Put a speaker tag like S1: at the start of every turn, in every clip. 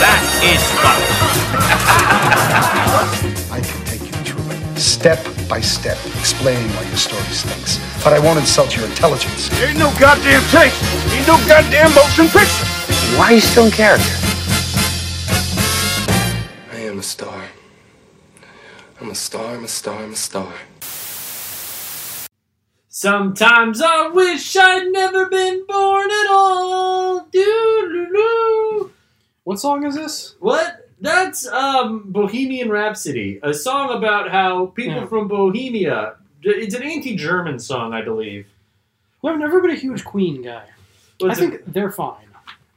S1: That is fun.
S2: I can take you through it step by step, explaining why your story stinks. But I won't insult your intelligence.
S3: Ain't no goddamn tape. Ain't no goddamn motion picture.
S1: Why are you still in character?
S4: I am a star. I'm a star, I'm a star, I'm a star.
S5: Sometimes I wish I'd never been born at all. Doo-doo-doo.
S6: What song is this?
S5: What? That's um, Bohemian Rhapsody, a song about how people
S6: Yeah.
S5: from Bohemia. It's an anti-German song, I believe.
S6: Well, I've never been a huge Queen guy.
S5: Well,
S6: I
S5: it's a-
S6: think they're fine.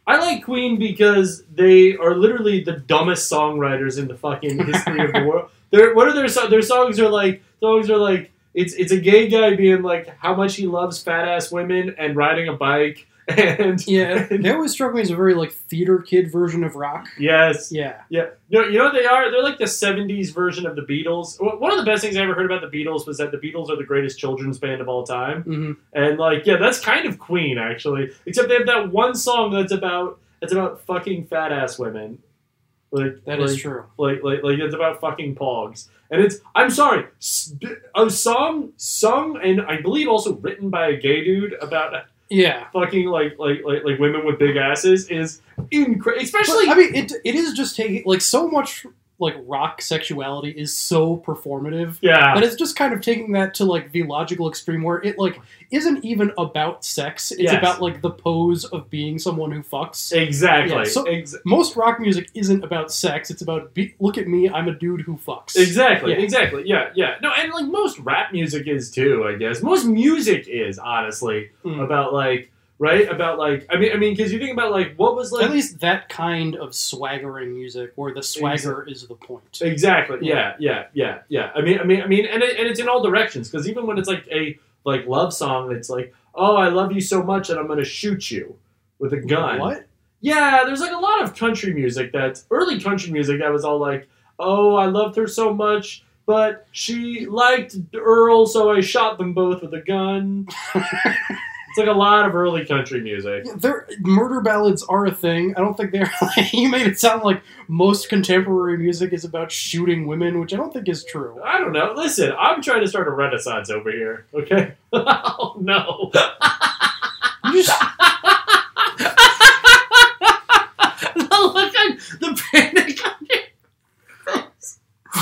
S5: I like Queen because they are literally the dumbest songwriters in the fucking history of the world. Their what are their so- their songs are like? Songs are like it's it's a gay guy being like how much he loves fat ass women and riding a bike and
S6: Yeah, they always struck me as a very like theater kid version of rock.
S5: yes
S6: Yeah,
S5: Yeah, you know, you know what they are? They're like the '70s version of the Beatles. Wh- One of the best things I ever heard about the Beatles was that the Beatles are the greatest children's band of all time,
S6: Mhm.
S5: and like, yeah, that's kind of Queen actually. Except they have that one song that's about that's about fucking fat ass women. Like
S6: that
S5: like,
S6: is true.
S5: Like like like it's about fucking pogs, and it's I'm sorry, s- a song sung and I believe also written by a gay dude about
S6: Yeah,
S5: fucking like like like, like women with big asses is incredible. Especially
S6: But, I mean, it it is just taking like so much like rock sexuality is so performative.
S5: yeah.
S6: But it's just kind of taking that to like the logical extreme where it like isn't even about sex. It's
S5: Yes.
S6: about like the pose of being someone who fucks.
S5: Exactly.
S6: Yeah, so-
S5: Ex-
S6: Most rock music isn't about sex. It's about be- look at me, I'm a dude who fucks.
S5: exactly.
S6: Yeah.
S5: Exactly. Yeah. Yeah. No, and like most rap music is too. I guess most music is honestly
S6: Mm.
S5: about like right about like I mean I mean because you think about like what was like
S6: At least that kind of swaggering music, where the swagger is the point.
S5: exactly yeah yeah yeah yeah I mean I mean I mean and it, and it's in all directions because even when it's like a like love song it's like oh I love you so much that I'm gonna shoot you with a gun
S6: What?
S5: Yeah, there's like a lot of country music that's early country music that was all like, oh, I loved her so much, but she liked Earl, so I shot them both with a gun. it's like a lot of early country music.
S6: Yeah, There, murder ballads are a thing. I don't think they're. you made it sound like most contemporary music is about shooting women, which I don't think is true.
S5: I don't know. Listen, I'm trying to start a renaissance over here, okay? oh, no.
S6: You just-
S5: the look on the panic.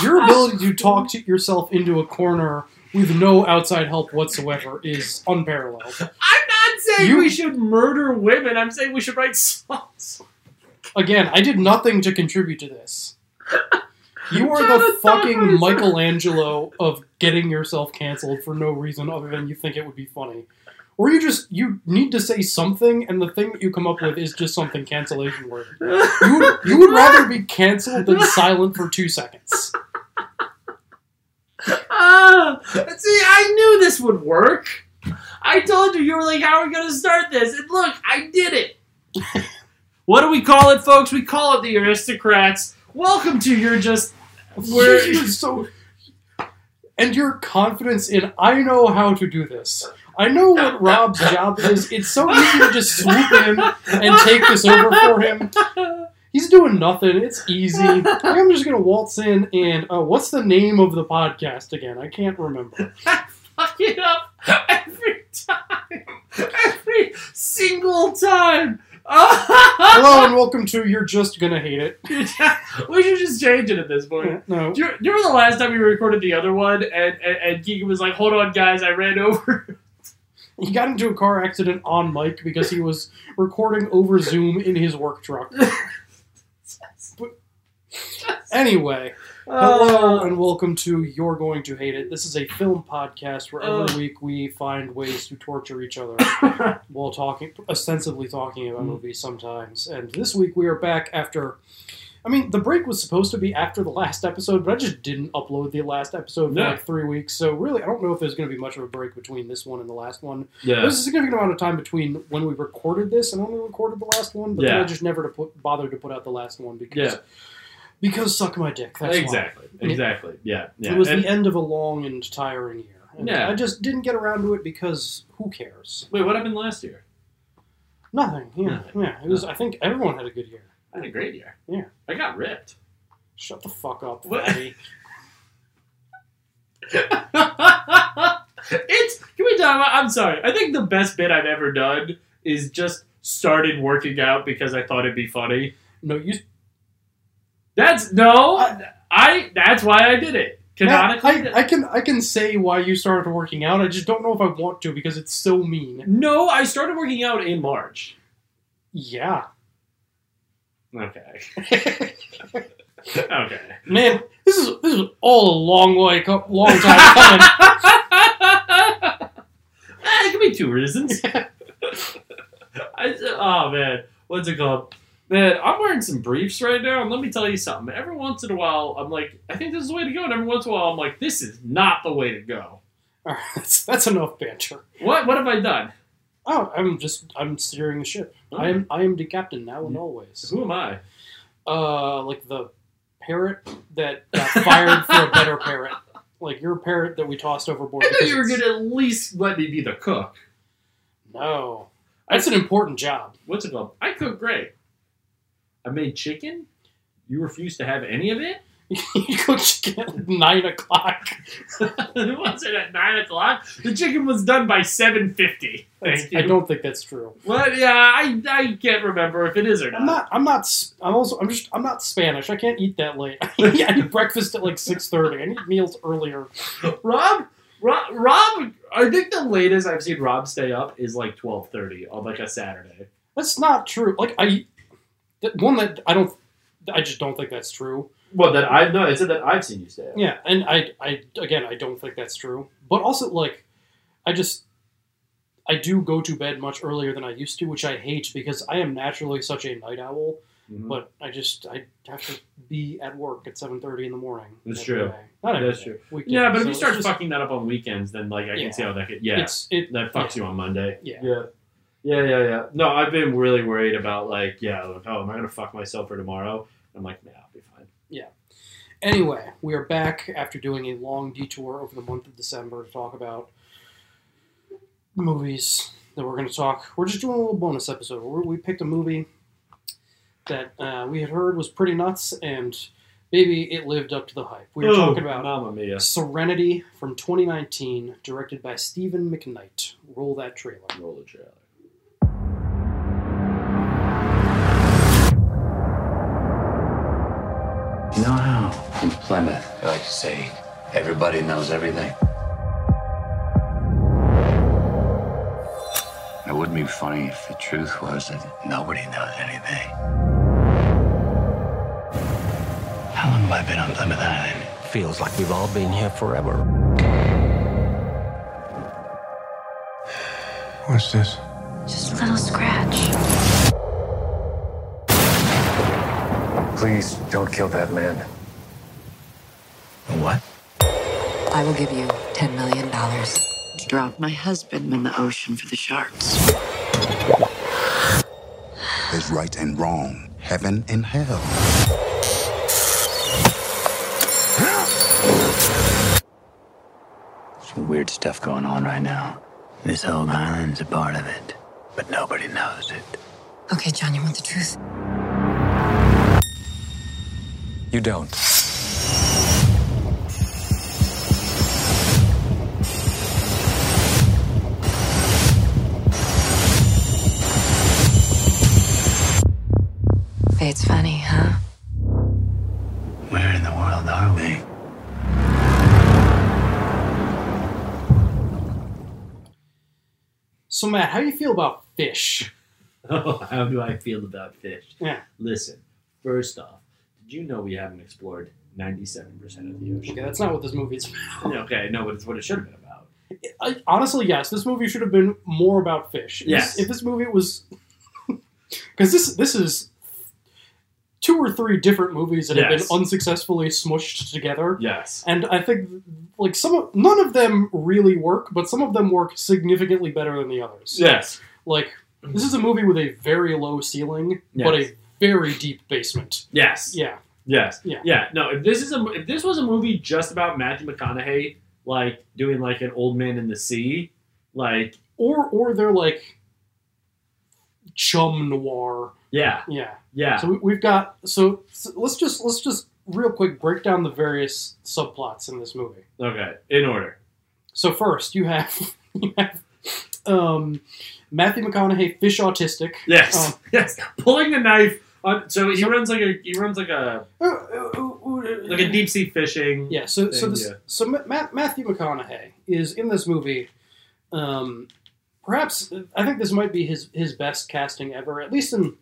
S6: your ability to talk to yourself into a corner with no outside help whatsoever is unparalleled.
S5: I'm not saying
S6: You-
S5: we should murder women. I'm saying we should write songs.
S6: Again, I did nothing to contribute to this. You are the
S5: Jonathan
S6: fucking
S5: Fraser.
S6: Michelangelo of getting yourself canceled for no reason other than you think it would be funny. Or you just you need to say something and the thing that you come up with is just something cancellation worthy. You would, you would rather be canceled than silent for 2 seconds.
S5: Ah, see, I knew this would work. I told you, you were like, how are we going to start this? And look, I did it. what do we call it, folks? We call it the aristocrats. Welcome to your just. We're,
S6: You're so and your confidence in I know how to do this. I know what Rob's job is. It's so easy to just swoop in and take this over for him. He's doing nothing. It's easy. I'm just gonna waltz in and uh, what's the name of the podcast again? I can't remember.
S5: fuck it up every time. Every single time.
S6: Hello and welcome to You're Just Gonna Hate It.
S5: we should just change it at this point.
S6: No,
S5: Do you, do you remember the last time we recorded the other one and, and, and Keegan was like, hold on, guys, I ran over
S6: he got into a car accident on mic because he was recording over Zoom in his work truck. But- anyway. Hello
S5: Uh.
S6: and welcome to You're Going to Hate It. This is a film podcast where every
S5: Oh.
S6: week we find ways to torture each other while talking, ostensibly talking about movies sometimes. And this week we are back after I mean, the break was supposed to be after the last episode, but I just didn't upload the last episode for
S5: Yeah.
S6: like three weeks. So really, I don't know if there's going to be much of a break between this one and the last one.
S5: Yeah.
S6: There's a significant amount of time between when we recorded this and when we recorded the last one, but then
S5: Yeah.
S6: I just never to put, bothered to put out the last one because
S5: Yeah.
S6: because suck my dick. That's why.
S5: exactly. Exactly. Yeah. Yeah.
S6: It was
S5: And-
S6: the end of a long and tiring year. And
S5: Yeah.
S6: I just didn't get around to it because who cares?
S5: wait, what happened last year?
S6: Nothing. Yeah,
S5: Nothing.
S6: yeah. It was. I think everyone had a good year.
S5: I had a great year.
S6: Yeah.
S5: I got ripped.
S6: Shut the fuck up,
S5: What?
S6: Fatty.
S5: it's can we talk about I'm sorry. I think the best bit I've ever done is just started working out because I thought it'd be funny.
S6: No, you.
S5: That's no
S6: I-
S5: I that's why I did it.
S6: Uh, Matt,
S5: Canonically
S6: I, I can I can say why you started working out. I just don't know if I want to because it's so mean.
S5: No, I started working out in March.
S6: Yeah,
S5: Okay. okay.
S6: man, this is this is all a long way, co- long time coming.
S5: Eh, it could be two reasons. I, oh man, what's it called? Man, I'm wearing some briefs right now, and let me tell you something. Every once in a while, I'm like, I think this is the way to go, and every once in a while, I'm like, this is not the way to go.
S6: All right, that's, that's enough banter.
S5: What? What have I done?
S6: Oh, I'm just I'm steering the ship. I am I am the captain now and always.
S5: Who am I?
S6: Uh, like the parrot that got fired for a better parrot. Like your parrot that we tossed overboard.
S5: I thought
S6: because
S5: you were
S6: it's-
S5: gonna at least let me be the cook.
S6: No, that's an important job.
S5: What's it called? I cook great. I made chicken. You refuse to have any of it.
S6: you go chicken at nine o'clock.
S5: it wasn't at nine o'clock. The chicken was done by seven fifty. Thank you.
S6: I don't think that's true.
S5: Well, yeah, I, I can't remember if it is or not.
S6: I'm not. I'm not. s- I'm also. I'm just. I'm not Spanish. I can't eat that late. I need breakfast at like six thirty. I need meals earlier.
S5: Rob, Rob, Rob. I think the latest I've seen Rob stay up is like twelve thirty on like a Saturday.
S6: That's not true. Like I, that one that I don't. I just don't think that's true.
S5: Well, that I've no, it's that I've seen you stay up.
S6: Yeah, and I, I again, I don't think that's true. But also, like, I just, I do go to bed much earlier than I used to, which I hate because I am naturally such a night owl.
S5: Mhm.
S6: But I just, I have to be at work at seven thirty in the morning.
S5: That's
S6: every
S5: true.
S6: day. Not every
S5: That's
S6: day,
S5: true.
S6: weekends.
S5: Yeah, but if
S6: So
S5: you
S6: it's
S5: start
S6: just-
S5: fucking that up on weekends, then like I
S6: Yeah.
S5: can see how that could. Yeah,
S6: it's it
S5: that fucks you on Monday.
S6: Yeah.
S5: yeah, yeah, yeah, yeah. No, I've been really worried about like, yeah, like, oh, am I gonna fuck myself for tomorrow? I'm like, nah, I'll be fine.
S6: Anyway, we are back after doing a long detour over the month of December to talk about movies that we're going to talk. We're just doing a little bonus episode where we picked a movie that uh, we had heard was pretty nuts, and maybe it lived up to the hype. We were talking about
S5: Mamma Mia.
S6: Serenity from 2019, directed by Stephen McKnight. Roll that trailer.
S5: Roll the trailer.
S3: You know how in Plymouth they like to say everybody knows everything? It would be funny if the truth was that nobody knows anything. How long have I been on Plymouth Island?
S7: Feels like we've all been here forever.
S2: What's this?
S8: Just a little scratch.
S3: Please don't kill that man. What?
S8: I will give you $10 million to drop my husband in the ocean for the sharks.
S3: There's right and wrong, heaven and hell. Some weird stuff going on right now. This whole island's a part of it, but nobody knows it.
S8: Okay, John, you want the truth?
S3: You don't.
S8: Fate's funny, huh?
S3: Where in the world are we?
S6: So, Matt, how do you feel about fish?
S5: Oh, how do I feel about fish?
S6: Yeah.
S5: Listen, first off, did you know we haven't explored 97% of the ocean?
S6: Okay, that's not what this movie is
S5: Okay, no, but it's what it should have been about.
S6: I, honestly, yes. This movie should have been more about fish. If this-
S5: Yes.
S6: If this movie was, because this this is two or three different movies that have
S5: Yes.
S6: been unsuccessfully smushed together.
S5: Yes.
S6: And I think like some of, none of them really work, but some of them work significantly better than the others.
S5: Yes.
S6: Like this is a movie with a very low ceiling, but
S5: Yes.
S6: a very deep basement.
S5: Yes.
S6: Yeah.
S5: Yes.
S6: Yeah.
S5: Yeah. No. If this is a if this was a movie just about Matthew McConaughey like doing like an old man in the sea, like
S6: Or or they're like chum noir.
S5: yeah,
S6: Yeah.
S5: yeah,
S6: So we- we've got so, so let's just let's just real quick break down the various subplots in this movie.
S5: okay, in order.
S6: So first you have you have um, Matthew McConaughey fish autistic.
S5: Yes.
S6: Um,
S5: Yes. Pulling the knife. On, so he runs like a he runs like a
S6: Um, uh,
S5: like a deep sea fishing.
S6: Yeah. So so
S5: thing,
S6: this
S5: yeah.
S6: so Ma- Ma- Matthew McConaughey is in this movie. Um, perhaps I think this might be his his best casting ever, at least in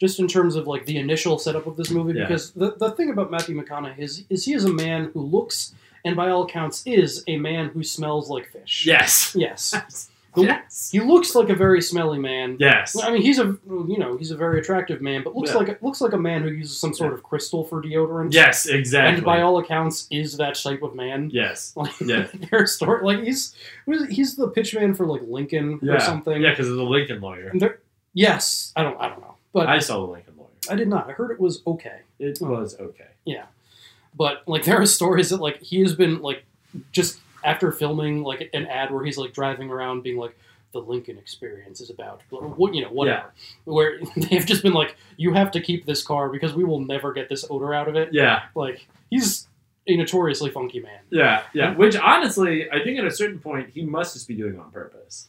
S6: just in terms of like the initial setup of this movie.
S5: Yeah.
S6: Because the the thing about Matthew McConaughey is is he is a man who looks and by all accounts is a man who smells like fish.
S5: Yes.
S6: Yes. The-
S5: Yes.
S6: He looks like a very smelly man.
S5: Yes.
S6: I mean, he's a you know he's a very attractive man, but looks
S5: Yeah.
S6: like looks like a man who uses some sort of crystal for deodorant.
S5: Yes. Exactly.
S6: and by all accounts, is that type of man.
S5: Yes.
S6: Like,
S5: Yeah.
S6: their story, like he's what is it? he's the pitchman for like Lincoln
S5: Yeah.
S6: or something.
S5: Yeah, because of the Lincoln lawyer.
S6: And they're- yes, I don't I don't know, but Oh. I,
S5: I saw the Lincoln lawyer.
S6: did not. I heard it was okay,
S5: It was okay.
S6: but like there are stories that like he has been like just after filming like an ad where he's like driving around being like the Lincoln experience is about what you know whatever where they've just been like you have to keep this car because we will never get this odor out of it
S5: Yeah.
S6: like he's a notoriously funky man
S5: Yeah. Yeah. Which honestly, I think at a certain point he must just be doing it on purpose,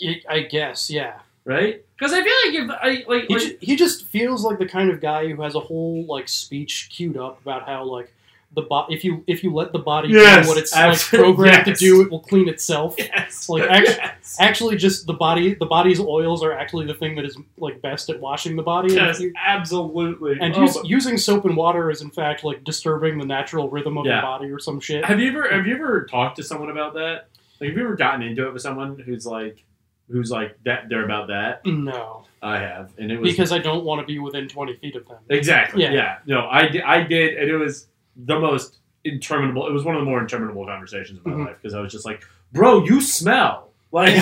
S6: Y- I guess yeah
S5: right? Because I feel like if I like,
S6: he,
S5: like
S6: ju- he just feels like the kind of guy who has a whole like speech queued up about how like the bo- if you if you let the body
S5: Yes,
S6: do what it's
S5: abso-
S6: like programmed
S5: yes.
S6: to do, it will clean itself.
S5: yes,
S6: like, actu-
S5: yes.
S6: Actually, just the body the body's oils are actually the thing that is like best at washing the body. And
S5: Yes,
S6: you-
S5: absolutely.
S6: And
S5: Oh,
S6: use,
S5: but-
S6: using soap and water is in fact like disturbing the natural rhythm of
S5: Yeah.
S6: the body or some shit.
S5: have you ever have you ever talked to someone about that? Like, have you ever gotten into it with someone who's like, who's like that? They're about that.
S6: no,
S5: I have, and it was
S6: because I don't want to be within twenty feet of them.
S5: exactly. Yeah.
S6: Yeah.
S5: No, I did, I did, and it was the most interminable. It was one of the more interminable conversations of my
S6: Mhm.
S5: life because I was just like, bro, you smell. Like,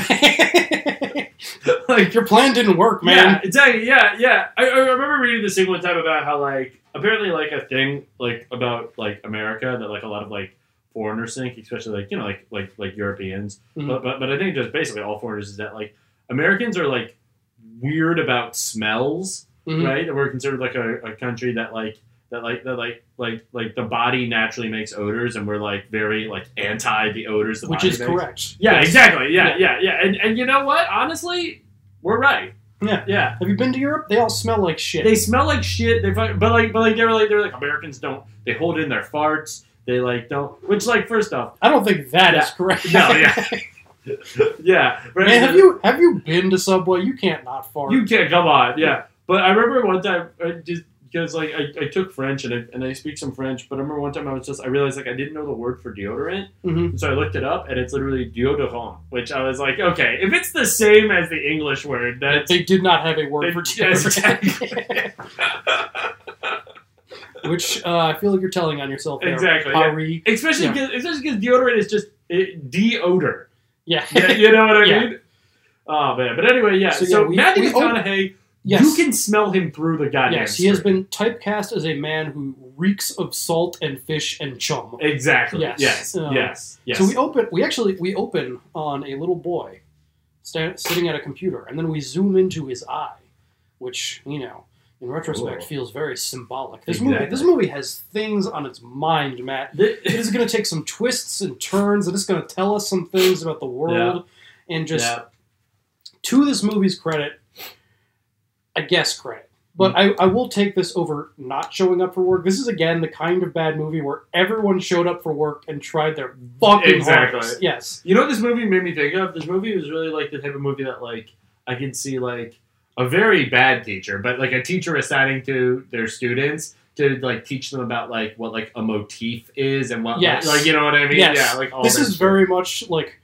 S5: like
S6: Your plan didn't work,
S5: Yeah,
S6: man.
S5: exactly. Yeah, yeah. I, I remember reading this thing one time about how like apparently like a thing like about like America that like a lot of like foreigners think, especially like you know like like like Europeans,
S6: Mhm.
S5: but, but but I think just basically all foreigners is that like Americans are like weird about smells,
S6: Mhm.
S5: right? That we're considered like a, a country that like that like that like like like the body naturally makes odors, and we're like very like anti the odors. The
S6: Which
S5: body
S6: is
S5: makes.
S6: correct.
S5: Yeah,
S6: Yes.
S5: exactly. Yeah, yeah, yeah, And and you know what? Honestly, we're right.
S6: Yeah.
S5: Yeah.
S6: Have you been to Europe? They all smell like shit.
S5: They smell like shit. They fuck- but like but like they were like they're like Americans don't they hold in their farts. They like don't which like first off
S6: I don't think that is
S5: Yeah.
S6: correct.
S5: no yeah yeah right?
S6: Man, have you have you been to Subway? You can't not fart.
S5: you can't come on yeah but I remember one time I just because like I, I took French and I, and I speak some French but I remember one time I was just I realized like I didn't know the word for deodorant
S6: Mhm.
S5: so I looked it up and it's literally deodorant which I was like okay if it's the same as the English word that's
S6: They did not have a word
S5: They-
S6: for
S5: yes,
S6: deodorant. Which uh, I feel like you're telling on yourself. There.
S5: Exactly, yeah.
S6: Paris.
S5: especially
S6: Yeah.
S5: because especially because deodorant is just it, deodor
S6: Yeah.
S5: yeah, you know what I
S6: Yeah.
S5: mean? Oh man, but anyway, yeah. So,
S6: So, yeah, we-
S5: Matthew
S6: we- oh,
S5: McConaughey,
S6: yes.
S5: you can smell him through the goddamn.
S6: yes. He has
S5: screen.
S6: been typecast as a man who reeks of salt and fish and chum.
S5: exactly. Yes,
S6: Yes.
S5: yes,
S6: Um,
S5: yes.
S6: So we open. We actually we open on a little boy sta sitting at a computer, and then we zoom into his eye, which you know, in retrospect,
S5: Cool.
S6: feels very symbolic. This movie.
S5: Exactly.
S6: This movie has things on its mind, Matt. It
S5: Thi-
S6: is going to take some twists and turns, and it's going to tell us some things about the world. And just
S5: yeah.
S6: to this movie's credit, I guess credit.
S5: Hmm.
S6: But I, I will take this over not showing up for work. This is again the kind of bad movie where everyone showed up for work and tried their fucking
S5: Exactly.
S6: hardest. Yes.
S5: You know what this movie made me think of? This movie was really like the type of movie that like I can see like a very bad teacher, but like a teacher assigning to their students to like teach them about like what like a motif is and what like-
S6: Yes.
S5: like, you know what I mean?
S6: yes.
S5: Yeah, like all
S6: this
S5: that
S6: is very much like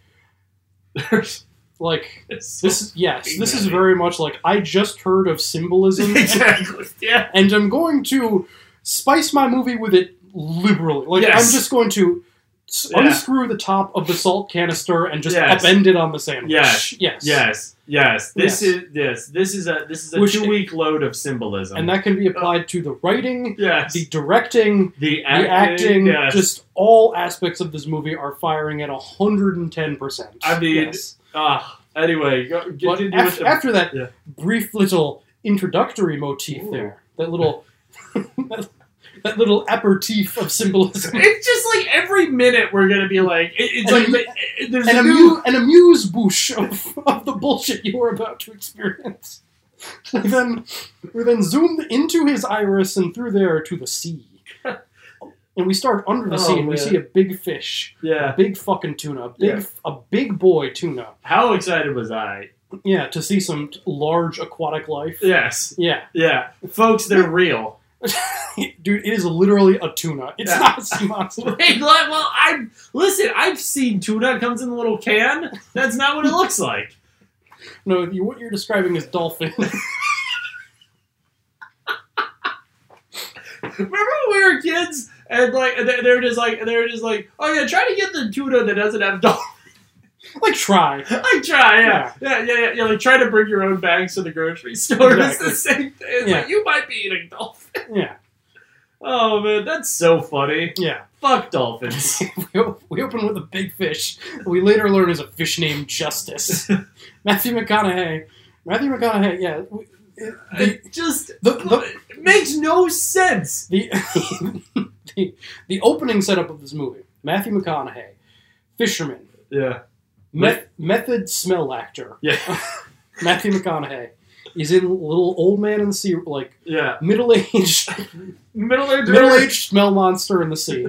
S5: shit.
S6: Like this, yes, this is very much like I just heard of symbolism,
S5: exactly. Yeah.
S6: and I'm going to spice my movie with it liberally. Like
S5: Yes.
S6: I'm just going to s-
S5: Yeah.
S6: unscrew the top of the salt canister and just
S5: Yes.
S6: upend it on the sandwich.
S5: Yes.
S6: yes,
S5: Yes. Yes. This
S6: Yes.
S5: is this. This is a this is a
S6: Which-
S5: two week load of symbolism.
S6: and that can be applied to the writing,
S5: yes.
S6: the directing,
S5: the
S6: the acting,
S5: yes.
S6: just all aspects of this movie are firing at 110%.
S5: I mean,
S6: Yes.
S5: ah. anyway, go, get,
S6: But
S5: get- get
S6: after,
S5: the-
S6: after that
S5: yeah.
S6: brief little introductory motif
S5: Ooh.
S6: there, that little that, that little aperitif of symbolism.
S5: It's just like every minute we're gonna be like, it- it's
S6: And
S5: like the- there's
S6: An,
S5: a
S6: amu-
S5: new.
S6: an amuse bouche of, of the bullshit you are about to experience. We then, we then zoomed into his iris and through there to the sea. And we start under the
S5: Oh,
S6: sea and we
S5: man.
S6: see a big fish
S5: Yeah.
S6: big fucking tuna, big a big boy tuna.
S5: How excited was I?
S6: Yeah, to see some t- large aquatic life.
S5: Yes.
S6: Yeah,
S5: Yeah, folks, they're real.
S6: dude, it is literally a tuna. It's
S5: Yeah.
S6: not a sea monster.
S5: Wait, like, well, I listen. I've seen tuna comes in a little can. That's not what it looks like.
S6: No, you, what you're describing is dolphin.
S5: Remember when we were kids and like they- they're just like they're just like, oh yeah, try to get the tuna that doesn't have dolphins.
S6: like try.
S5: Like try, yeah. yeah, yeah, yeah, yeah. Like try to bring your own bags to the grocery store.
S6: Exactly.
S5: It's the same thing. It's
S6: Yeah.
S5: Like, you might be eating dolphin.
S6: Yeah,
S5: Oh man, that's so funny.
S6: yeah.
S5: Fuck dolphins.
S6: We, o- we open with a big fish. that We later learn is a fish named Justice. Matthew McConaughey. Matthew McConaughey. Yeah. we- The,
S5: it just
S6: the, the,
S5: it makes no sense.
S6: the, the, the opening setup of this movie Matthew McConaughey, fisherman,
S5: Yeah,
S6: Meth- method smell actor
S5: yeah,
S6: Matthew McConaughey is in little old man in the sea, like
S5: yeah.
S6: middle aged
S5: Middle aged,
S6: middle aged smell monster in the sea,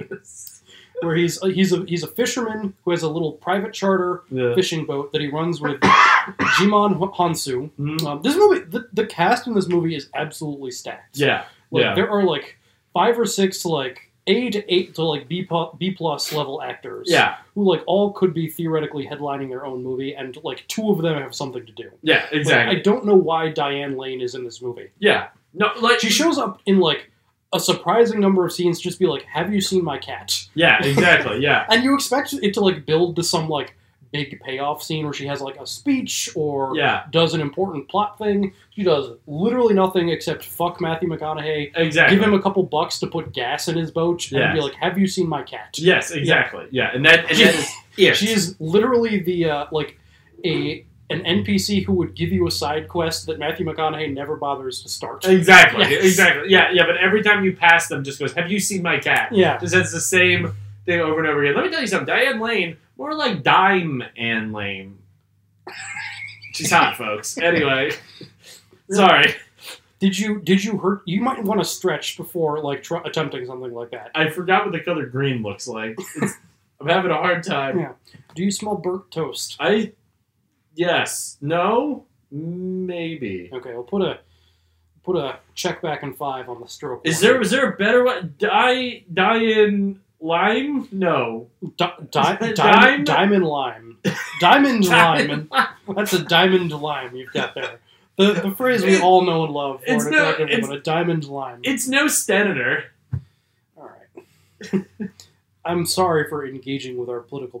S6: where he's uh, he's a he's a fisherman who has a little private charter
S5: Yeah.
S6: fishing boat that he runs with Jimon Hansu.
S5: Mhm.
S6: Um, this movie, the, the cast in this movie is absolutely stacked.
S5: Yeah,
S6: Like,
S5: yeah.
S6: there are like five or six like A to eight to like B plus, B plus level actors.
S5: Yeah,
S6: Who like all could be theoretically headlining their own movie, and like two of them have something to do.
S5: yeah,
S6: Like,
S5: exactly.
S6: I don't know why Diane Lane is in this movie.
S5: yeah, no, like
S6: She shows up in like a surprising number of scenes. Just be like, "Have you seen my cat?"
S5: Yeah, exactly. Yeah,
S6: And you expect it to like build to some like big payoff scene where she has like a speech or
S5: yeah,
S6: does an important plot thing. She does literally nothing except fuck Matthew McConaughey,
S5: exactly.
S6: give him a couple bucks to put gas in his boat, and
S5: Yeah.
S6: be like, "Have you seen my cat?"
S5: yes, exactly. Yeah, and that and that is it.
S6: She is literally the uh, like a an NPC who would give you a side quest that Matthew McConaughey never bothers to start.
S5: exactly,
S6: Yes.
S5: exactly. Yeah, yeah. But every time you pass them, just goes, "Have you seen my cat?"
S6: Yeah.
S5: Just has the same thing over and over again. Let me tell you something. Diane Lane, more like Dime Ann Lane. She's hot, folks. Anyway, sorry,
S6: Did you did you hurt? You might want to stretch before like tr- attempting something like that.
S5: I forgot what the color green looks like. It's, I'm having a hard time.
S6: Do you smell burnt toast?
S5: I, yes, no, maybe.
S6: Okay, I'll put a put a check back and five on the stroke.
S5: Is
S6: one.
S5: there is there a better one? Die die in lime? No.
S6: Di- di-
S5: Dime?
S6: diamond diamond lime? Diamond
S5: Diamond
S6: lime. That's a diamond lime you've got there. The, the phrase we
S5: It-
S6: all know and love.
S5: it's
S6: Lord,
S5: no-
S6: I can't remember,
S5: it's-
S6: but a diamond lime.
S5: It's no Stenator.
S6: all right. I'm sorry for engaging with our political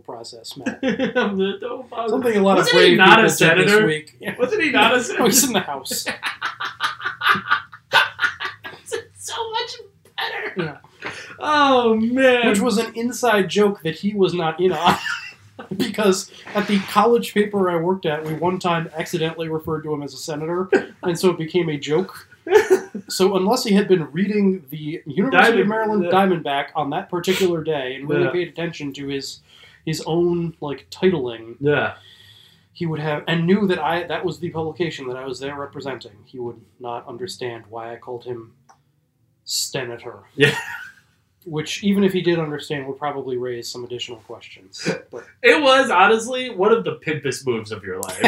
S6: process, Matt.
S5: Don't bother.
S6: Something a lot
S5: Wasn't
S6: of brave
S5: he not a
S6: people did this
S5: senator?
S6: week. Yeah.
S5: Wasn't he not a
S6: No,
S5: senator?
S6: he's in the house.
S5: so much better.
S6: Yeah.
S5: Oh man.
S6: which was an inside joke that he was not in on. Because at the college paper I worked at, we one time accidentally referred to him as a senator, and so it became a joke. So unless he had been reading the University of
S5: Diamond-
S6: Maryland
S5: yeah.
S6: Diamondback on that particular day and really
S5: Yeah.
S6: paid attention to his his own like titling,
S5: yeah.
S6: he would have and knew that I that was the publication that I was there representing. He would not understand why I called him senator
S5: Yeah.
S6: which even if he did understand would probably raise some additional questions but
S5: It was honestly one of the pimpest moves of your life.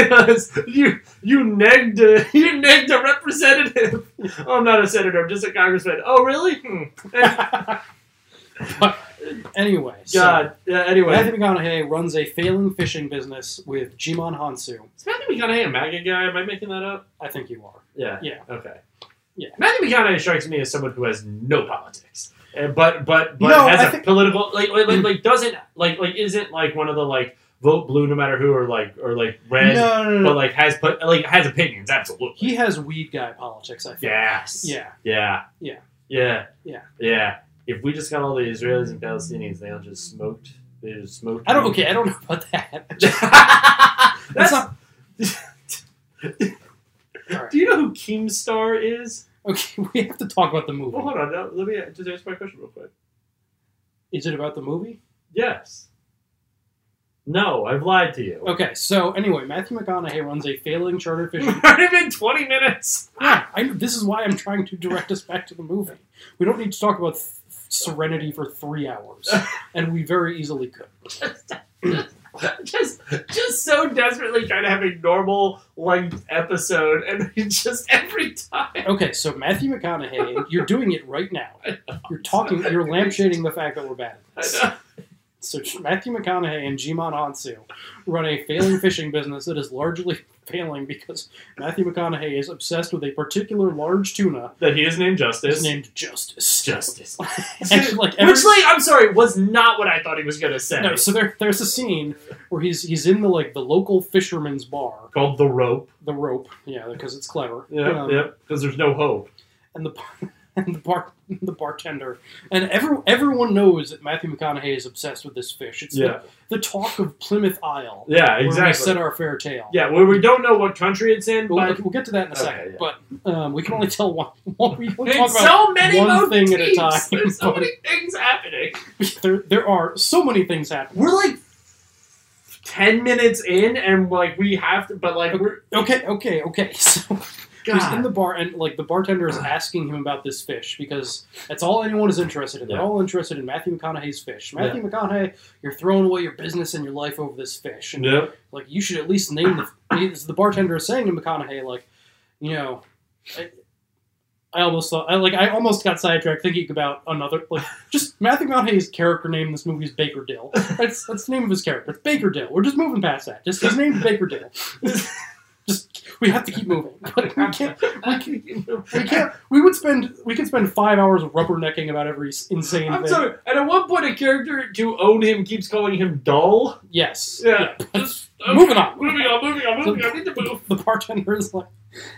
S5: it was you you negged a, you negged a representative. Oh, I'm not a senator. I'm just a congressman. Oh, really? Hmm.
S6: Anyway, so
S9: God. yeah, anyway,
S6: Matthew McConaughey runs a failing fishing business with Jimon Hansu.
S5: Is Matthew McConaughey a MAGA guy? Am I making that up?
S6: I think you are.
S5: Yeah.
S6: Yeah.
S5: Okay.
S6: Yeah.
S5: Matthew McConaughey strikes me as someone who has no politics, Uh, but but but
S6: No,
S5: has
S6: I
S5: a
S6: think-
S5: political like like, like like doesn't like like isn't like one of the like vote blue no matter who or like or like red,
S6: no, no, no, no.
S5: but like has put like has opinions. Absolutely.
S6: he has weed guy politics. I think.
S5: Yes.
S6: Yeah.
S5: Yeah.
S6: Yeah.
S5: Yeah.
S6: Yeah.
S5: Yeah. If we just got all the Israelis and Palestinians, they all just smoked. They just smoked.
S6: I don't. Okay. I don't know about that. That's not. All right.
S5: Do you know who Keemstar is?
S6: Okay. We have to talk about the movie.
S5: Well, hold on. Now, let me just answer my question real quick.
S6: Is it about the movie?
S5: Yes. No, I've lied to you.
S6: Okay. So anyway, Matthew McConaughey runs a failing charter fishing.
S5: It's already been 20 minutes.
S6: yeah. I, this is why I'm trying to direct us back to the movie. We don't need to talk about th- Serenity for three hours, and we very easily could.
S5: Just, just so desperately trying to have a normal length episode, and just every time.
S6: Okay, so Matthew McConaughey, you're doing it right now. You're talking, you're lampshading the fact that we're bad at
S5: I
S6: this.
S5: know.
S6: So Matthew McConaughey and Jimon Hansu run a failing fishing business that is largely failing because Matthew McConaughey is obsessed with a particular large tuna
S5: That he is named Justice.
S6: that's named Justice.
S5: Justice.
S6: And, like, every-
S5: Which, like, I'm sorry, was not what I thought he was going to say.
S6: No, so there, there's a scene where he's he's in the like the local fisherman's bar,
S5: Called The Rope.
S6: the rope, yeah, because it's clever.
S5: Yep,
S6: Um,
S5: yep. Because there's no hope.
S6: and the bar- and the bar the bartender and every, everyone knows that Matthew McConaughey is obsessed with this fish. It's
S5: Yeah.
S6: the, the talk of Plymouth Isle.
S5: Yeah,
S6: Where we set
S5: exactly.
S6: our fair tale.
S5: Yeah, where we don't know what country it's in,
S6: We'll,
S5: but
S6: we'll get to that in a
S5: Okay,
S6: second, but um, we can only tell one. one we can talk
S5: There's
S6: about
S5: so many
S6: one
S5: motifs.
S6: thing at a time.
S5: There's so
S6: but
S5: many things happening.
S6: there, there are so many things happening.
S5: We're like ten minutes in, and like we have to, but like we're
S6: Okay, okay, okay. So he's in
S5: God.
S6: the bar, and like the bartender is asking him about this fish because that's all anyone is interested in. They're
S5: Yeah.
S6: all interested in Matthew McConaughey's fish. Matthew McConaughey, you're throwing away your business and your life over this fish, and
S5: Yep.
S6: like you should at least name the. he's- The bartender is saying to McConaughey, like, you know, I, I almost thought, I, like, I almost got sidetracked thinking about another, like, just Matthew McConaughey's character name in this movie is Baker Dill. That's that's the name of his character. It's Baker Dill. We're just moving past that. Just his name's Baker Dill. Just we have to keep moving. But we can't. We can't. We would spend. We could spend five hours rubbernecking about every s- insane
S5: I'm
S6: thing.
S5: sorry. And at one point, a character to own him keeps calling him dull.
S6: Yes.
S5: Yeah. Just- okay.
S6: Moving on.
S5: Moving on. Moving on. Moving on. I need to move.
S6: the bartender is like,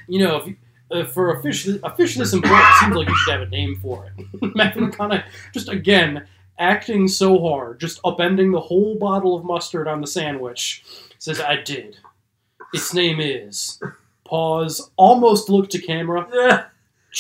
S6: you know, if you, uh, for a fish, a fish this important, it seems like you should have a name for it. Matthew McConaughey, just again, acting so hard, just upending the whole bottle of mustard on the sandwich, says, I did. Its name is. Pause, almost look to camera,
S5: Yeah.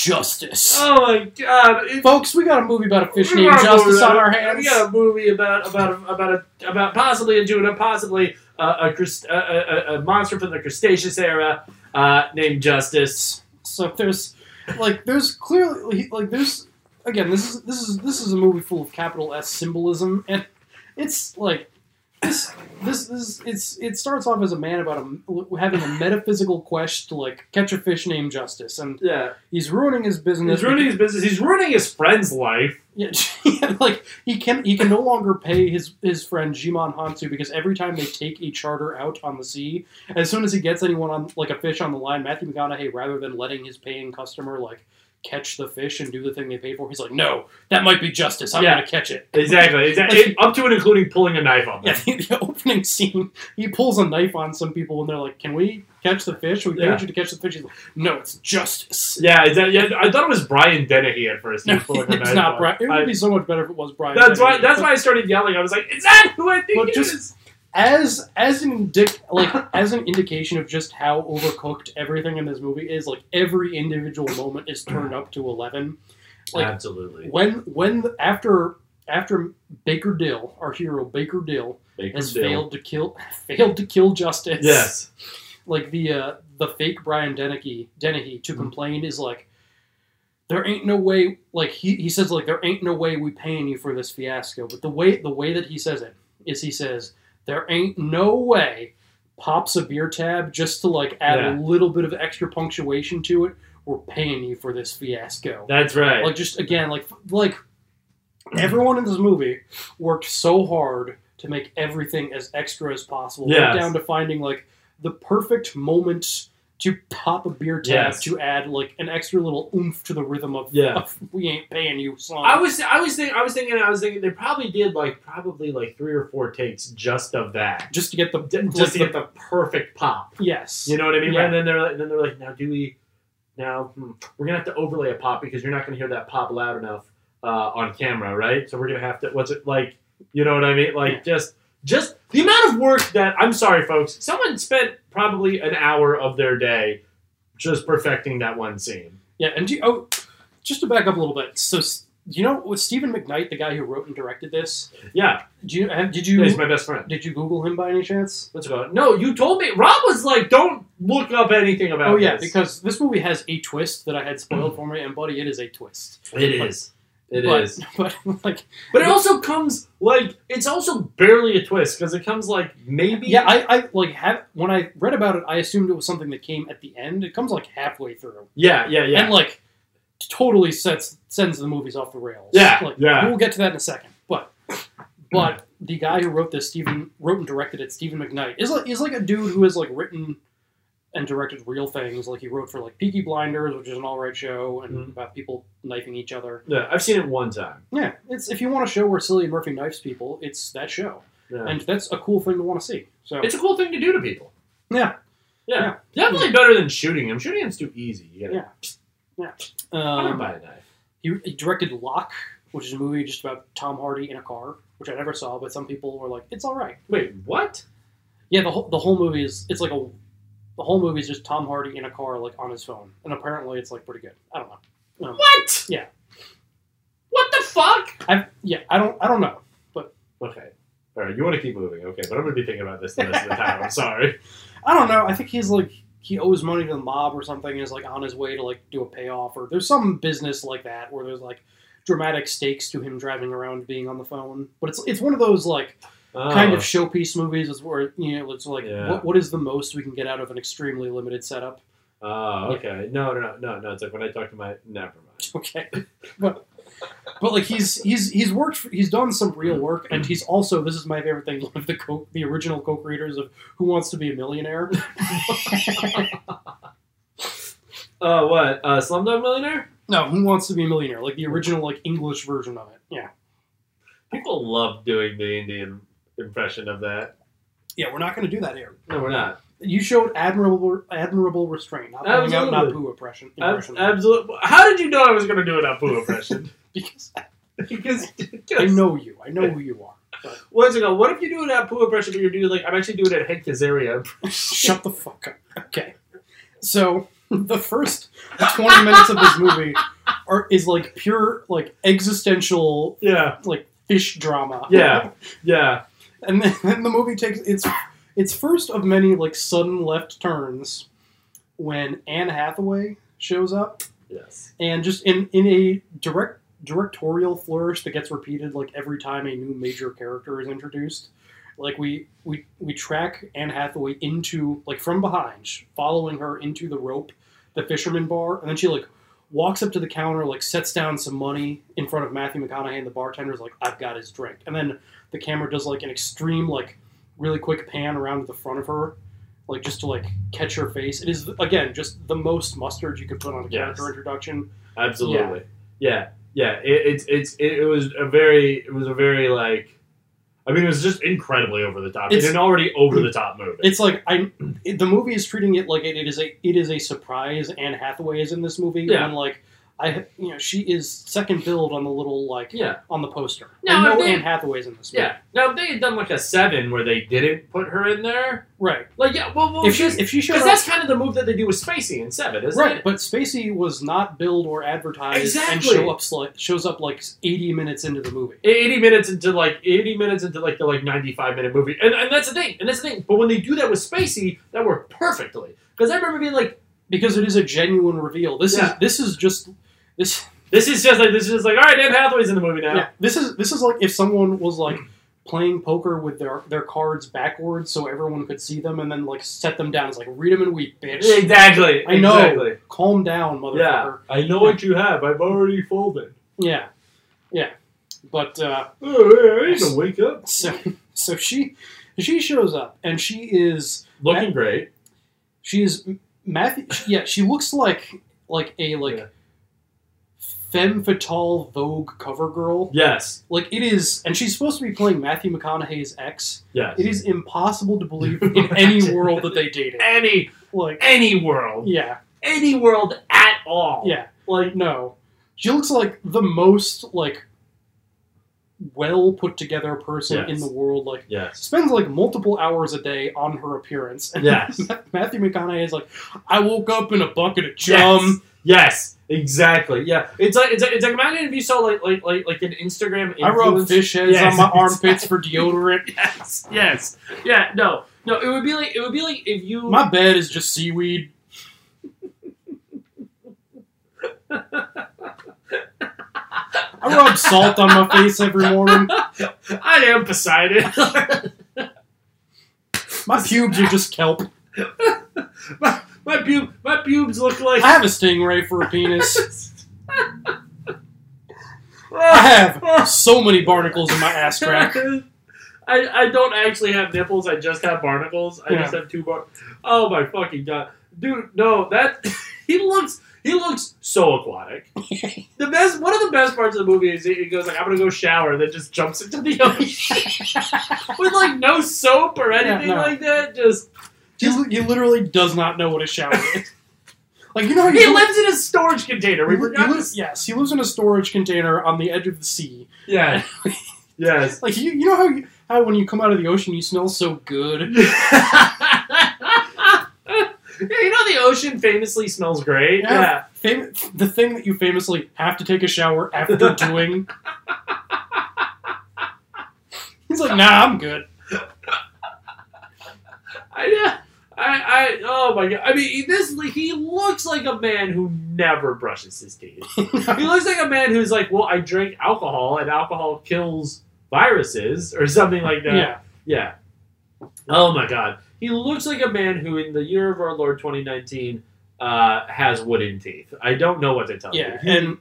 S6: Justice.
S5: Oh my god. It,
S6: Folks, we got a movie about a fish
S5: we
S6: named
S5: got a
S6: Justice
S5: movie
S6: on
S5: about-
S6: our hands.
S5: We got a movie about about about a, about possibly a tuna, possibly uh, a, crust- a, a, a- a monster from the crustaceous era uh, named Justice.
S6: So there's like there's clearly like there's again this is this is this is a movie full of capital S symbolism and it's like this this is it's it starts off as a man about a having a metaphysical quest to like catch a fish named Justice and
S5: Yeah,
S6: he's ruining his business
S5: he's ruining his business. He's ruining his friend's life.
S6: yeah, yeah, like he can he can no longer pay his his friend Jimon Hansu because every time they take a charter out on the sea, as soon as he gets anyone on like a fish on the line, Matthew McConaughey, rather than letting his paying customer like catch the fish and do the thing they pay for, he's like, no, that might be justice. I'm
S5: Yeah.
S6: gonna catch it.
S5: Exactly. exactly.
S6: Like-
S5: It- up to and including pulling a knife on them.
S6: Yeah, the, the opening scene, he pulls a knife on some people and they're like, "Can we catch the fish? We
S5: Yeah.
S6: paid you to catch the fish." He's like, "No, it's justice."
S5: Yeah, is that, yeah, I thought it was Brian Dennehy at first.
S6: No,
S5: He's pulling a
S6: it's
S5: knife
S6: not
S5: on.
S6: Brian. It would
S5: I-
S6: be so much better if it was Brian.
S5: that's why.
S6: Dennehy.
S5: That's why I started yelling. I was like, "Is that who I think
S6: Well,
S5: it
S6: just-
S5: is?"
S6: as as an indic- like as an indication of just how overcooked everything in this movie is like every individual moment is turned up to 11 like-
S5: Absolutely.
S6: when when the- after after baker dill our hero baker dill
S5: Baker
S6: has
S5: Dill.
S6: failed to kill failed to kill justice
S5: Yes.
S6: like the uh, the fake brian dennehy dennehy to complain is like there ain't no way like he, he says like there ain't no way we paying you for this fiasco but the way the way that he says it is he says there ain't no way pops a beer tab just to like add a
S5: Yeah.
S6: little bit of extra punctuation to it we're paying you for this fiasco
S5: That's right.
S6: like just again like like Everyone in this movie worked so hard to make everything as extra as possible.
S5: Yes.
S6: Right down to finding like the perfect moment to pop a beer tab
S5: Yes.
S6: to add like an extra little oomph to the rhythm of,
S5: Yeah.
S6: of "We Ain't Paying You" song.
S5: I was I was thinking I was thinking I was thinking they probably did like probably like three or four takes just of that
S6: just to get the
S5: just to get the perfect pop.
S6: yes.
S5: You know what I mean?
S6: Yeah.
S5: And then they're like, then they're like, now do we? Now hmm, we're gonna have to overlay a pop because you're not gonna hear that pop loud enough uh, on camera, right? So we're gonna have to. What's it like? You know what I mean? Like just just the amount of work that I'm sorry, folks. Someone spent probably an hour of their day just perfecting that one scene.
S6: Yeah, and do you, oh, just to back up a little bit. So s- you know, with Stephen McKnight, the guy who wrote and directed this,
S5: Yeah,
S6: do you have, did you
S5: he's my best friend.
S6: did you Google him by any chance?
S5: Let's go. No, you told me. Rob was like, don't look up anything about.
S6: Oh yeah,
S5: this.
S6: because this movie has a twist that I had spoiled for me, and buddy, it is a twist.
S5: it is. It is.
S6: but, but like,
S5: But it also comes like it's also barely a twist because it comes like maybe
S6: yeah, I, I like have when I read about it, I assumed it was something that came at the end. It comes like halfway through,
S5: yeah yeah yeah
S6: and like totally sets sends the movies off the rails.
S5: Yeah,
S6: like,
S5: yeah.
S6: We'll get to that in a second, but but the guy who wrote this, Stephen wrote and directed it, Stephen McKnight, is like is like a dude who has like written and directed real things. Like he wrote for like Peaky Blinders, which is an all right show, and
S5: Mhm.
S6: about people knifing each other.
S5: yeah. I've seen it one time.
S6: Yeah, it's if you want a show where Cillian Murphy knifes people, it's that show,
S5: Yeah.
S6: and that's a cool thing to want to see. So
S5: it's a cool thing to do to people.
S6: yeah,
S5: Yeah, definitely better than shooting him. Shooting him's too easy. You gotta,
S6: yeah, yeah.
S5: I don't
S6: Um,
S5: buy a knife.
S6: he, he directed Locke, which is a movie just about Tom Hardy in a car, which I never saw, but some people were like, "It's all right."
S5: Wait, what?
S6: Yeah, the whole the whole movie is it's like a the whole movie is just Tom Hardy in a car, like on his phone, and apparently it's like pretty good. I don't know. Um,
S5: What?
S6: Yeah.
S5: What the fuck?
S6: I yeah, I don't I don't know.
S5: Okay. All right, you want to keep moving, okay? But I'm gonna be thinking about this the rest of the time. I'm sorry.
S6: I don't know. I think he's like he owes money to the mob or something, and is like on his way to like do a payoff or there's some business like that where there's like dramatic stakes to him driving around being on the phone. But it's it's one of those like
S5: Oh,
S6: kind of showpiece movies is where you know it's like
S5: Yeah.
S6: what, what is the most we can get out of an extremely limited setup.
S5: Oh, okay. No, no, no, no, no. It's like when I talk to my. Never mind.
S6: Okay, but but like he's he's he's worked for, he's done some real work and he's also this is my favorite thing one of the co the original co creators of Who Wants to Be a Millionaire.
S5: Uh, what? Uh, Slumdog Millionaire.
S6: No, Who Wants to Be a Millionaire? Like the original, like English version of it. Yeah,
S5: People love doing the Indian impression of that.
S6: yeah. We're not going to do that here.
S5: No, we're not.
S6: You showed admirable, admirable restraint. Not pulling out
S5: Absolutely.
S6: Naboo oppression. impression.
S5: Absolutely. How did you know I was going to do an Apu impression?
S6: because
S5: because
S6: I know you. I know who you are. But
S5: Once ago, oh, what if you do an Apu impression, but you're doing like I'm actually doing a Hank Azaria?
S6: shut the fuck up. Okay. So the first twenty minutes of this movie are is like pure like existential
S5: Yeah,
S6: like fish drama.
S5: Yeah. yeah.
S6: and then then the movie takes its its first of many like sudden left turns when Anne Hathaway shows up
S5: Yes.
S6: and just in in a direct directorial flourish that gets repeated like every time a new major character is introduced like we we we track Anne Hathaway into like from behind sh- following her into the rope the fisherman bar and then she like walks up to the counter like sets down some money in front of Matthew McConaughey and the bartender's like I've got his drink and then the camera does like an extreme like really quick pan around to the front of her like just to like catch her face it is again just the most mustard you could put on a
S5: Yes.
S6: character introduction
S5: Absolutely. Yeah. Yeah. It, it's it's it, it was a very it was a very like I mean it was just incredibly over the top. It's,
S6: It's-
S5: an already over the top movie.
S6: It's like I, it, the movie is treating it like it, it is a it is a surprise. Anne Hathaway is in this movie,
S5: Yeah.
S6: and like I, you know, she is second billed on the little like
S5: yeah.
S6: on the poster.
S5: No,
S6: I know
S5: I think-
S6: Anne Hathaway's in this movie,
S5: Yeah. Now if they had done like a seven where they didn't put her in there,
S6: right?
S5: like yeah, well, well
S6: If she if she showed
S5: because
S6: up,
S5: that's kind of the move that they do with Spacey in Seven, isn't
S6: right,
S5: it?
S6: but Spacey was not billed or advertised, and
S5: Exactly.
S6: show up sli- shows up like eighty minutes into the movie.
S5: 80 minutes into like 80 minutes into like the like 95 minute movie and, and that's the thing and that's the thing but when they do that with spacey that worked perfectly because i remember being like
S6: Because it is a genuine reveal. This
S5: Yeah.
S6: is this is just this
S5: this is just like this is just like all right anne hathaway's in the movie now
S6: Yeah, this is this is like if someone was like playing poker with their their cards backwards so everyone could see them, and then like set them down. It's like read them and weep, bitch.
S5: exactly
S6: I know.
S5: exactly.
S6: Calm down,
S5: yeah
S6: motherfucker.
S5: i know what you have i've already folded
S6: Yeah, yeah. But uh,
S5: I need to wake up.
S6: so so she she shows up and she is
S5: Looking great.
S6: she is Matthew. Yeah, she looks like like a like
S5: Yeah.
S6: femme fatale Vogue cover girl.
S5: Yes.
S6: Like it is, and she's supposed to be playing Matthew McConaughey's ex.
S5: Yes.
S6: It is impossible to believe in any world that they dated.
S5: Any
S6: Like
S5: any world.
S6: yeah,
S5: Any world at all.
S6: yeah. Like no, she looks like the most like well put together person
S5: Yes.
S6: in the world. Like
S5: Yes.
S6: spends like multiple hours a day on her appearance. And
S5: Yes.
S6: Matthew McConaughey is like, I woke up in a bucket of chum.
S5: Yes. yes. Exactly. Yeah. It's like it's like, it's like imagine if you saw like like like, like an Instagram.
S6: I rub
S5: influencer-
S6: fish heads
S5: Yes,
S6: on my armpits for deodorant.
S5: Yes. Yes. Yeah. No. No. It would be like it would be like if you.
S6: My bed is just seaweed. I rub salt on my face every morning.
S5: I am Poseidon.
S6: My pubes are just kelp.
S5: my my pub my pubes look like.
S6: I have a stingray for a penis. I have so many barnacles in my ass crack.
S5: I, I don't actually have nipples. I just have barnacles. I
S6: Yeah.
S5: just have two bar. Oh my fucking god, dude! No, that he looks he looks so aquatic. the best one of the best parts of the movie is he he goes like, "I'm gonna go shower," then just jumps into the ocean with like no soap or anything
S6: no.
S5: like that. Just
S6: He, li- he literally does not know what a shower is. Like you know, how Oh, you
S5: he
S6: li-
S5: lives in a storage container. We
S6: he li-
S5: forgot
S6: he
S5: this-
S6: lives- yes, he lives in a storage container on the edge of the sea.
S5: Yeah. yes.
S6: Like you, you know how you, how when you come out of the ocean, you smell so good.
S5: yeah, you know the ocean famously smells great. Yeah.
S6: Fam- the thing that you famously have to take a shower after doing. He's like, nah, I'm good.
S5: I know. I, I oh my god! I mean, this he looks like a man who never brushes his teeth. he looks like a man who's like, well, I drink alcohol and alcohol kills viruses or something like that.
S6: Yeah.
S5: Yeah. Oh my god. He looks like a man who, in the year of our Lord 2019, uh, has wooden teeth. I don't know what to tell
S6: Yeah,
S5: you.
S6: and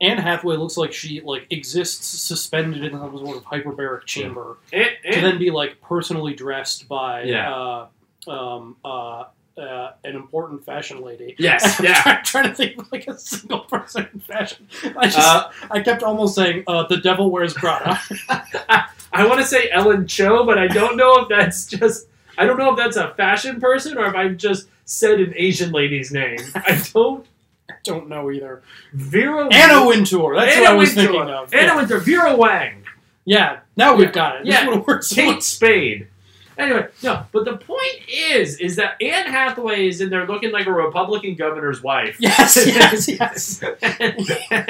S6: Anne Hathaway looks like she like exists suspended in some sort of hyperbaric chamber
S5: And,
S6: to
S5: and,
S6: then be like personally dressed by
S5: Yeah.
S6: uh, um, uh, uh, an important fashion lady.
S5: yes,
S6: I'm
S5: yeah.
S6: trying, trying to think of like a single person in fashion. I just
S5: Uh,
S6: I kept almost saying uh, the devil wears Prada.
S5: I want to say Ellen Cho, but I don't know if that's just. I don't know if that's a fashion person or if I've just said an Asian lady's name. I don't.
S6: I don't know either.
S5: Vera.
S6: Anna Wintour. That's what I was
S5: Wintour.
S6: thinking of.
S5: Anna
S6: yeah.
S5: Wintour. Vera Wang.
S6: yeah. Now we've
S5: Yeah.
S6: got it.
S5: Yeah.
S6: This would have worked. so
S5: Kate
S6: much.
S5: Spade. Anyway, no. But the point is, is that Anne Hathaway is in there looking like a Republican governor's wife.
S6: Yes, yes, yes.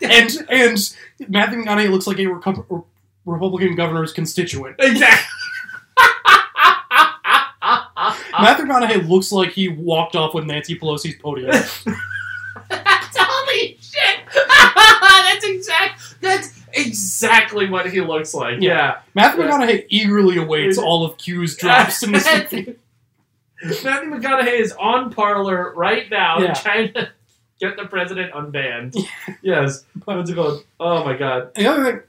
S6: And and Matthew McConaughey looks like a recu- Republican governor's constituent.
S5: exactly.
S6: Matthew McConaughey looks like he walked off with Nancy Pelosi's podium.
S5: Holy shit! that's exact. That's exactly what he looks like. Yeah.
S6: Matthew
S5: Yeah.
S6: McConaughey eagerly awaits all of Q's drops in this movie.
S5: Matthew McConaughey is on parlor right now,
S6: Yeah.
S5: trying to get the president unbanned. yes. What's it called? Oh my god.
S6: The other thing,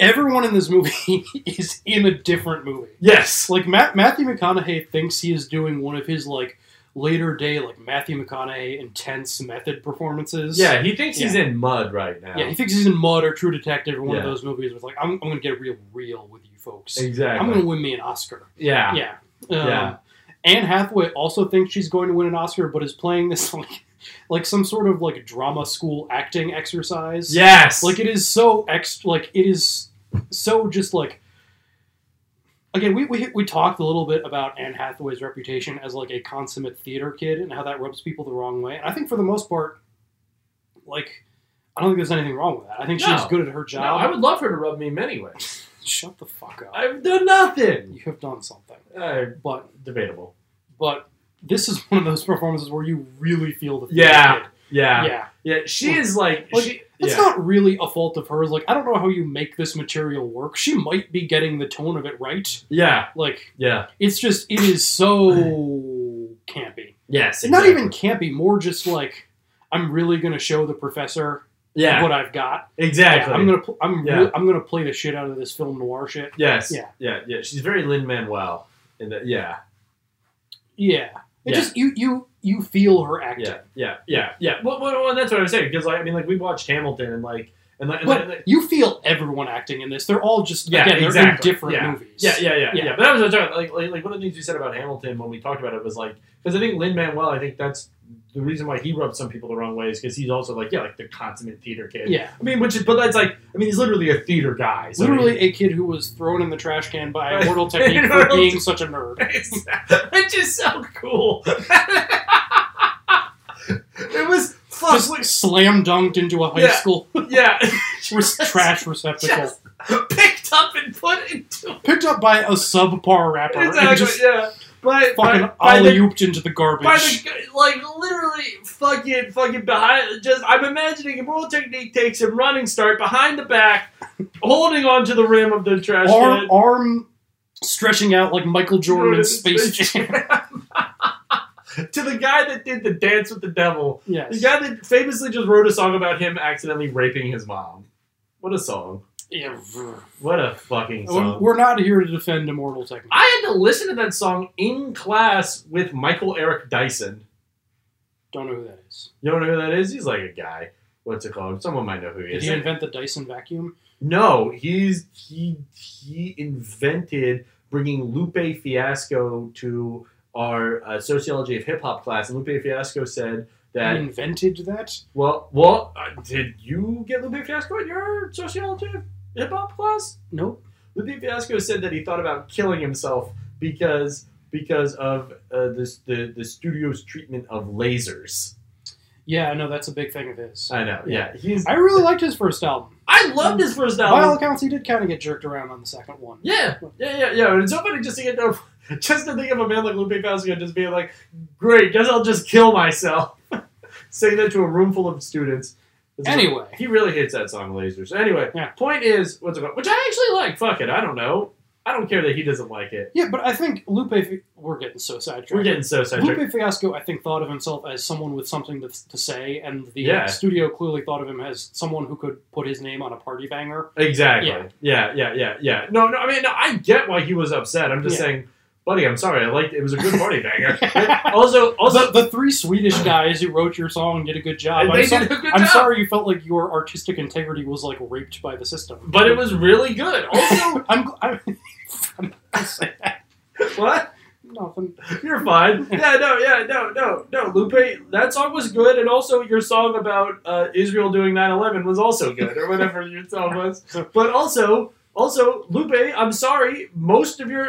S6: everyone in this movie is in a different movie.
S5: Yes.
S6: Like Ma- Matthew McConaughey thinks he is doing one of his like later day like Matthew McConaughey intense method performances.
S5: Yeah, he thinks he's
S6: Yeah.
S5: in mud right now.
S6: Yeah, he thinks he's in Mud or True Detective or one of
S5: Yeah.
S6: those movies where it's like, I'm, I'm going to get real real with you folks.
S5: Exactly.
S6: I'm going to win me an Oscar.
S5: yeah.
S6: Yeah.
S5: Yeah.
S6: Um, Anne Hathaway also thinks she's going to win an Oscar, but is playing this like, like some sort of like drama school acting exercise.
S5: Yes.
S6: Like it is so ex. Like it is so just like. Again, we, we, we talked a little bit about Anne Hathaway's reputation as like a consummate theater kid and how that rubs people the wrong way. And I think for the most part, like, I don't think there's anything wrong with that. I think
S5: No.
S6: she's good at her
S5: no,
S6: job.
S5: I would love her to rub me many ways.
S6: Shut the fuck up.
S5: I've done nothing.
S6: you have done something.
S5: Uh,
S6: But
S5: debatable.
S6: but this is one of those performances where you really feel the theater
S5: Yeah.
S6: kid.
S5: Yeah. Yeah.
S6: yeah.
S5: she is like.
S6: Like,
S5: she,
S6: It's
S5: yeah.
S6: not really a fault of hers. Like, I don't know how you make this material work. She might be getting the tone of it right.
S5: yeah.
S6: Like,
S5: Yeah.
S6: it's just it is so campy.
S5: Yes.
S6: Not
S5: exactly.
S6: even campy, more just like I'm really gonna show the professor
S5: Yeah.
S6: what I've got.
S5: Exactly.
S6: I'm gonna pl- I'm
S5: Yeah.
S6: really, I'm gonna play the shit out of this film noir shit.
S5: Yes.
S6: Yeah.
S5: Yeah. Yeah. She's very Lin Manuel. In the, yeah.
S6: Yeah.
S5: Yeah.
S6: It just you you you feel her acting.
S5: Yeah. Yeah. Yeah. Yeah. Well, well, well, that's what I'm saying because like I mean like we watched Hamilton and like and like, and like-
S6: But
S5: and like-
S6: you feel everyone acting in this. They're all just
S5: yeah
S6: again, they're in
S5: exactly.
S6: different
S5: yeah.
S6: movies.
S5: Yeah. Yeah. Yeah.
S6: Yeah.
S5: Yeah. But that was what I was talking- like, like like one of the things you said about Hamilton when we talked about it was like because I think Lin Manuel I think that's the reason why he rubbed some people the wrong way is because he's also like yeah like the consummate theater kid.
S6: Yeah.
S5: I mean, which is, but that's like, I mean, he's literally a theater guy. So
S6: Literally
S5: I
S6: a kid who was thrown in the trash can by a mortal
S5: Right.
S6: technique for
S5: Mortal
S6: being
S5: Technique.
S6: such a nerd.
S5: mean, it's just so cool. it was fuck.
S6: Just
S5: what-
S6: slam dunked into a high
S5: Yeah.
S6: school
S5: yeah,
S6: res- trash receptacle.
S5: just picked up and put into
S6: Picked up by a subpar rapper
S5: exactly.
S6: and just
S5: yeah, by, by,
S6: fucking
S5: by the
S6: alley ooped into the garbage.
S5: by the like literally fucking fucking behind just I'm imagining Immortal Technique takes him running start behind the back, holding onto the rim of the trash
S6: arm,
S5: can.
S6: arm stretching out like Michael Jordan in Space
S5: Space
S6: Jam.
S5: to the guy that did the dance with the devil. The
S6: Yes.
S5: guy that famously just wrote a song about him accidentally raping his mom. What a song.
S6: Yeah.
S5: What a fucking
S6: We're-
S5: song.
S6: We're not here to defend Immortal Technique.
S5: um, I had to listen to that song in class with Michael Eric Dyson.
S6: Don't know who that is.
S5: You know who that is? He's like a guy. What's it called? Someone might know who he
S6: Did
S5: is.
S6: he invent the Dyson vacuum?
S5: No, he's he he invented bringing Lupe Fiasco to our uh, sociology of hip hop class, and Lupe Fiasco said that
S6: He invented that?
S5: well, well, uh, did you get Lupe Fiasco in your sociology of hip hop class?
S6: Nope.
S5: Lupe Fiasco said that he thought about killing himself because because of uh, this the the studio's treatment of lasers.
S6: Yeah, no, that's a big thing of his.
S5: I know. Yeah, he's.
S6: I really liked his first album.
S5: I loved his first
S6: By all
S5: album.
S6: accounts, he did kind of get jerked around on the second one.
S5: Yeah, yeah, yeah, yeah. And it's so funny just to get to, just to think of a man like Lupe Fiasco just being like, "Great, guess I'll just kill myself," saying that to a room full of students. This is-
S6: Anyway.
S5: he really hates that song, Lasers. Anyway,
S6: Yeah.
S5: point is, what's it called? Which I actually like. Fuck it, I don't know. I don't care that he doesn't like it.
S6: Yeah, but I think Lupe. Fi- We're getting so sidetracked.
S5: We're getting so sidetracked.
S6: Lupe Fiasco, I think, thought of himself as someone with something to, to say, and the
S5: Yeah.
S6: studio clearly thought of him as someone who could put his name on a party banger.
S5: Exactly.
S6: Yeah.
S5: Yeah. yeah, yeah, yeah, No, no. I mean, no, I get why he was upset. I'm just
S6: Yeah.
S5: saying, buddy, I'm sorry. I liked it. was a good party banger. oh, also, also,
S6: the, the three Swedish guys who wrote your song did a good job.
S5: They
S6: I'm,
S5: did
S6: sorry,
S5: a good
S6: I'm
S5: job.
S6: sorry you felt like your artistic integrity was like raped by the system.
S5: but it was really good. Also,
S6: I'm. gl- I'm, I'm not saying that.
S5: what?
S6: Nothing.
S5: You're fine. Yeah, no, yeah, no, no, no. Lupe, that song was good, and also your song about uh, Israel doing 9/11 was also good, or whatever your song was. But also, also, Lupe, I'm sorry, most of your.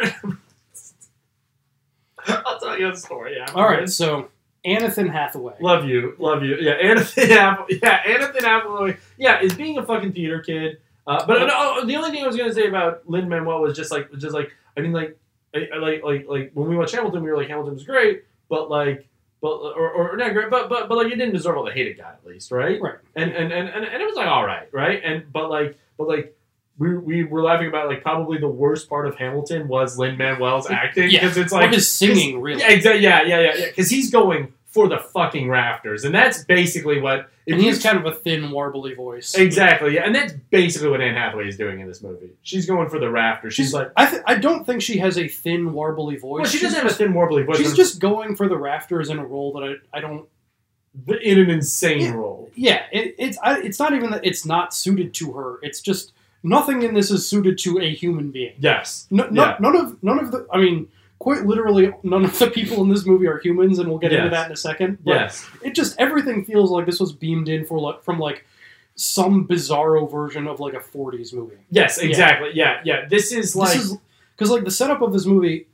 S5: I'll tell you a story. afterwards.
S6: All right, so Anathan Hathaway.
S5: Love you, love you. Yeah, Anthony Hathaway. Yeah, Anthony Hathaway. Yeah, is being a fucking theater kid. Uh, but no, the only thing I was gonna say about Lin Manuel was just like, was just like, I mean, like, I, I like, like, like when we watched Hamilton, we were like, Hamilton's great, but like, but or, or not great, but but but like, it didn't deserve all the hate it got at least, right?
S6: Right.
S5: And and and and, and it was like all right, right? And but like, but like. We, we were laughing about like probably the worst part of Hamilton was Lin Manuel's acting
S6: Yeah.
S5: because it's like
S6: or his singing, really.
S5: yeah, exactly. Yeah, yeah, yeah, yeah. Because he's going for the fucking rafters, and that's basically what. if
S6: and he
S5: you-
S6: has kind of a thin, warbly voice.
S5: exactly, yeah, and that's basically what Anne Hathaway is doing in this movie. She's going for the rafters. She's like,
S6: I, th- I don't think she has a thin, warbly voice.
S5: well, she doesn't have
S6: she's,
S5: a thin, warbly voice.
S6: she's
S5: but
S6: just going for the rafters in a role that I, I don't.
S5: in an insane
S6: Yeah.
S5: role.
S6: Yeah, it, it's I, it's not even that it's not suited to her. It's just nothing in this is suited to a human being.
S5: Yes.
S6: No, no,
S5: Yeah.
S6: None of none of the. I mean, quite literally, none of the people in this movie are humans, and we'll get into
S5: Yes.
S6: that in a second. But
S5: Yes.
S6: it just everything feels like this was beamed in for like from like some bizarro version of like a 40s movie.
S5: Yes. Exactly. Yeah. Yeah. This is like.
S6: this is because like the setup of this movie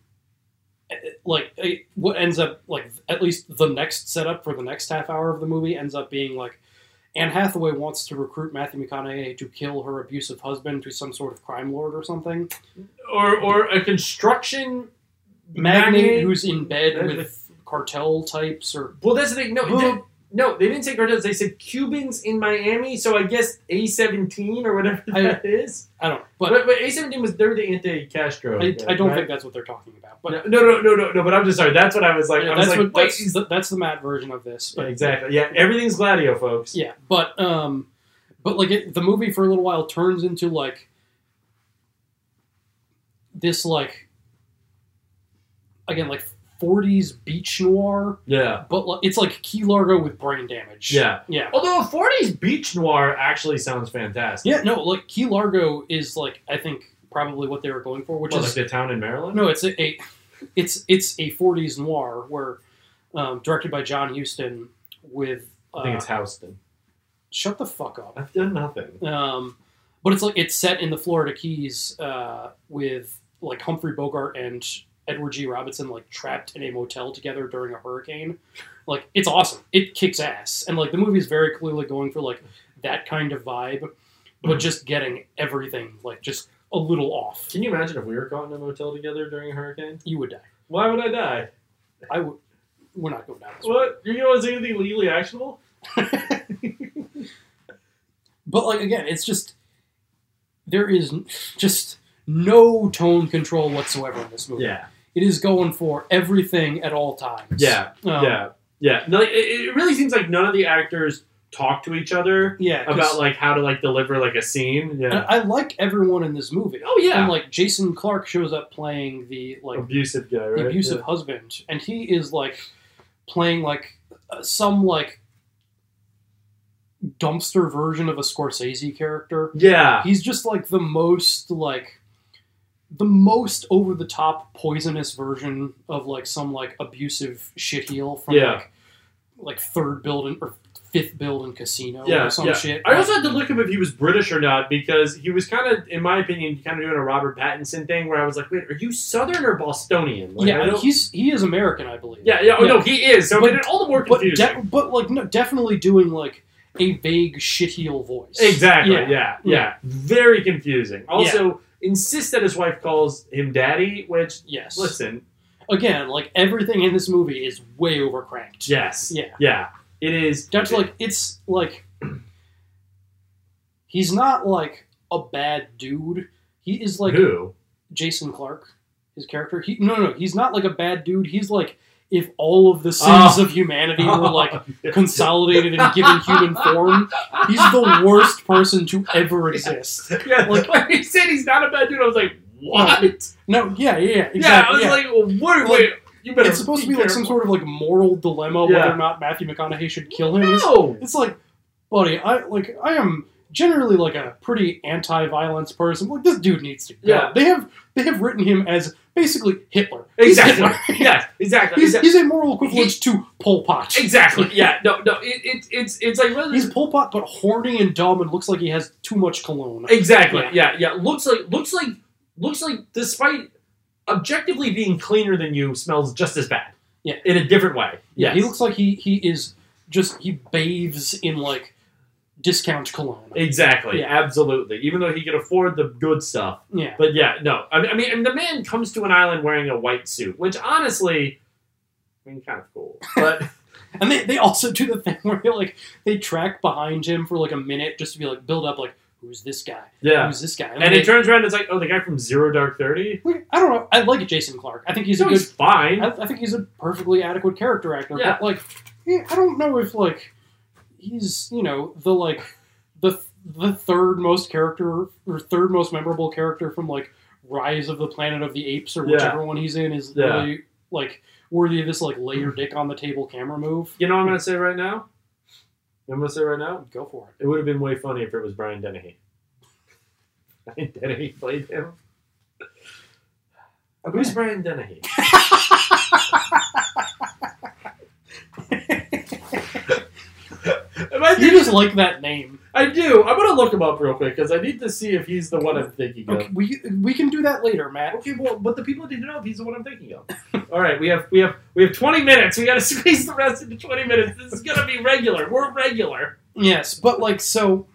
S6: eh, eh, like eh, what ends up like at least the next setup for the next half hour of the movie ends up being like Anne Hathaway wants to recruit Matthew McConaughey to kill her abusive husband to some sort of crime lord or something.
S5: or or a construction
S6: Magnate
S5: magnate
S6: who's in bed
S5: Magnate.
S6: with cartel types or
S5: Well, that's the thing. No,
S6: Well,
S5: that- No, they didn't say cartels. They said Cubans in Miami. So I guess A seventeen or whatever
S6: I-
S5: that is.
S6: I don't know.
S5: But,
S6: But
S5: but A seventeen was they're the anti-Castro.
S6: I, I don't
S5: right?
S6: think that's what they're talking about. But
S5: no, no, no, no, no. But I'm just sorry. That's what I was like.
S6: yeah,
S5: I was
S6: that's,
S5: like,
S6: what,
S5: wait,
S6: that's, the, that's the mad version of this.
S5: Yeah,
S6: But
S5: exactly. Yeah, everything's Gladio, folks.
S6: Yeah, but um, but like it, the movie for a little while turns into like this like again like forties beach noir,
S5: Yeah.
S6: but like, it's like Key Largo with brain damage.
S5: Yeah.
S6: yeah,
S5: Although a 40s beach noir actually sounds fantastic.
S6: yeah. No, like Key Largo is like I think probably what they were going for, which
S5: What,
S6: is
S5: like the town in Maryland?
S6: No, it's a, a it's it's a forties noir where um, directed by John Huston with uh,
S5: I think it's Houston.
S6: shut the fuck up.
S5: I've done nothing.
S6: Um, but it's like it's set in the Florida Keys uh, with like Humphrey Bogart and Edward G. Robinson like trapped in a motel together during a hurricane. Like it's awesome. It kicks ass, and like the movie is very clearly going for like that kind of vibe, but just getting everything like just a little off.
S5: Can you imagine if we were caught in a motel together during a hurricane?
S6: You would die.
S5: Why would I die?
S6: I would. We're not going down this. road.
S5: What? You know, is anything legally actionable?
S6: But like again, it's just there is n- just no tone control whatsoever in this movie.
S5: Yeah.
S6: It is going for everything at all times.
S5: Yeah.
S6: Um,
S5: yeah. Yeah. No, like, it, it really seems like none of the actors talk to each other
S6: Yeah. 'cause-
S5: about like how to like deliver like a scene.
S6: and uh,
S5: Yeah.
S6: I like everyone in this movie.
S5: Oh yeah.
S6: And like Jason Clark shows up playing the like
S5: abusive guy, right?
S6: the abusive husband, and he is like playing like uh, some like dumpster version of a Scorsese character.
S5: Yeah.
S6: He's just like the most like the most over the top poisonous version of like some like abusive shitheel from
S5: Yeah.
S6: like like third building or fifth building casino
S5: Yeah,
S6: or some
S5: yeah.
S6: shit.
S5: I also had to look up if he was British or not because he was kind of, in my opinion, kind of doing a Robert Pattinson thing where I was like, wait, are you Southern or Bostonian? Like, I
S6: yeah,
S5: don't-
S6: he's he is American, I believe.
S5: yeah, yeah, oh,
S6: yeah.
S5: no, he is. So it
S6: But-
S5: made it all the more
S6: but
S5: confusing.
S6: de- but like no, definitely doing like a vague shitheel voice.
S5: exactly, yeah.
S6: Yeah.
S5: Yeah,
S6: Yeah.
S5: Very confusing. Also, insists that his wife calls him daddy, which,
S6: Yes.
S5: listen,
S6: Again, like everything in this movie is way overcranked.
S5: yes.
S6: Yeah.
S5: Yeah. It is.
S6: Down to like it's like he's not like a bad dude. He is like
S5: who?
S6: Jason Clark, his character. He no no, he's not like a bad dude. He's like if all of the sins
S5: Oh.
S6: of humanity were like consolidated and given human form, he's the worst person to ever exist.
S5: Yeah,
S6: like-
S5: like, when he said he's not a bad dude, I was like, what?
S6: No, yeah, yeah, yeah, exactly.
S5: yeah, I was
S6: yeah.
S5: like, well, wait,
S6: Like,
S5: wait. You better
S6: it's supposed to be like some
S5: careful.
S6: sort of like moral dilemma
S5: Yeah.
S6: whether or not Matthew McConaughey should kill him. It's-
S5: No!
S6: It's like, buddy, I like I am generally like a pretty anti-violence person. Like this dude needs to go.
S5: Yeah.
S6: They have they have written him as basically Hitler. He's Hitler.
S5: Exactly. yes, exactly.
S6: He's,
S5: exactly.
S6: he's a moral equivalent to Pol Pot.
S5: Exactly. Yeah. No. No. It, it, it's it's like whether
S6: He's Pol Pot, but horny and dumb, and looks like he has too much cologne.
S5: exactly. Yeah. yeah. Looks like looks like looks like despite objectively being cleaner than you, smells just as bad.
S6: Yeah.
S5: In a different way.
S6: Yeah,
S5: Yes.
S6: he looks like he he is just he bathes in like discount cologne.
S5: exactly.
S6: Yeah.
S5: Absolutely. Even though he could afford the good stuff,
S6: yeah,
S5: but yeah, no. I mean, I mean, and the man comes to an island wearing a white suit, which honestly, I mean, kind of cool, but.
S6: And they, they also do the thing where they like they track behind him for like a minute just to be like build up like who's this guy?
S5: Yeah.
S6: Who's this guy?
S5: And
S6: they,
S5: it turns around, and it's like, oh, the guy from Zero Dark Thirty.
S6: like, I don't know. I like Jason Clark. I think he's
S5: He's, no,
S6: a good.
S5: he's fine.
S6: I, I think he's a perfectly adequate character actor.
S5: Yeah.
S6: But like, yeah, I don't know if like he's you know the like the the third most character or third most memorable character from like Rise of the Planet of the Apes or
S5: Yeah.
S6: whichever one he's in is
S5: Yeah.
S6: really like worthy of this like lay your dick on the table camera move.
S5: You know what I'm gonna say right now? You know what I'm gonna say right now?
S6: Go for it.
S5: It would have been way funny if it was Brian Dennehy. Brian Dennehy played him. Who's Brian Dennehy? Am I
S6: You
S5: thinking-
S6: just like that name.
S5: I do. I'm gonna look him up real quick because I need to see if he's the one I'm thinking of.
S6: Okay, we we can do that later, Matt.
S5: Okay, well, but the people need to know if he's the one I'm thinking of. All right, we have we have we have 20 minutes. We got to squeeze the rest into 20 minutes. This is gonna be regular. We're regular.
S6: Yes, but like so,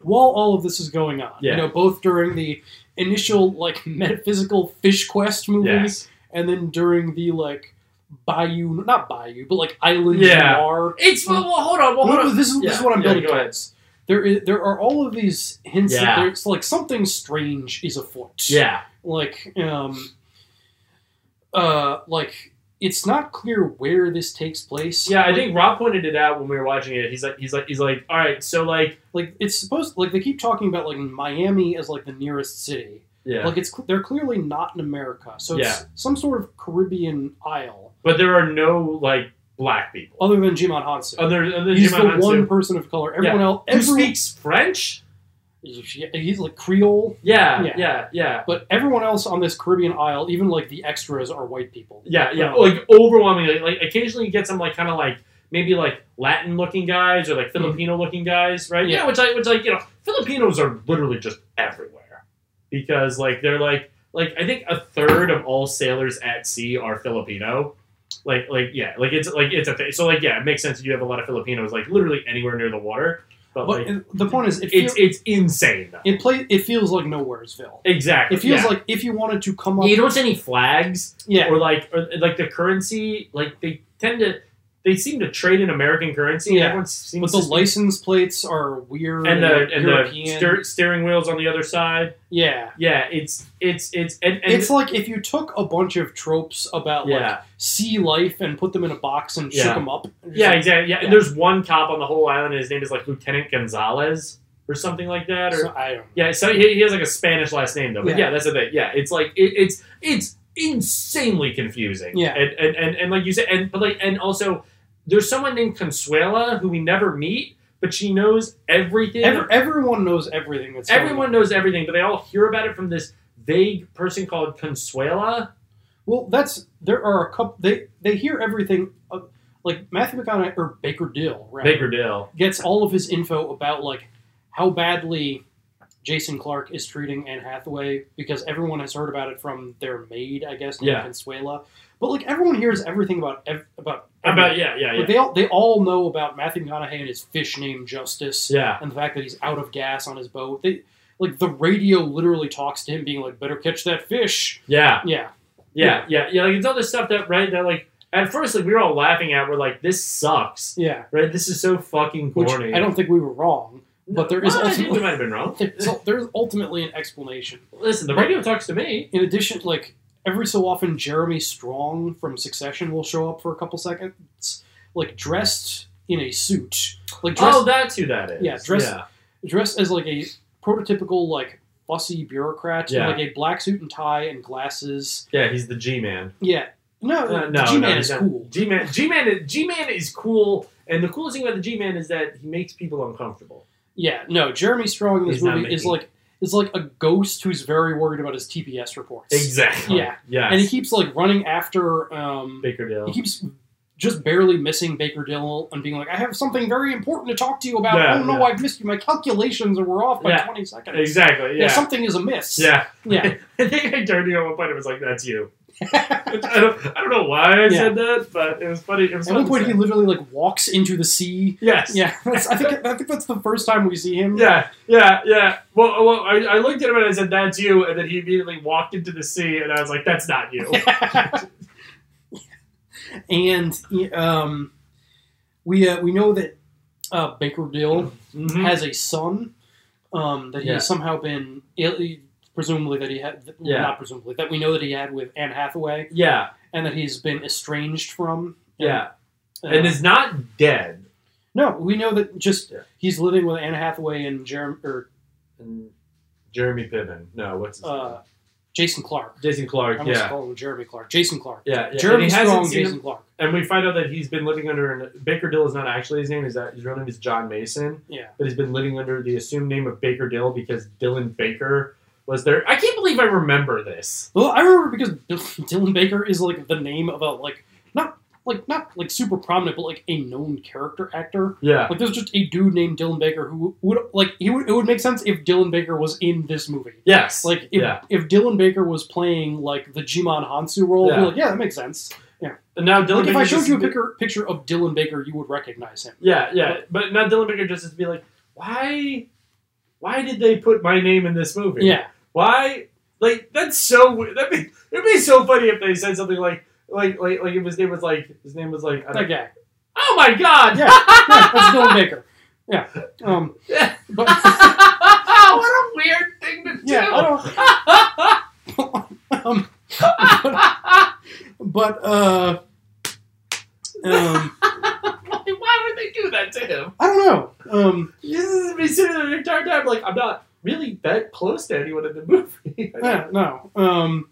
S6: while all of this is going on, you
S5: Yeah.
S6: know, both during the initial like metaphysical fish quest movie, and then during the like bayou, not bayou, but like islands
S5: Yeah.
S6: you are.
S5: It's well, well, hold on, well,
S6: No,
S5: hold
S6: no,
S5: on.
S6: this is- this is what I'm building
S5: Go ahead.
S6: There, is, there are all of these hints that
S5: Yeah.
S6: there's like something strange is afoot.
S5: Yeah,
S6: like um uh like it's not clear where this takes place
S5: yeah. I
S6: Like-
S5: think Rob pointed it out when we were watching it. He's like, he's like, he's like, all right. So like,
S6: like it's supposed like they keep talking about like miami as like the nearest city
S5: yeah.
S6: like it's cl- they're clearly not in america so it's
S5: Yeah.
S6: some sort of caribbean isle
S5: but there are no like black people.
S6: other than jimon hansu
S5: Other, other than
S6: he's
S5: Jim Hansu.
S6: the one person of color everyone
S5: Yeah.
S6: else
S5: who
S6: everyone,
S5: speaks French.
S6: yeah, he's like creole
S5: Yeah,
S6: Yeah.
S5: yeah, yeah, yeah,
S6: but everyone else on this caribbean isle even like the extras are white people
S5: yeah,
S6: Um,
S5: Like overwhelmingly, like occasionally you get some like kind of like maybe like Latin looking guys or like Filipino looking guys, right?
S6: Hmm. Yeah.
S5: Yeah, which I, which like you know, Filipinos are literally just everywhere because like they're like like I think a third of all sailors at sea are Filipino. Like, like, yeah, like it's like it's a thing. So, like, yeah, it makes sense. that You have a lot of Filipinos, like, literally anywhere near the water. But,
S6: but
S5: like,
S6: the point is it, feel-
S5: it's it's insane. Though.
S6: it play it feels like nowheresville
S5: exactly.
S6: It feels
S5: yeah.
S6: like if you wanted to come up,
S5: you don't see any flags.
S6: yeah,
S5: or like or like the currency like they tend to they seem to trade in American currency.
S6: Yeah.
S5: and everyone seems
S6: but the
S5: to speak-
S6: license plates are weird
S5: and the
S6: like,
S5: and the
S6: European.
S5: steer, steering wheels on the other side.
S6: yeah.
S5: Yeah, it's it's it's and, and
S6: it's like if you took a bunch of tropes about like
S5: yeah
S6: sea life and put them in a box and shook
S5: Yeah.
S6: them up. It's
S5: yeah
S6: like,
S5: exactly yeah.
S6: yeah.
S5: And there's one cop on the whole island. And his name is like Lieutenant Gonzalez or something like that. Or
S6: so- I don't.
S5: yeah, so he, he has like a Spanish last name though. But
S6: Yeah.
S5: yeah, that's the thing. Yeah, it's like it, it's it's insanely confusing.
S6: Yeah.
S5: and, and and and like you said, and but like and also there's someone named Consuela who we never meet, but she knows everything.
S6: Every, everyone knows everything that's going
S5: Everyone
S6: on.
S5: knows everything, but they all hear about it from this vague person called Consuela.
S6: Well, that's there are a couple. They they hear everything. uh, Like Matthew McConaughey or Baker Dill, right?
S5: Baker Dill.
S6: gets all of his info about like how badly Jason Clark is treating Anne Hathaway because everyone has heard about it from their maid, I guess, named
S5: Yeah.
S6: Consuela. But like everyone hears everything about ev- about
S5: About yeah, yeah,
S6: Like,
S5: yeah,
S6: they all they all know about Matthew McConaughey and his fish named Justice
S5: yeah.
S6: and the fact that he's out of gas on his boat. They like the radio literally talks to him, being like, "Better catch that fish."
S5: Yeah,
S6: Yeah,
S5: yeah, yeah, yeah. Like it's all this stuff that right that like at first like we were all laughing at. We're like, this sucks,
S6: yeah.
S5: right? This is so fucking
S6: Which
S5: corny.
S6: I don't think we were wrong, but there is
S5: Well, I think
S6: ultimately
S5: we might have been wrong.
S6: there's, there's ultimately an explanation.
S5: Listen, the radio talks to me.
S6: in addition, like every so often, Jeremy Strong from Succession will show up for a couple seconds, like dressed in a suit, like dressed,
S5: oh, that's who that is.
S6: Yeah, dress-
S5: Yeah,
S6: dressed as like a prototypical like fussy bureaucrat
S5: Yeah.
S6: in like a black suit and tie and glasses.
S5: yeah he's the G man.
S6: Yeah, no,
S5: Uh,
S6: Oh, the
S5: no,
S6: G-Man
S5: no,
S6: is
S5: he's not-
S6: cool.
S5: G-Man, G-Man, G-Man is cool, and the coolest thing about the G-Man is that he makes people uncomfortable.
S6: Yeah, no, Jeremy Strong in this
S5: He's not
S6: movie is
S5: making-
S6: like is like a ghost who's very worried about his TPS reports.
S5: Exactly.
S6: Yeah.
S5: Yeah.
S6: and he keeps like running after um,
S5: Baker Dill.
S6: He keeps just barely missing Baker Dill and being like, I have something very important to talk to you about.
S5: Yeah,
S6: oh no,
S5: yeah.
S6: I've missed you. My calculations were off by
S5: Yeah,
S6: 20 seconds.
S5: Exactly.
S6: Yeah,
S5: Yeah.
S6: something is amiss.
S5: Yeah.
S6: Yeah.
S5: I think I turned to you at one point. It was like, "That's you." I, don't, I don't know why I
S6: Yeah.
S5: said that, but it was funny. It was
S6: At one
S5: fun to
S6: point,
S5: say.
S6: he literally like walks into the sea.
S5: yes.
S6: Yeah, that's, I think I think that's the first time we see him.
S5: Yeah, yeah, yeah. Well, well I, I looked at him and I said, "That's you," and then he immediately walked into the sea, and I was like, "That's not you."
S6: and um, we uh, we know that uh, Baker Dill
S5: Mhm.
S6: has a son um, that he
S5: Yeah.
S6: has somehow been presumably that he had well,
S5: Yeah.
S6: not presumably that we know that he had with Anne Hathaway.
S5: Yeah,
S6: and that he's been estranged from.
S5: yeah,
S6: Uh,
S5: and is not dead.
S6: no, we know that just
S5: Yeah.
S6: he's living with Anne Hathaway and Jeremy or
S5: And Jeremy Piven. No, what's his
S6: uh, Jason Clark.
S5: Jason Clark?
S6: I'm
S5: Yeah.
S6: call him Jeremy Clark. Jason Clark.
S5: yeah, yeah.
S6: Jeremy
S5: and he hasn't
S6: Strong.
S5: seen him-
S6: Jason Clark.
S5: and we find out that he's been living under an, Baker Dill is not actually his name. Is that his real name is John Mason?
S6: Yeah.
S5: but he's been living under the assumed name of Baker Dill because Dylan Baker was there. I can't believe I remember this.
S6: Well, I remember because Bill- Dylan Baker is like the name of a like not like not like super prominent, but like a known character actor.
S5: Yeah,
S6: Like there's just a dude named Dylan Baker who would like he would it would make sense if Dylan Baker was in this movie.
S5: yes,
S6: Like if,
S5: yeah.
S6: if Dylan Baker was playing like the Jimon Hansu role, yeah.
S5: Yeah.
S6: like yeah, that makes sense.
S5: And now Dylan
S6: like if
S5: Baker
S6: I showed
S5: just-
S6: you a picture, picture of Dylan Baker, you would recognize him.
S5: yeah, yeah, but now Dylan Baker just has to be like, why, why did they put my name in this movie?
S6: Yeah,
S5: why? Like that's so that be it'd be so funny if they said something like. like like like if his name was like his name was like I don't-
S6: That guy.
S5: Oh my god!
S6: Yeah, yeah that's Bill Baker. Yeah. Um, but,
S5: what a weird thing to do.
S6: yeah, I don't, um, but, but uh, um,
S5: Why would they do that to him?
S6: I don't know. Um,
S5: This is me sitting there the entire time like I'm not really that close to anyone in the movie.
S6: yeah, no. Um,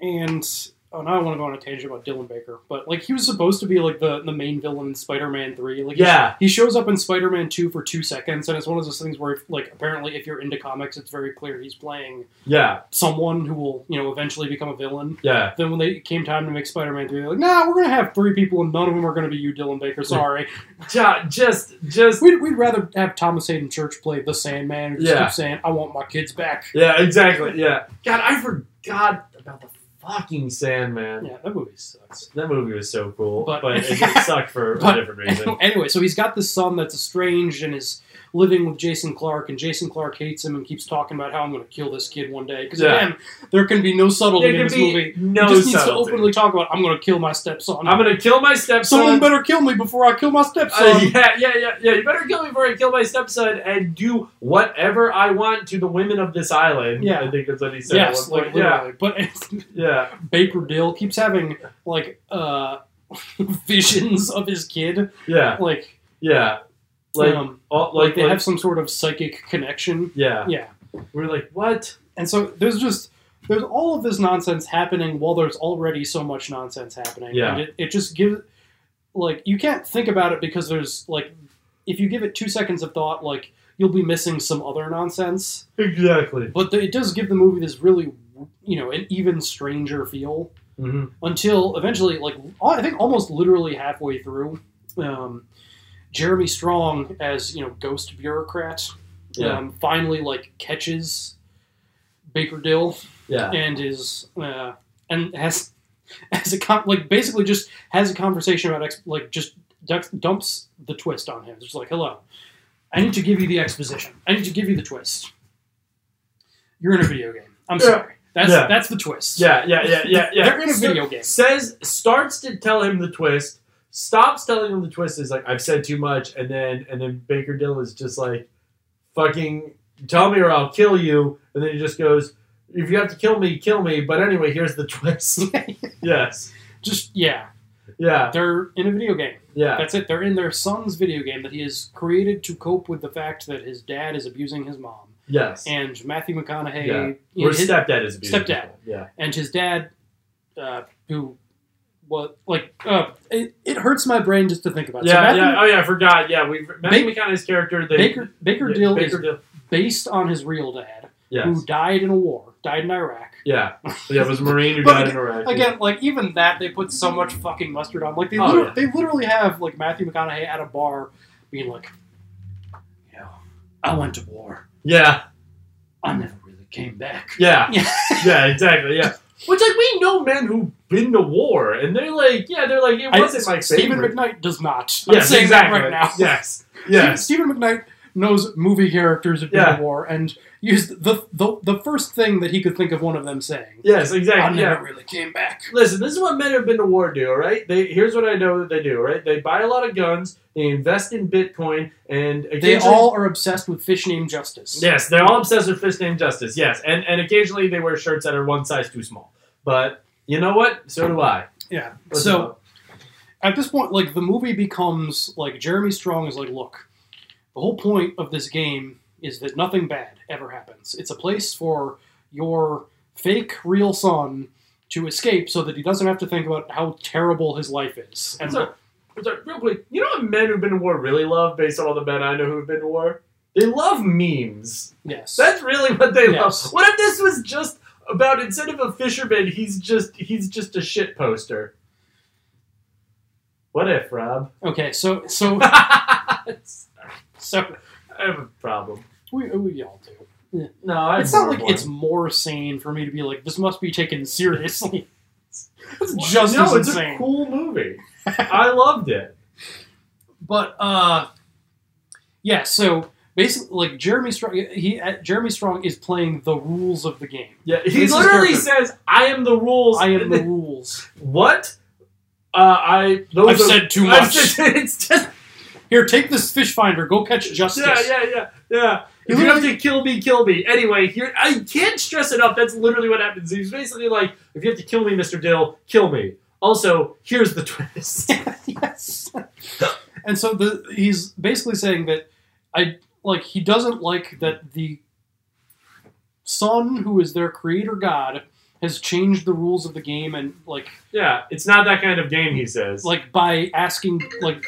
S6: and oh, now I want to go on a tangent about Dylan Baker, but like he was supposed to be like the the main villain in Spider-Man Three. Like, he-
S5: Yeah.
S6: he shows up in Spider-Man Two for two seconds, and it's one of those things where like apparently if you're into comics, it's very clear he's playing
S5: Yeah,
S6: someone who will you know eventually become a villain.
S5: yeah.
S6: Then when they it came time to make Spider-Man Three, they're like, nah, we're gonna have three people, and none of them are gonna be you, Dylan Baker. Sorry,
S5: Ju- Just, just,
S6: we'd, we'd rather have Thomas Hayden Church play the Sandman, who just
S5: Yeah.
S6: keeps saying, "I want my kids back."
S5: yeah, exactly. Yeah. God, I forgot about the fucking Sandman.
S6: Yeah, that movie sucks.
S5: That movie was so cool,
S6: But-
S5: but, it, it sucked for
S6: But-
S5: a different reason.
S6: anyway, so he's got this son that's estranged and is living with Jason Clark, and Jason Clark hates him and keeps talking about how I'm going to kill this kid one day. Because
S5: Yeah.
S6: again, there can be no
S5: There
S6: subtlety in
S5: can
S6: this
S5: be
S6: movie.
S5: no
S6: he just needs to
S5: subtlety.
S6: openly talk about I'm going to kill my stepson.
S5: I'm gonna kill my
S6: Someone
S5: stepson.
S6: better kill me before I kill my stepson.
S5: Uh, yeah, yeah, yeah, yeah. You better kill me before I kill my stepson and do whatever I want to the women of this island.
S6: Yeah.
S5: I think that's what he said. at
S6: Yes,
S5: one
S6: like
S5: point. yeah,
S6: literally. But it's,
S5: yeah,
S6: Baker Dill keeps having like uh, visions of his kid.
S5: yeah,
S6: Like,
S5: yeah. Like,
S6: um,
S5: all, like,
S6: like they
S5: like-
S6: have some sort of psychic connection.
S5: yeah.
S6: Yeah.
S5: We're like, what?
S6: And so there's just there's all of this nonsense happening while there's already so much nonsense happening.
S5: Yeah.
S6: And it, it just gives like you can't think about it because there's like if you give it two seconds of thought, like you'll be missing some other nonsense.
S5: Exactly.
S6: But the, it does give the movie this really you know an even stranger feel
S5: hmm
S6: until eventually, like I think almost literally halfway through, um, Jeremy Strong as you know ghost bureaucrat,
S5: Yeah.
S6: um, finally like catches Baker Dill
S5: Yeah.
S6: and is uh, and has has a con- like basically just has a conversation about ex- like just ducks- dumps the twist on him. Just like, hello, I need to give you the exposition. I need to give you the twist. You're in a video game. I'm
S5: Yeah.
S6: sorry. That's
S5: Yeah.
S6: that's the twist.
S5: Yeah, yeah, yeah, yeah, yeah.
S6: They're in a
S5: So-
S6: video game.
S5: Says starts to tell him the twist, stops telling him the twist is like I've said too much, and then and then Baker Dill is just like, fucking tell me or I'll kill you, and then he just goes, if you have to kill me, kill me. But anyway, here's the twist. yes,
S6: Just yeah.
S5: yeah,
S6: They're in a video game.
S5: yeah,
S6: That's it. They're in their son's video game that he has created to cope with the fact that his dad is abusing his mom.
S5: yes.
S6: And Matthew McConaughey
S5: Yeah.
S6: you
S5: Or
S6: know, his-
S5: stepdad is abusing.
S6: Stepdad.
S5: Yeah,
S6: and his dad, uh, who was like, uh, it, it hurts my brain just to think about. it. so
S5: yeah,
S6: Matthew,
S5: yeah. Oh yeah, I forgot. Yeah, we Matthew
S6: Bak-
S5: McConaughey's character. They,
S6: Baker Baker
S5: yeah,
S6: Dill
S5: Baker
S6: is
S5: Dill.
S6: based on his real dad,
S5: Yes.
S6: who died in a war, died in Iraq.
S5: Yeah, yeah. It was a Marine who
S6: But
S5: died in Iraq.
S6: Again, like even that, they put so much fucking mustard on. Like they,
S5: Oh,
S6: liter-
S5: yeah.
S6: they literally have like Matthew McConaughey at a bar, being like, you know, I went to war.
S5: Yeah,
S6: I never really came back.
S5: yeah.
S6: Yeah.
S5: yeah, exactly. Yeah. Which like we know men who've been to war, and they're like, yeah, they're like, it wasn't my
S6: Stephen
S5: favorite.
S6: McKnight does not. I'm
S5: yes,
S6: saying
S5: exactly.
S6: that right now.
S5: Yes, yes,
S6: Stephen Stephen McKnight knows movie characters have been
S5: Yeah.
S6: to war and used the, the the first thing that he could think of one of them saying.
S5: yes,
S6: I
S5: exactly.
S6: never
S5: Yeah.
S6: really came back.
S5: Listen, this is what men who've been to war do. All right, they here's what I know that they do. all Right, they buy a lot of guns, they invest in Bitcoin, and
S6: They
S5: occasionally-
S6: all are obsessed with fish named Justice.
S5: yes, they're all obsessed with fist name justice. Yes, and and occasionally they wear shirts that are one size too small. But you know what? So do I.
S6: Yeah.
S5: What's
S6: so
S5: up?
S6: at this point, like the movie becomes like Jeremy Strong is like, look, the whole point of this game is that nothing bad ever happens. It's a place for your fake real son to escape so that he doesn't have to think about how terrible his life is. And
S5: So, so, real quick, you know what men who've been to war really love, based on all the men I know who've been to war? They love memes.
S6: yes.
S5: That's really what they
S6: Yes.
S5: love. What if this was just about instead of a fisherman, he's just he's just a shit poster? What if, Rob?
S6: Okay, so so
S5: I
S6: so
S5: have a problem.
S6: we, we all do.
S5: No, I
S6: It's not like it's more sane for me to be like this must be taken seriously. It's just
S5: no.
S6: as
S5: It's
S6: insane.
S5: a cool movie. I loved it.
S6: But uh, yeah. So basically like Jeremy Strong. He uh, Jeremy Strong is playing the rules of the game.
S5: Yeah, he
S6: This is
S5: literally
S6: perfect.
S5: says, "I am the rules."
S6: I am
S5: And
S6: the
S5: then-
S6: rules.
S5: What? Uh, I. Those
S6: I've
S5: are-
S6: said too
S5: I've
S6: much.
S5: said- it's just.
S6: Here, take this fish finder. Go catch justice.
S5: Yeah, yeah, yeah, yeah.
S6: He
S5: If you have to
S6: literally-
S5: kill me, kill me. Anyway, here I can't stress enough. That's literally what happens. He's basically like, if you have to kill me, Mister Dill, kill me. Also, here's the twist.
S6: yes. and so the he's basically saying that I like he doesn't like that the son who is their creator god has changed the rules of the game and like
S5: yeah, it's not that kind of game. He says.
S6: like by asking like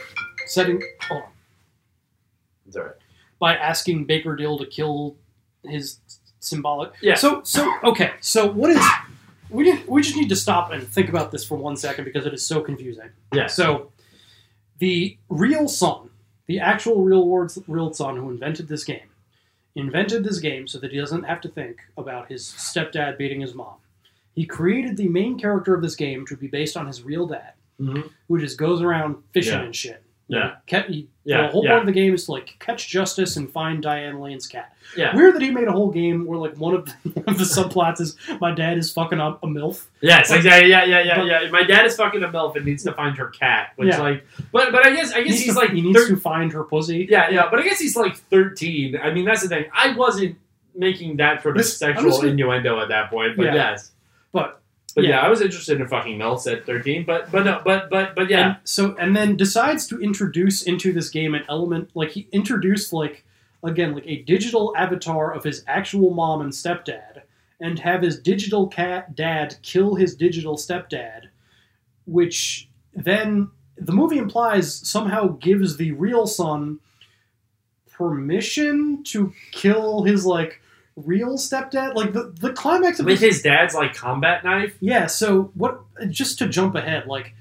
S6: setting hold on,
S5: it's all right.
S6: by asking Baker Dill to kill his symbolic
S5: Yeah.
S6: So so okay, so what is we did, we just need to stop and think about this for one second because it is so confusing.
S5: Yeah.
S6: So, the real son, the actual real world real son who invented this game, invented this game so that he doesn't have to think about his stepdad beating his mom. He created the main character of this game to be based on his real dad,
S5: Mhm.
S6: who just goes around fishing
S5: Yeah.
S6: and shit.
S5: Yeah.
S6: He kept- he-
S5: Yeah,
S6: The whole
S5: yeah.
S6: part of the game is to like catch justice and find Diane Lane's cat.
S5: Yeah.
S6: Weird that he made a whole game where like one of the, one of the subplots is my dad is fucking up a milf.
S5: Yes,
S6: Like-
S5: exactly. Yeah, yeah, yeah,
S6: but-
S5: yeah. My dad is fucking a MILF and needs to find her cat. Which,
S6: Yeah.
S5: like, but but I guess I
S6: He
S5: guess
S6: needs
S5: he's
S6: to-
S5: like
S6: he needs
S5: thir-
S6: to find her pussy.
S5: yeah, yeah. But I guess he's like thirteen. I mean, that's the thing. I wasn't making that sort of
S6: This- I'm
S5: sexual
S6: just gonna-
S5: innuendo at that point. But
S6: Yeah.
S5: yes,
S6: But
S5: but yeah.
S6: Yeah.
S5: I was interested in fucking MILFs at thirteen. But but no, but but but yeah,
S6: and so and then decides to introduce into this game an element like he introduced like again like a digital avatar of his actual mom and stepdad and have his digital cat dad kill his digital stepdad which then the movie implies somehow gives the real son permission to kill his like real stepdad like the, the climax of
S5: with
S6: this
S5: his dad's like combat knife.
S6: yeah, so what just to jump ahead, like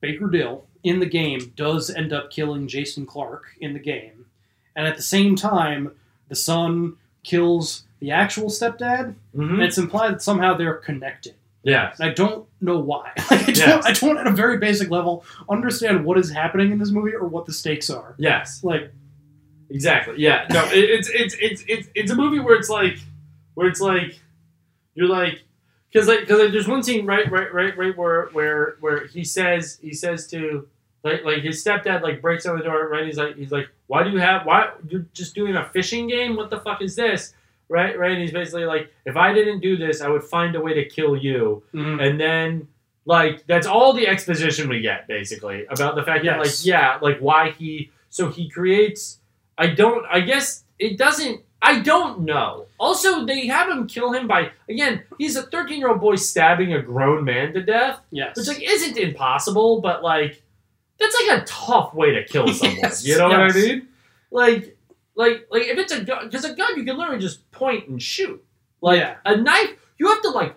S6: Baker Dill in the game does end up killing Jason Clark in the game. And at the same time, the son kills the actual stepdad. And
S5: Mm-hmm.
S6: it's implied that somehow they're connected.
S5: Yeah,
S6: And I don't know why. Like, I, don't,
S5: Yes.
S6: I don't, at a very basic level, understand what is happening in this movie or what the stakes are.
S5: yes.
S6: Like,
S5: Exactly. Yeah. No. It, it's it's it's it's it's a movie where it's like where it's like you're like because like because like, there's one scene right right right right where where where he says he says to like like his stepdad like breaks down the door right he's like he's like why do you have why you're just doing a fishing game what the fuck is this right right and he's basically like if I didn't do this I would find a way to kill you and then like that's all the exposition we get basically about the fact that like
S6: Yes.
S5: yeah like why he so he creates i don't i guess it doesn't i don't know also they have him kill him by again he's a 13 year old boy stabbing a grown man to death
S6: yes.
S5: which like isn't impossible but like that's like a tough way to kill someone
S6: Yes,
S5: you know
S6: yes.
S5: what i mean like like like if it's a gun because a gun you can literally just point and shoot like
S6: Yeah.
S5: a knife, you have to like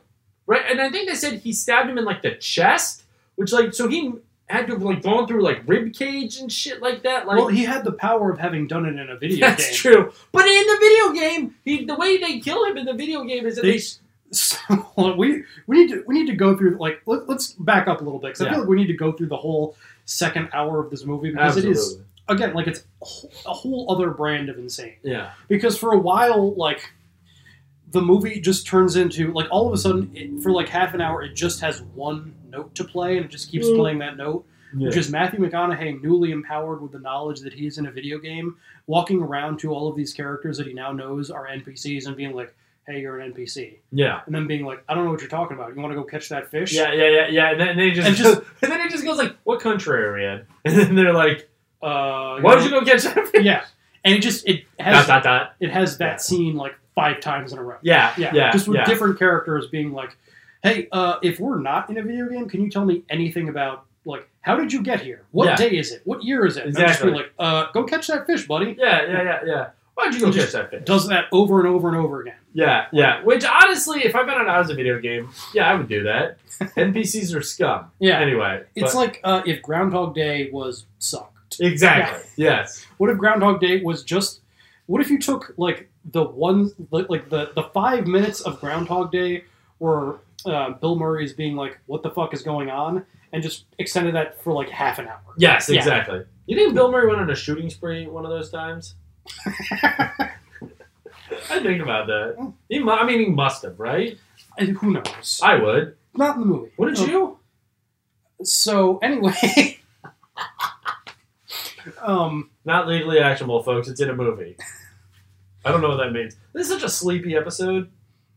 S5: right. And I think they said he stabbed him in like the chest, which like so he had to have like gone through like rib cage and shit like that. Like
S6: well, he had the power of having done it in a video
S5: that's
S6: game.
S5: true. But in the video game, he the way they kill him in the video game is that they,
S6: They- so we we need to we need to go through like let, let's back up a little bit because I
S5: Yeah.
S6: feel like we need to go through the whole second hour of this movie because it is again like it's a whole- a whole other brand of insane
S5: yeah
S6: because for a while like the movie just turns into like all of a sudden it, for like half an hour it just has one note to play and it just keeps
S5: Mm.
S6: playing that note which is Matthew McConaughey newly empowered with the knowledge that he's in a video game, walking around to all of these characters that he now knows are NPCs and being like, "Hey, you're an NPC,"
S5: yeah.
S6: and then being like, "I don't know what you're talking about. You want to go catch that fish?"
S5: Yeah, yeah, yeah, yeah, and then, and then he just,
S6: And just-
S5: and then he just goes like, "What country are we in?" And then they're like,
S6: Uh,
S5: "Why would you go get that?" fish?"
S6: Yeah, and it just it
S5: Dot
S6: has
S5: dot dot.
S6: it has that
S5: Yeah.
S6: scene like five times in a row.
S5: Yeah, yeah,
S6: Yeah,
S5: yeah.
S6: just with
S5: yeah.
S6: different characters being like, "Hey, uh, if we're not in a video game, can you tell me anything about?" Like, how did you get here? What
S5: Yeah.
S6: day is it? What year is it? And I'm just
S5: Exactly.
S6: being like, uh, go catch that fish, buddy.
S5: yeah, yeah, yeah, yeah. Why'd you go
S6: Just-
S5: catch that fish?
S6: Does that over and over and over again.
S5: Yeah, yeah. Which honestly, if I found out I was a video game, yeah, I would do that. NPCs are scum.
S6: Yeah.
S5: Anyway,
S6: It's
S5: but-
S6: like uh, if Groundhog Day was sucked.
S5: exactly yes.
S6: What if Groundhog Day was just? What if you took like the one, like like the the five minutes of Groundhog Day where uh, Bill Murray is being like, "What the fuck is going on?" and just extended that for like half an hour.
S5: Yes,
S6: Yeah.
S5: exactly. You think Bill Murray went on a shooting spree one of those times? I think about
S6: Mm.
S5: that. He, mu- I mean, he must have, right?
S6: I, who knows?
S5: I would.
S6: Not in the movie.
S5: Wouldn't
S6: Okay.
S5: you?
S6: So anyway, um,
S5: Not legally actionable, folks. It's in a movie. I don't know what that means. This is such a sleepy episode. Uh,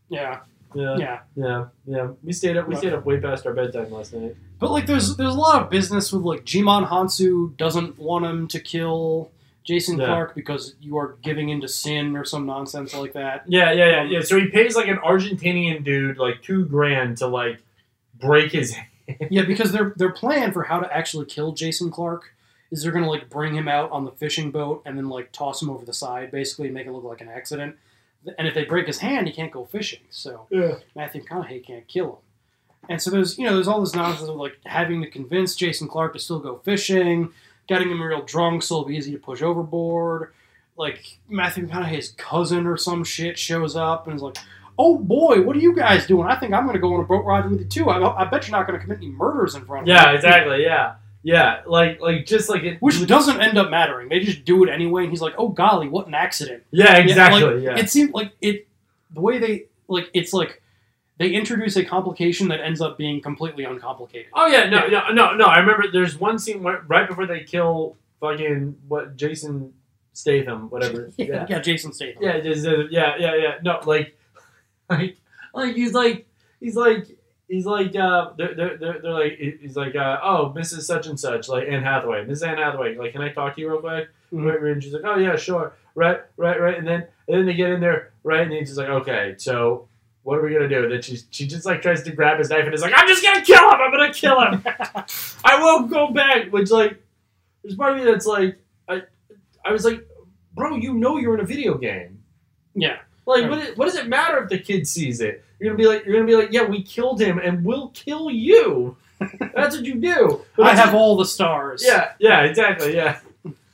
S6: yeah,
S5: Yeah, yeah,
S6: yeah.
S5: yeah. We stayed up. We stayed up way past our bedtime last night.
S6: But like, there's there's a lot of business with like Jimon Hansu doesn't want him to kill Jason
S5: Yeah.
S6: Clark because you are giving into sin or some nonsense like that.
S5: Yeah, yeah, yeah, yeah. So he pays like an Argentinian dude like two grand to like break his.
S6: yeah, because their their plan for how to actually kill Jason Clark is they're gonna like bring him out on the fishing boat and then like toss him over the side, basically and make it look like an accident. And if they break his hand, he can't go fishing. So
S5: Yeah.
S6: Matthew McConaughey can't kill him. And so there's you know there's all this nonsense of like having to convince Jason Clark to still go fishing, getting him real drunk so it'll be easy to push overboard. Like Matthew McConaughey's cousin or some shit shows up and is like, "Oh boy, what are you guys doing? I think I'm going to go on a boat ride with you too. I, I bet you're not going to commit any murders in front of me."
S5: Yeah, exactly. Yeah, yeah. Like, like just like it.
S6: Which doesn't end up mattering. They just do it anyway, and he's like, "Oh golly, what an accident!"
S5: Yeah, exactly.
S6: like,
S5: yeah.
S6: It seemed like it the way they like it's like they introduce a complication that ends up being completely uncomplicated.
S5: Oh yeah, no, no, no, no. I remember there's one scene where, right before they kill fucking what Jason Statham, whatever.
S6: Yeah, yeah, Jason Statham.
S5: yeah, just, uh, yeah, yeah, yeah. No, like, like, like he's like, he's like, he's like, uh, they're, they're, they're, they're like, he's like, uh, oh, Mrs. Such and Such, like Anne Hathaway, Mrs. Anne Hathaway, like, can I talk to you real quick?
S6: Mhm.
S5: Right, right, and she's like, oh yeah, sure, right, right, right, and then, and then they get in there, right, and he's just like, okay, so. What are we gonna do? Then she, she just like tries to grab his knife and is like, "I'm just gonna kill him! I'm gonna kill him! I won't go back." Which like, there's part of me that's like, I, I was like, "Bro, you know you're in a video game.
S6: Yeah.
S5: Like,
S6: Right.
S5: what, it- what does it matter if the kid sees it? You're gonna be like, you're gonna be like, yeah, we killed him, and we'll kill you. That's what you do. But
S6: I
S5: it's-
S6: have all the stars.
S5: Yeah, yeah, exactly, yeah.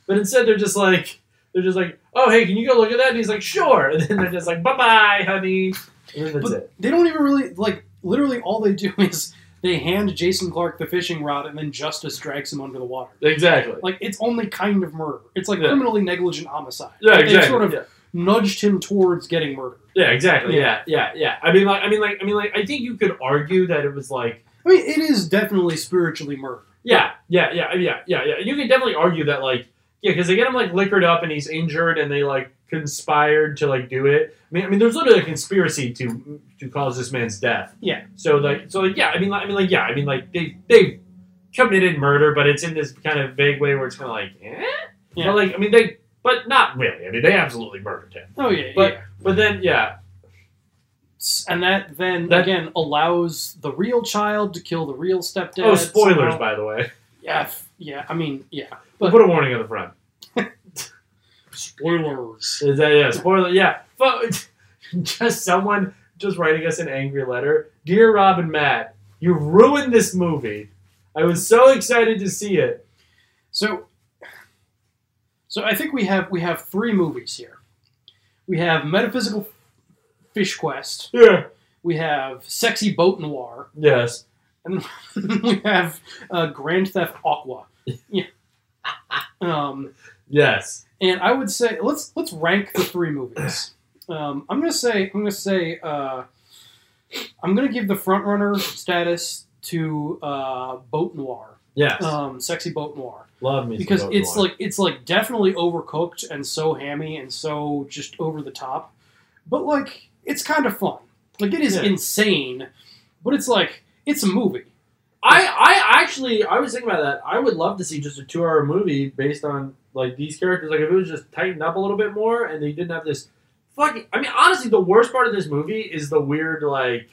S5: But instead, they're just like, they're just like, oh, hey, can you go look at that? And he's like, sure. And then they're just like, bye, bye, honey. And then that's
S6: But
S5: it.
S6: they don't even really like literally all they do is they hand Jason Clark the fishing rod and then justice drags him under the water.
S5: Exactly.
S6: Like it's only kind of murder. It's like
S5: Yeah.
S6: criminally negligent homicide.
S5: Yeah,
S6: They
S5: exactly.
S6: sort of
S5: yeah.
S6: nudged him towards getting murdered.
S5: yeah, exactly. Yeah, yeah, yeah. I mean, like, I mean, like, I mean, like, I think you could argue that it was like.
S6: I mean, it is definitely spiritually murder.
S5: Yeah, yeah, yeah, yeah, yeah, yeah. You can definitely argue that, like, yeah, because they get him like liquored up and he's injured, and they like conspired to like do it. I mean, I mean, there's literally a conspiracy to to cause this man's death.
S6: Yeah.
S5: So like, so like, yeah. I mean, like, I mean, like, yeah. I mean, like, they they committed murder, but it's in this kind of vague way where it's kind of like, eh?
S6: Yeah.
S5: But, like, I mean, they, but not really. I mean, they absolutely murdered him.
S6: Oh yeah,
S5: But-
S6: yeah.
S5: But then, yeah,
S6: And that then
S5: That-
S6: again allows the real child to kill the real stepdad.
S5: oh, spoilers,
S6: somehow.
S5: by the way.
S6: Yeah, f- yeah. I mean, yeah.
S5: We'll
S6: But-
S5: put a warning on the front.
S6: Spoilers.
S5: Is that yeah? Spoiler, yeah. Fu- Just someone just writing us an angry letter. Dear Rob and Matt, you ruined this movie. I was so excited to see it.
S6: So, so I think we have we have three movies here. We have Metaphysical Fish Quest.
S5: Yeah.
S6: We have Sexy Boat Noir,
S5: Yes.
S6: and we have uh, Grand Theft Aqua. Yeah. Um,
S5: Yes.
S6: and I would say let's let's rank the three movies. Um, I'm gonna say I'm gonna say uh, I'm gonna give the front runner status to uh, Boat Noir,
S5: Yes.
S6: um, Sexy Boat Noir.
S5: Love me some
S6: because
S5: Boat
S6: it's
S5: Noir.
S6: like it's like definitely overcooked and so hammy and so just over the top but like it's kind of fun like it is
S5: Yeah.
S6: insane but it's like it's a movie
S5: I I actually I was thinking about that. I would love to see just a two hour movie based on like these characters. Like if it was just tightened up a little bit more and they didn't have this fucking. I mean, honestly, the worst part of this movie is the weird like.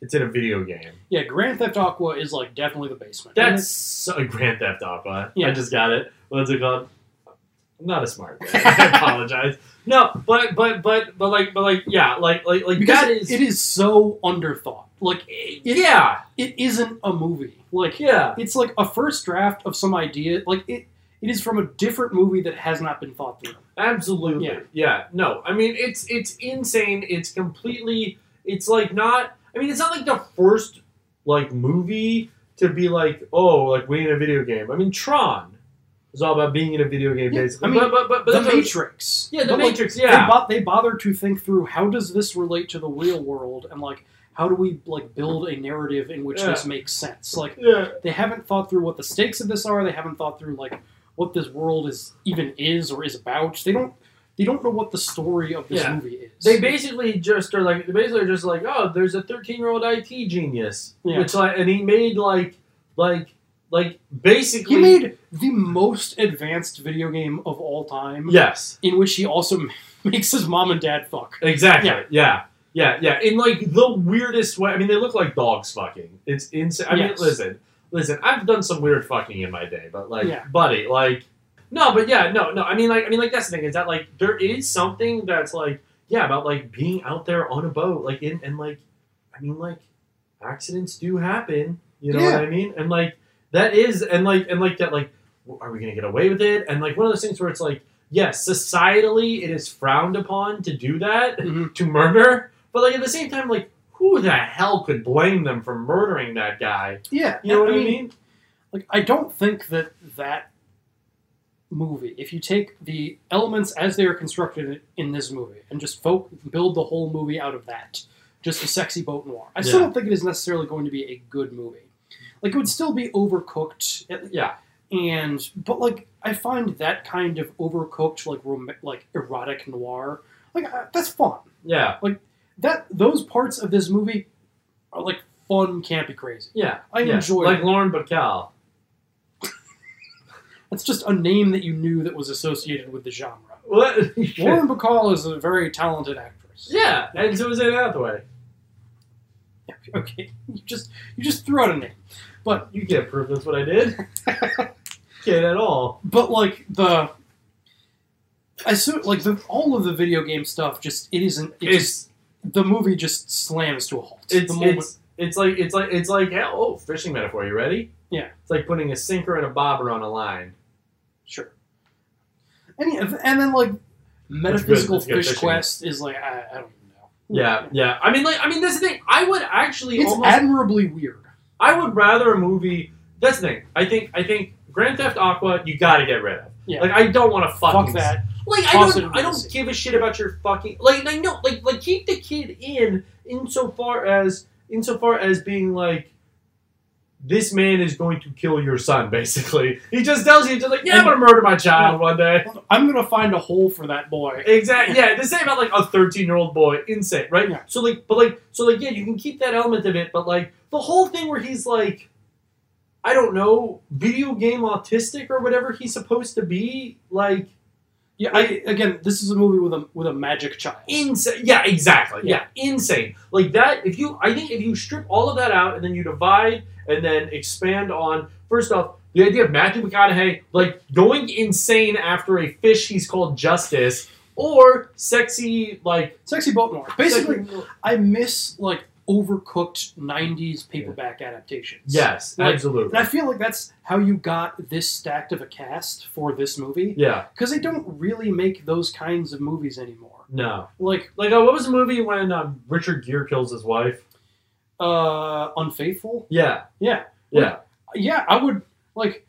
S5: It's in a video game.
S6: yeah grand theft aqua is like definitely the basement And
S5: That's so, Grand Theft Auto. I
S6: Yeah.
S5: just got it. What's it called? I'm not a smart guy. I apologize. No, but but but but like but like yeah, like like
S6: it-
S5: like
S6: because
S5: that is
S6: it is so underthought like it,
S5: yeah
S6: it isn't a movie like
S5: yeah
S6: it's like a first draft of some idea like it it is from a different movie that has not been thought through
S5: absolutely
S6: Yeah.
S5: yeah. no I mean it's it's insane it's completely it's like not I mean it's not like the first like movie to be like oh like we in a video game I mean Tron It's all about being in a video game, basically.
S6: I mean,
S5: but, but, but, but
S6: the
S5: that's what-
S6: Matrix.
S5: Yeah, The
S6: But, like,
S5: Matrix,
S6: They,
S5: yeah.
S6: bo- they bother to think through how does this relate to the real world, and like how do we like build a narrative in which
S5: Yeah.
S6: this makes sense? Like
S5: Yeah.
S6: they haven't thought through what the stakes of this are. They haven't thought through like what this world is even is or is about. They don't. They don't know what the story of this
S5: Yeah.
S6: movie is.
S5: They basically just are like they basically are just like oh there's a 13 year old IT genius
S6: Yeah.
S5: which like and he made like like like basically
S6: he made the most advanced video game of all time.
S5: yes
S6: In which he also makes his mom and dad fuck.
S5: exactly
S6: Yeah.
S5: yeah. yeah yeah in like the weirdest way I mean they look like dogs fucking it's insane I
S6: Yes.
S5: mean listen listen I've done some weird fucking in my day but like
S6: Yeah.
S5: buddy like no but yeah no no I mean like I mean like that's the thing is that like there is something that's like yeah about like being out there on a boat like in and like I mean like accidents do happen. You know
S6: Yeah.
S5: what I mean? And like that is and like and like that like w- are we gonna get away with it? And like one of those things where it's like yes, societally it is frowned upon to do that
S6: Mhm.
S5: to murder, but like at the same time like who the hell could blame them for murdering that guy?
S6: Yeah,
S5: You know what I
S6: mean?
S5: mean?
S6: Like I don't think that that movie, if you take the elements as they are constructed in this movie and just folk build the whole movie out of that, just a sexy boat noir, I still
S5: Yeah.
S6: don't think it is necessarily going to be a good movie. Like it would still be overcooked at-
S5: Yeah.
S6: and but like I find that kind of overcooked like rom- like erotic noir like uh, that's fun.
S5: Yeah.
S6: That those parts of this movie are like fun, campy, crazy.
S5: Yeah.
S6: I
S5: yeah.
S6: enjoy
S5: like
S6: it.
S5: Lauren Bacall.
S6: That's just a name that you knew that was associated with the genre.
S5: What
S6: Lauren Bacall is a very talented actress.
S5: Yeah, and so was Anne Hathaway.
S6: Okay, you just you just threw out a name, but
S5: You can't prove that's what I did. can't at all.
S6: but like the I so like the all of the video game stuff just it isn't it just, the movie just slams to a halt.
S5: it's
S6: the moment
S5: it's it's like it's like it's like hell- oh fishing metaphor. You ready?
S6: Yeah.
S5: It's like putting a sinker and a bobber on a line.
S6: sure. And yeah, and then like metaphysical
S5: let's get
S6: fish
S5: fishing.
S6: quest is like I, I don't even know.
S5: Yeah, yeah. I mean, like, I mean, that's the thing. I would actually
S6: it's
S5: almost.
S6: admirably weird.
S5: I would rather a movie. That's the thing. I think. I think Grand Theft Aqua. You got to get rid of.
S6: Yeah,
S5: Like, I don't want to fucking.
S6: fuck that.
S5: Like, I
S6: Toss it in
S5: don't.
S6: the
S5: I don't
S6: sea.
S5: give a shit about your fucking. Like, like no. Like, like keep the kid in insofar as insofar as being like. This man is going to kill your son. Basically, he just tells you, just like, yeah, I'm gonna murder my child one day.
S6: I'm gonna find a hole for that boy.
S5: Exactly. Yeah, the same about like a thirteen-year-old boy, insane, right?
S6: Yeah.
S5: So like, but like, so like, yeah, you can keep that element of it, but like the whole thing where he's like, I don't know, video game autistic or whatever he's supposed to be, like
S6: Yeah, I again, this is a movie with a with a magic child.
S5: insane. Yeah, exactly. Yeah. insane. Like that. If you, I think, if you strip all of that out and then you divide and then expand on first off. The idea of Matthew McConaughey like going insane after a fish he's called Justice, or sexy like
S6: Sexy boat noir. Basically,
S5: sexy-
S6: I miss like overcooked '90s paperback adaptations.
S5: Yes,
S6: Like,
S5: absolutely.
S6: and I feel like that's how you got this stacked of a cast for this movie
S5: yeah,
S6: because they don't really make those kinds of movies anymore.
S5: no.
S6: Like
S5: Like, uh, what was the movie when um, Richard Gere kills his wife?
S6: uh, Unfaithful.
S5: Yeah,
S6: Yeah,
S5: yeah,
S6: yeah. I would like.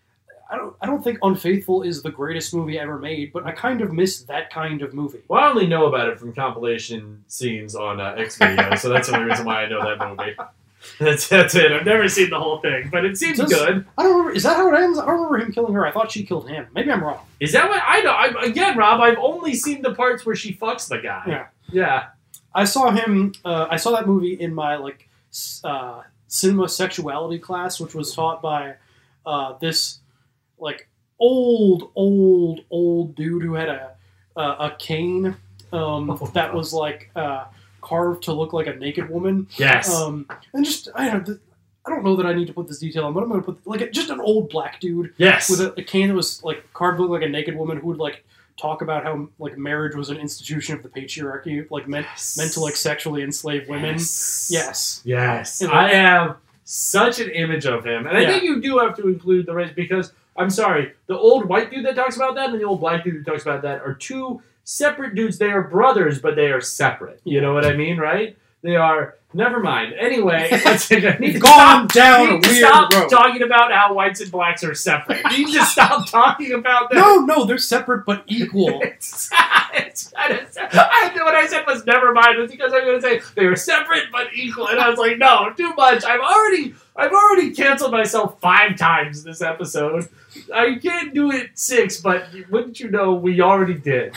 S6: I don't. I don't think Unfaithful is the greatest movie ever made, but I kind of miss that kind of movie.
S5: Well, I only know about it from compilation scenes on uh, X video, so that's the only reason why I know that movie. That's that's it. I've never seen the whole thing, but it seems
S6: Does-
S5: good.
S6: I don't remember. Is that how it ends? I don't remember him killing her. I thought she killed him. Maybe I'm wrong.
S5: Is that what I know? I, again, Rob, I've only seen the parts where she fucks the guy.
S6: Yeah.
S5: yeah.
S6: I saw him. Uh, I saw that movie in my like s- uh, cinema sexuality class, which was taught by uh, this like old, old, old dude who had a uh, a cane um,
S5: Oh,
S6: that was like uh, carved to look like a naked woman.
S5: Yes.
S6: Um, and just I don't. know, I don't know that I need to put this detail on, but I'm going to put like just an old black dude
S5: yes.
S6: with a, a cane that was like carved looked like a naked woman who would like talk about how like marriage was an institution of the patriarchy, like meant
S5: Yes.
S6: meant to like sexually enslave women.
S5: Yes.
S6: Yes.
S5: Yes,
S6: And-
S5: I have such an image of him, and I
S6: Yeah.
S5: think you do have to include the race because I'm sorry, the old white dude that talks about that and the old black dude who talks about that are two separate dudes. They are brothers, but they are separate. You know what I mean, right? They are. Never mind. Anyway, let's take a, need to
S6: Gone
S5: stop,
S6: down
S5: need
S6: a
S5: to
S6: weird
S5: stop
S6: road.
S5: talking about how whites and blacks are separate. need to stop talking about that.
S6: No, no, they're separate but equal.
S5: It's, it's, it's, I, what I said was never mind. It was because I was going to say they were separate but equal, and I was like, no, too much. I've already, I've already canceled myself five times this episode. I can't do it six, but wouldn't you know, we already did,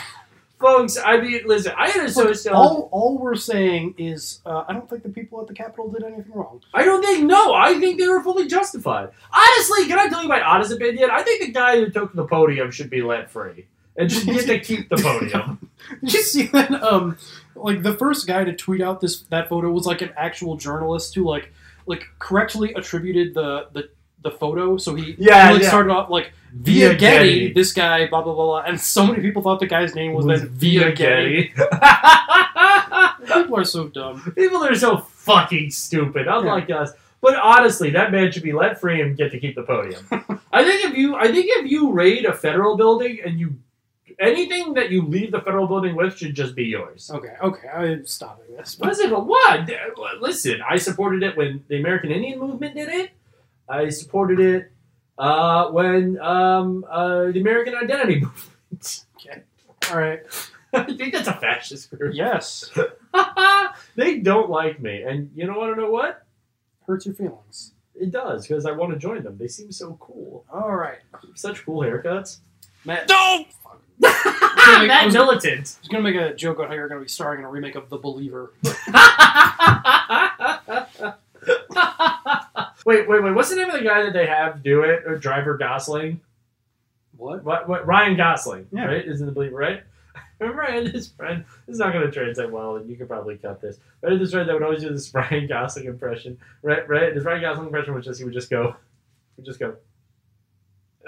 S5: folks. I mean, listen, I understand.
S6: Look, all, all we're saying is, uh, I don't think the people at the Capitol did anything wrong.
S5: I don't think no. I think they were fully justified. Honestly, can I tell you my honest opinion? I think the guy who took the podium should be let free and should get to keep the podium.
S6: Did you see that? Um, like the first guy to tweet out this that photo was like an actual journalist who like like correctly attributed the the, the photo. So he
S5: Yeah,
S6: he, like
S5: yeah.
S6: started off like
S5: Via
S6: via, Getty,
S5: Getty.
S6: this guy, blah blah blah, blah, and so many people thought the guy's name was, then via Getty. People are so dumb.
S5: People are so fucking stupid, unlike us. But honestly, that man should be let free and get to keep the podium. I think if you, I think if you raid a federal building and you, anything that you leave the federal building with should just be yours.
S6: Okay, okay, I'm stopping this. But
S5: Listen, but what? Listen, I supported it when the American Indian movement did it. I supported it uh, when um, uh, the American Identity movement.
S6: all right,
S5: I think that's a fascist group.
S6: yes,
S5: they don't like me, and you know, I don't know what.
S6: hurts your feelings.
S5: It does because I want to join them. They seem so cool.
S6: All right,
S5: Such cool haircuts.
S6: Matt.
S5: No,
S6: Matt
S5: Matt
S6: was-
S5: militant.
S6: I was gonna make a joke on how you're gonna be starring in a remake of The Believer.
S5: wait, wait, wait. What's the name of the guy that they have do it? Or Driver Gosling?
S6: What?
S5: What, what? Ryan Gosling,
S6: Yeah.
S5: right? Isn't the believer right? I remember I had this friend. This is not going to translate well, and you could probably cut this. But I had this friend that would always do this Ryan Gosling impression. Right, right. This Ryan Gosling impression was just he would just go, he would just go.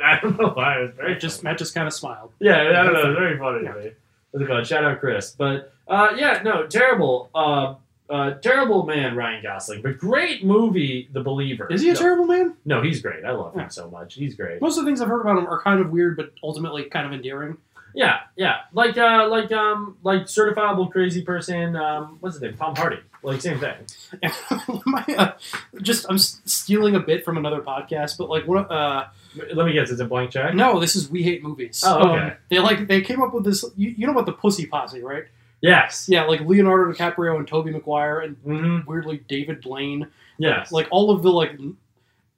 S5: I don't know why it was very
S6: Matt just Matt just kind of smiled.
S5: yeah, I don't know. It's very funny to me. What's it called? Shout out Chris. But uh, yeah, no, terrible, uh, uh, terrible man, Ryan Gosling. But great movie, The Believer.
S6: Is he a
S5: no,
S6: terrible man?
S5: No, he's great. I love him so much. He's great.
S6: Most of the things I've heard about him are kind of weird, but ultimately kind of endearing.
S5: Yeah, yeah. Like, uh, like, um, like certifiable crazy person. Um, what's his name? Tom Hardy. Like same thing.
S6: Am I, uh, just I'm s- stealing a bit from another podcast, but like what? Uh,
S5: Let me guess. It's a blank check.
S6: no, this is we hate movies. Um,
S5: Oh, okay.
S6: they like they came up with this. You, you know about the Pussy Posse, right?
S5: Yes.
S6: Yeah, like Leonardo DiCaprio and Toby Maguire and
S5: Mm-hmm.
S6: weirdly David Blaine.
S5: Yes.
S6: Like all of the like n-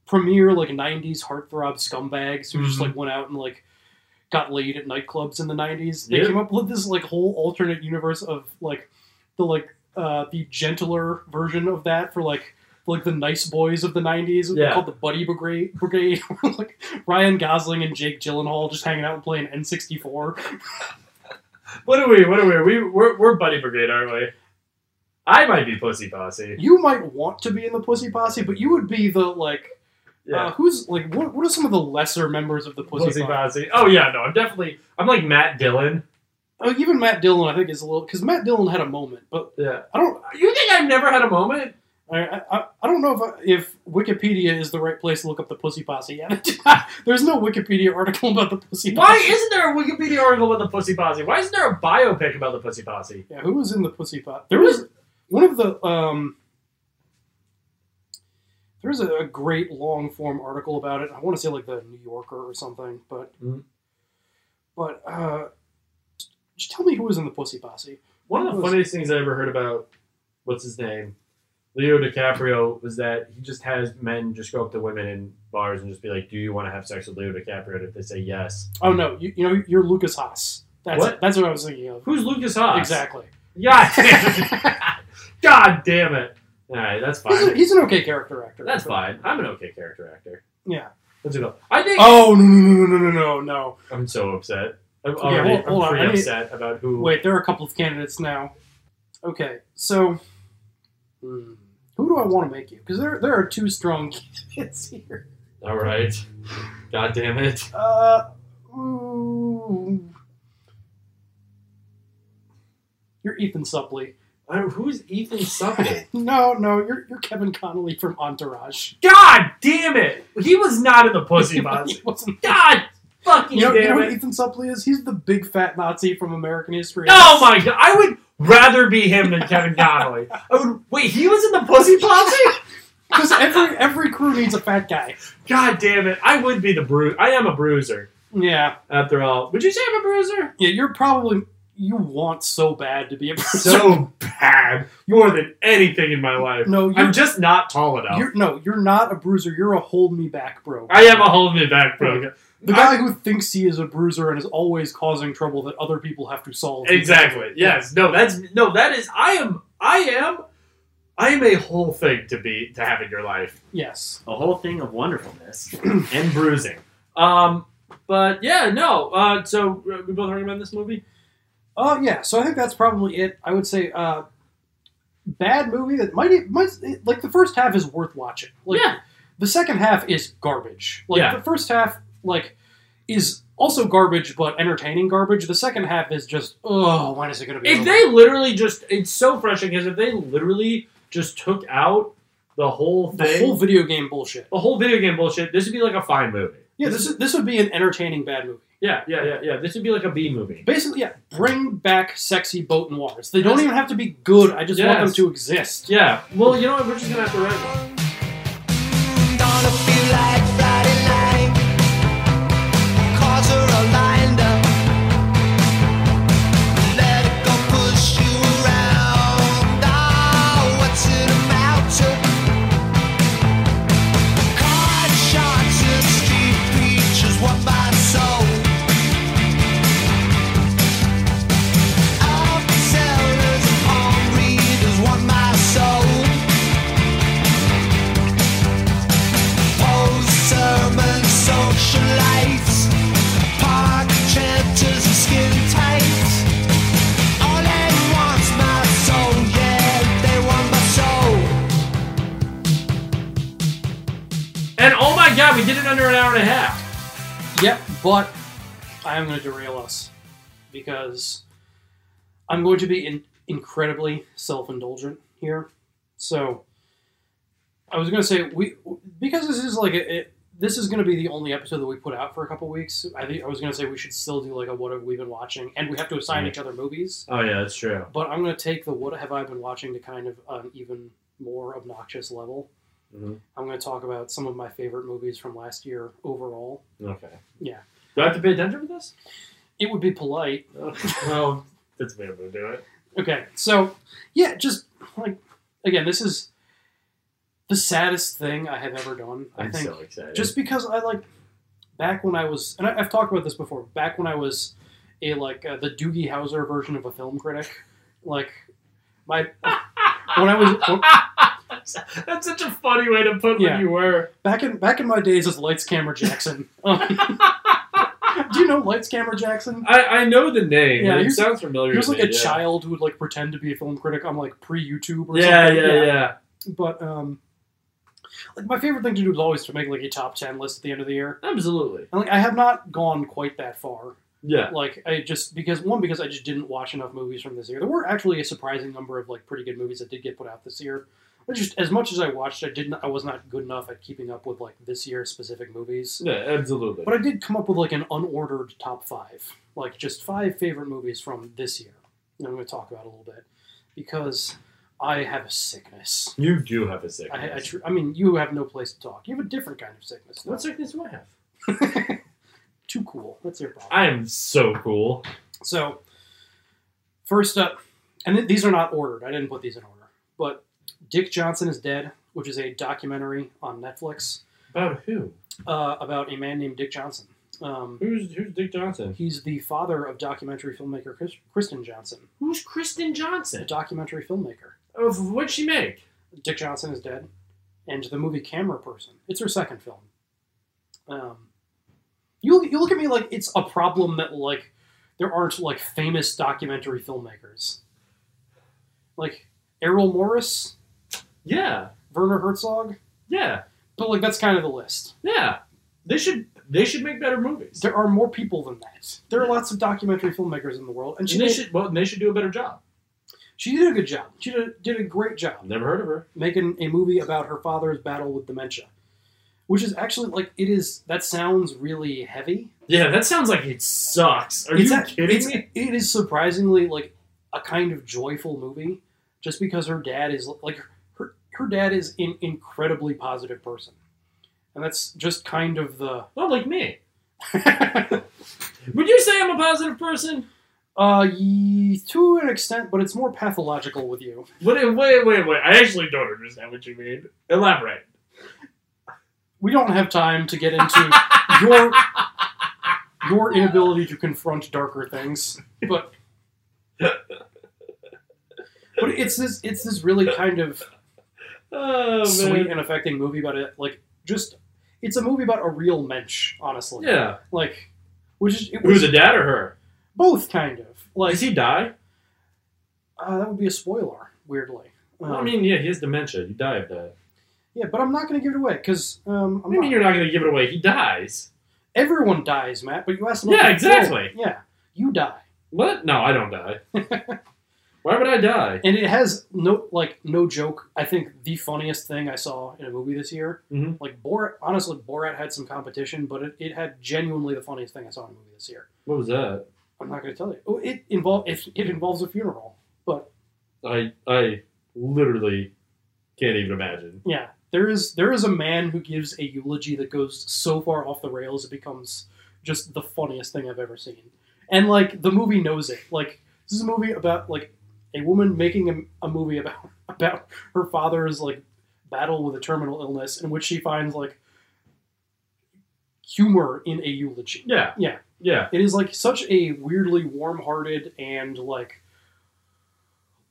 S6: premier like '90s heartthrob scumbags who just
S5: Mhm.
S6: like went out and like got laid at nightclubs in the '90s. They
S5: Yeah.
S6: came up with this like whole alternate universe of like the like uh, the gentler version of that for like like the nice boys of the '90s
S5: Yeah.
S6: called the Buddy Brigade. Brigade, where, like Ryan Gosling and Jake Gyllenhaal just hanging out and playing N64.
S5: what are we? What are we? We we're, we're buddy brigade, aren't we? I might be pussy posse.
S6: You might want to be in the Pussy Posse, but you would be the like Uh, who's like what? What are some of the lesser members of the Pussy,
S5: Pussy
S6: Posse?
S5: Posse. Oh yeah, no, I'm definitely I'm like Matt Dillon.
S6: Oh, even Matt Dillon, I think, is a little because Matt Dillon had a moment, but
S5: Yeah.
S6: I don't.
S5: You think I've never had a moment?
S6: I, I, I- I don't know if I, if Wikipedia is the right place to look up the Pussy Posse. yet. There's no Wikipedia article about the Pussy Posse.
S5: Why isn't there a Wikipedia article about the Pussy Posse? Why isn't there a biopic about the Pussy Posse?
S6: Yeah, who was in the Pussy Posse? There was one of the um. There was a, a great long form article about it. I want to say like the New Yorker or something, but
S5: Mhm.
S6: but uh, just tell me who was in the Pussy Posse.
S5: One of the funniest things I ever heard about what's his name, Leo DiCaprio, was that he just has men just go up to women in bars and just be like, "Do you want to have sex with Leo DiCaprio?" And if they say yes,
S6: Oh no, you, you know you're Lucas Haas. That's
S5: What?
S6: that's what I was thinking of.
S5: who's Lucas Haas?
S6: Exactly.
S5: God damn it! God damn it! All right, that's
S6: He's, a,
S5: fine.
S6: he's an okay character actor.
S5: That's fine. I'm an okay character actor.
S6: Yeah.
S5: Let's go. I think.
S6: Oh no no no no no no no!
S5: I'm so upset. I'm
S6: Okay,
S5: already
S6: hold- hold
S5: I'm
S6: on,
S5: pretty
S6: I need-
S5: upset about who.
S6: Wait, there are a couple of candidates now. Okay, so hmm, who do I want to make you? Because there there are two strong candidates here.
S5: All right. God damn it.
S6: Uh, ooh. you're Ethan Suplee.
S5: I don't- who's Ethan Supple?
S6: No, no, you're you're Kevin Connolly from Entourage.
S5: God damn it! He was not in the Pussy Posse.
S6: He wasn't
S5: God fucking
S6: You know, you
S5: damn
S6: know
S5: it!
S6: what Ethan Suplee is? He's the big fat Nazi from American history.
S5: Oh my god! I would. rather be him than Kevin Connolly. I would wait. He was in the Pussy Posse.
S6: Because every every crew needs a fat guy.
S5: God damn it! I would be the bru. I am a bruiser.
S6: Yeah.
S5: After all, would you say I'm a bruiser?
S6: Yeah, you're probably you want so bad to be a person.
S5: So bad, more than anything in my life.
S6: No, you're-
S5: I'm just not tall enough.
S6: You're, no, you're not a bruiser. You're a hold me back bro.
S5: I am a hold me back, bro.
S6: the guy who thinks he is a bruiser and is always causing trouble that other people have to solve.
S5: Exactly. Yes. No. That's no. That is. I am. I am. I am a whole thing to be to have in your life.
S6: Yes.
S5: A whole thing of wonderfulness and bruising. Um. But yeah. No. Uh. So uh, we both recommend this movie.
S6: Oh yeah. So I think that's probably it. I would say uh, bad movie that might might like the first half is worth watching. Like,
S5: Yeah.
S6: The second half is garbage. Like
S5: Yeah.
S6: the first half, like is also garbage but entertaining garbage. The second half is just oh, when is it gonna be?
S5: If
S6: over?
S5: they literally just, it's so frustrating because if they literally just took out the whole
S6: the
S5: thing,
S6: whole video game bullshit.
S5: the whole video game bullshit, this would be like a fine movie.
S6: Yeah, this is this would be an entertaining bad movie.
S5: Yeah, yeah, yeah, yeah. This would be like a B movie.
S6: Basically, yeah, bring back sexy boat and waters. They don't even have to be good. I just want
S5: Yes.
S6: them to exist.
S5: Yeah. Well, you know what? We're just gonna have to write one.
S10: Socialites, park chanters, skin tights. All they want's my soul, yeah, they want my soul.
S5: And oh my god, we did it under an hour and a half.
S6: Yep, but I am going to derail us because I'm going to be in- incredibly self-indulgent here. So I was going to say we because this is like a, it, this is going to be the only episode that we put out for a couple weeks. I think I was going to say we should still do like a what have we been watching, and we have to assign each other movies.
S5: Oh yeah, that's true.
S6: But I'm going to take the what have I been watching to kind of an even more obnoxious level.
S5: Mhm.
S6: I'm going to talk about some of my favorite movies from last year overall.
S5: Okay.
S6: Yeah.
S5: Do I have to pay attention for this?
S6: It would be polite.
S5: well, that's the way I'm gonna do it.
S6: Okay, so yeah, just like again, this is the saddest thing I have ever done. I
S5: I'm
S6: think
S5: so excited.
S6: just because I like back when I was, and I, I've talked about this before. Back when I was a like uh, the Doogie Howser version of a film critic, like my when I was
S5: that's such a funny way to put
S6: Yeah.
S5: when you were.
S6: back in back in my days as Lights Camera Jackson. Um, do you know Lights Camera Jackson?
S5: I, I know the name.
S6: Yeah,
S5: Yeah, it
S6: here's-
S5: sounds familiar.
S6: He was
S5: to
S6: like
S5: me,
S6: a
S5: yeah.
S6: child who would like pretend to be a film critic on like pre YouTube or
S5: Yeah,
S6: something.
S5: yeah, yeah, yeah.
S6: But um, like my favorite thing to do is always to make like a top ten list at the end of the year.
S5: Absolutely.
S6: And like I have not gone quite that far.
S5: Yeah.
S6: Like I just because one because I just didn't watch enough movies from this year. There were actually a surprising number of like pretty good movies that did get put out this year. But just as much as I watched, I didn't. I was not good enough at keeping up with like this year's specific movies.
S5: Yeah, absolutely.
S6: But I did come up with like an unordered top five, like just five favorite movies from this year. And I'm going to talk about it a little bit because I have a sickness.
S5: you do have a sickness.
S6: I, I, tr- I mean, you have no place to talk. You have a different kind of sickness. though.
S5: what sickness do I have?
S6: Too cool. That's your problem.
S5: I am so cool.
S6: So, first up, and th- these are not ordered. I didn't put these in order. But Dick Johnson is Dead, which is a documentary on Netflix
S5: About who?
S6: uh, about a man named Dick Johnson. Um,
S5: Who's who's Dick Johnson?
S6: he's the father of documentary filmmaker Chris- Kristen Johnson.
S5: Who's Kristen
S6: a
S5: Johnson?
S6: documentary filmmaker.
S5: Of what'd she make?
S6: Dick Johnson is dead, and the movie Camera Person. It's her second film. Um, you you look at me like it's a problem that like there aren't like famous documentary filmmakers, like Errol Morris,
S5: Yeah,
S6: Werner Herzog,
S5: yeah,
S6: but like that's kind of the list.
S5: yeah. They should they should make better movies.
S6: There are more people than that. There are lots of documentary filmmakers in the world, and she
S5: And they
S6: did,
S5: should well they should do a better job.
S6: she did a good job. She did, did a great job.
S5: I've never heard of her.
S6: making a movie about her father's battle with dementia, which is actually like it is. That sounds really heavy.
S5: Yeah, that sounds like it sucks. Are
S6: it's
S5: you
S6: a-
S5: kidding
S6: it's-
S5: me?
S6: It is surprisingly like a kind of joyful movie just because her dad is like her, her dad is an incredibly positive person. And that's just kind of the
S5: well, like me. Would you say I'm a positive person?
S6: Uh, ye, to an extent, but it's more pathological with you.
S5: Wait, wait, wait, wait. I actually don't understand what you mean. Elaborate.
S6: We don't have time to get into your your inability to confront darker things, but but it's this it's this really kind of
S5: Oh,
S6: sweet
S5: man.
S6: and affecting movie about it. Like, just it's a movie about a real mensch, honestly.
S5: Yeah.
S6: Like, which is it
S5: Who's
S6: was
S5: the dad or her?
S6: both kind of like
S5: Does he die?
S6: uh, that would be a spoiler, weirdly.
S5: Well, I
S6: Um,
S5: mean, yeah, he has dementia. You die of that.
S6: yeah, but I'm not going to give it away because um,
S5: What
S6: I'm
S5: do you mean
S6: not-
S5: you're not going to give it away? He dies.
S6: everyone dies, Matt. But you asked them.
S5: Yeah,
S6: about the
S5: exactly.
S6: film. Yeah, you die,
S5: What? No, I don't die. Why would I die?
S6: and it has no like no joke. I think the funniest thing I saw in a movie this year,
S5: Mhm.
S6: like Borat. Honestly, Borat had some competition, but it, it had genuinely the funniest thing I saw in a movie this year.
S5: What was that?
S6: I'm not going to tell you. Oh, it involve it, it involves a funeral, but
S5: I I literally can't even imagine.
S6: yeah, there is there is a man who gives a eulogy that goes so far off the rails it becomes just the funniest thing I've ever seen. And like the movie knows it. Like this is a movie about like a woman making a, a movie about about her father's like battle with a terminal illness in which she finds like humor in a eulogy.
S5: Yeah.
S6: Yeah.
S5: Yeah.
S6: It is like such a weirdly warm-hearted and like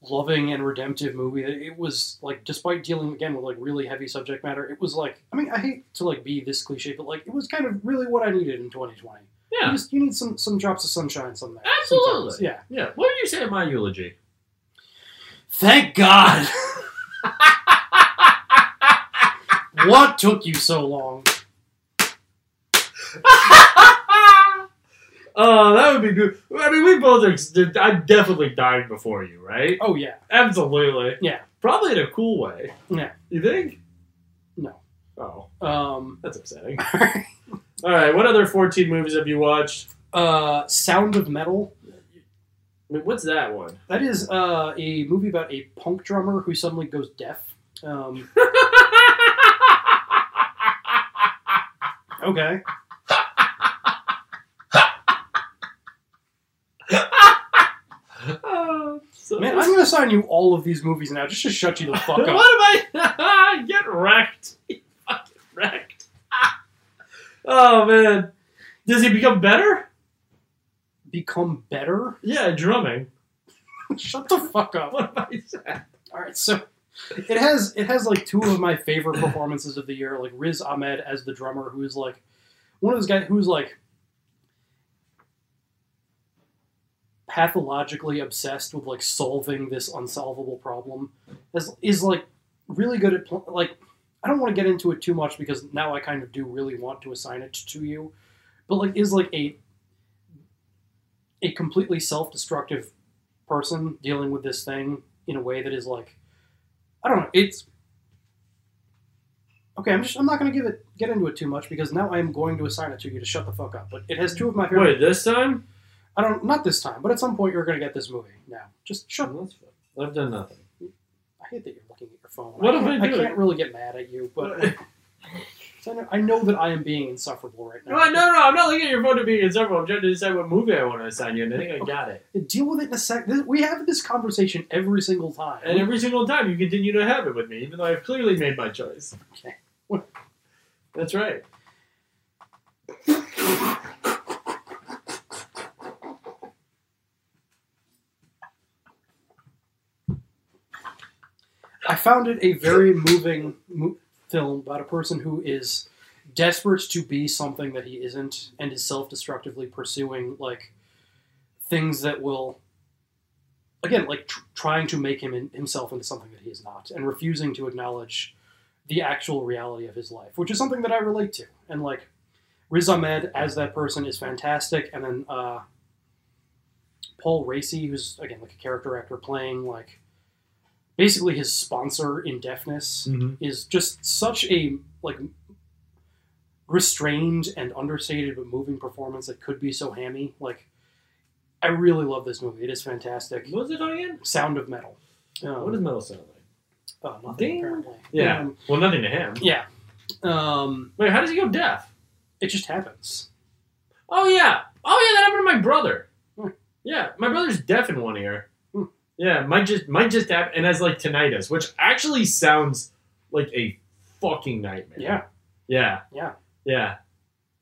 S6: loving and redemptive movie that it was like despite dealing again with like really heavy subject matter, it was like I mean, I hate to like be this cliche, but like it was kind of really what I needed in 2020. You
S5: Yeah.
S6: just you need some some drops of sunshine somewhere.
S5: Absolutely.
S6: sometimes. Yeah.
S5: Yeah. What do you say in my eulogy?
S6: Thank God. what took you so long?
S5: Oh, that would be good. I mean, we both are. I definitely died before you, right?
S6: Oh yeah.
S5: Absolutely.
S6: Yeah.
S5: Probably in a cool way.
S6: Yeah.
S5: You think?
S6: No.
S5: Oh,
S6: Um
S5: that's upsetting. All right. What other 14 movies have you watched?
S6: uh Sound of Metal.
S5: I mean, what's that one?
S6: That is uh, a movie about a punk drummer who suddenly goes deaf. Um, okay. Uh,
S5: Oh, so-
S6: Man, I'm going to assign you all of these movies now just to shut you the fuck
S5: what am
S6: up.
S5: I? Get wrecked. You fucking wrecked. oh man. Does he become better?
S6: Become better?
S5: Yeah, drumming.
S6: shut the fuck up.
S5: What am I saying?
S6: All right, so it has it has like two of my favorite performances of the year, like Riz Ahmed as the drummer, who is like one of those guys who's like pathologically obsessed with like solving this unsolvable problem. Is is like really good at pl- like I don't want to get into it too much because now I kind of do really want to assign it to you, but like is like a a completely self-destructive person dealing with this thing in a way that is like I don't know. It's okay. I'm just I'm not going to give it get into it too much because now I am going to assign it to you to shut the fuck up. But it has two of my favorite.
S5: Wait, this time?
S6: I don't not this time, but at some point you're going to get this movie. Now, just shut. up.
S5: I've done nothing.
S6: I hate that you're looking at your phone.
S5: What
S6: I
S5: am
S6: can't-
S5: I
S6: I
S5: doing?
S6: can't really get mad at you, but. I know- I know that I am being insufferable right
S5: No,
S6: now.
S5: no, no, I'm not looking at your phone to be inseparable. I'm trying to decide what movie I want to assign you, and I think I got it.
S6: Deal with it in a sec. this- We have this conversation every single time.
S5: And every single time you continue to have it with me, even though I've clearly made my choice.
S6: Okay.
S5: That's right.
S6: I found it a very moving mo- film about a person who is desperate to be something that he isn't and is self-destructively pursuing like things that will again like tr- trying to make him in- himself into something that he is not and refusing to acknowledge the actual reality of his life which is something that i relate to and like riz ahmed as that person is fantastic and then uh paul racy who's again like a character actor playing like basically his sponsor in deafness
S5: Mhm.
S6: is just such a like restrained and understated but moving performance that could be so hammy like I really love this movie. It is fantastic.
S5: What was it on again?
S6: Sound of Metal. Um,
S5: What does metal sound like?
S6: Oh, nothing
S5: Ding.
S6: apparently.
S5: Yeah.
S6: Um,
S5: well, nothing to him.
S6: yeah. Um,
S5: Wait, how does he go deaf?
S6: it just happens.
S5: Oh yeah. Oh yeah, that happened to my brother.
S6: Hmm.
S5: Yeah, my brother's deaf in one ear.
S6: Hmm.
S5: Yeah, might just might just happen, and has like tinnitus, which actually sounds like a fucking nightmare.
S6: Yeah.
S5: Yeah.
S6: Yeah.
S5: Yeah.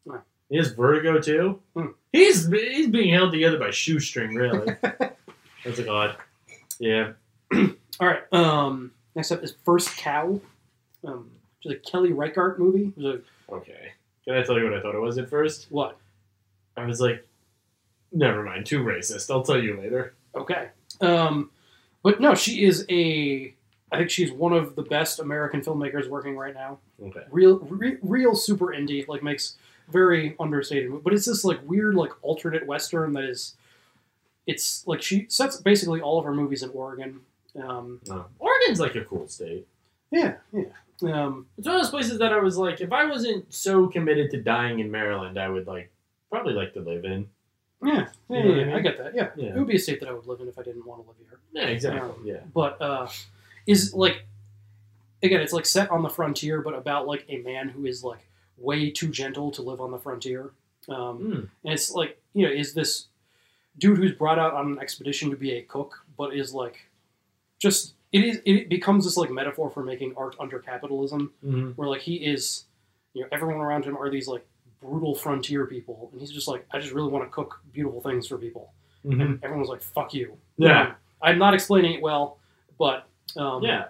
S6: Right.
S5: He has vertigo too.
S6: Hmm.
S5: He's he's being held together by shoestring, really. That's like odd. Yeah.
S6: All right. Um, next up is First Cow, um, which is a Kelly Reichardt movie. It was a,
S5: Okay. Can I tell you what I thought it was at first?
S6: what?
S5: I was like, never mind, too racist. I'll tell you later.
S6: Okay. Um, but no, she is a. I think she's one of the best American filmmakers working right now.
S5: Okay.
S6: Real, re, real super indie. Like makes very understated. But it's this like weird like alternate western that is. It's like she sets basically all of her movies in Oregon. Um,
S5: No. Uh, Oregon's like a cool state.
S6: yeah, yeah. Um,
S5: It's one of those places that I was like, if I wasn't so committed to dying in Maryland, I would like probably like to live in.
S6: yeah,
S5: You
S6: yeah,
S5: know what I
S6: yeah, I,
S5: mean?
S6: get that. Yeah.
S5: Yeah.
S6: it would be a state that I would live in if I didn't want to live here.
S5: Yeah, exactly. Yeah.
S6: But uh, is like again, it's like set on the frontier, but about like a man who is like way too gentle to live on the frontier. Um,
S5: Mm.
S6: and it's like you know, is this dude who's brought out on an expedition to be a cook, but is like just it is it becomes this like metaphor for making art under capitalism,
S5: hmm
S6: where like he is, you know, everyone around him are these like brutal frontier people, and he's just like, I just really want to cook beautiful things for people,
S5: Mm-hmm.
S6: and everyone's like, fuck you.
S5: Yeah.
S6: Um, I'm not explaining it well, but um,
S5: yeah.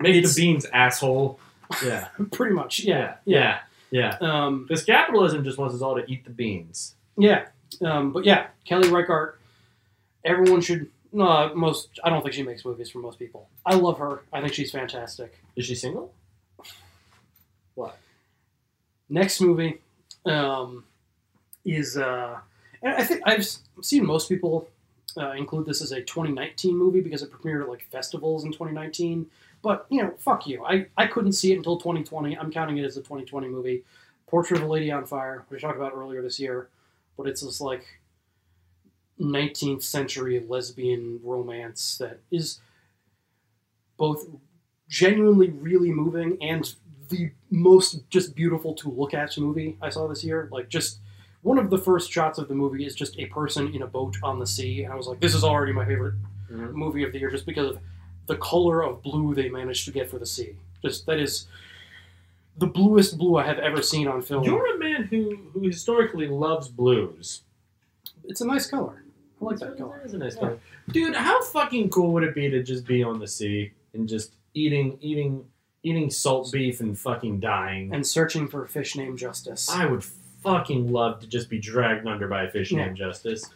S5: Make the
S6: it's-
S5: beans, asshole. Yeah.
S6: pretty much, yeah,
S5: Yeah. Yeah.
S6: Um,
S5: Because capitalism just wants us all to eat the beans.
S6: yeah, um, but yeah, Kelly Reichardt. Everyone should. No, most. I don't think she makes movies for most people. I love her. I think she's fantastic.
S5: Is she single?
S6: Next movie um, is, uh, and I think I've s- seen most people uh, include this as a 2019 movie because it premiered at like festivals in 2019. But you know, fuck you. I, I couldn't see it until 2020. I'm counting it as a 2020 movie. Portrait of a Lady on Fire, which we talked about earlier this year, but it's this like 19th century lesbian romance that is both genuinely really moving and the most just beautiful to look at movie I saw this year. Like just one of the first shots of the movie is just a person in a boat on the sea, and I was like, this is already my favorite
S5: Mhm.
S6: movie of the year just because of the color of blue they managed to get for the sea. Just that is the bluest blue I have ever seen on film.
S5: You're a man who, who historically loves blues.
S6: It's a nice color. I like that color.
S5: That is a nice color. Dude, how fucking cool would it be to just be on the sea and just eating eating eating salt beef and fucking dying?
S6: And searching for a fish named Justice.
S5: I would fucking love to just be dragged under by a fish
S6: Yeah.
S5: named Justice.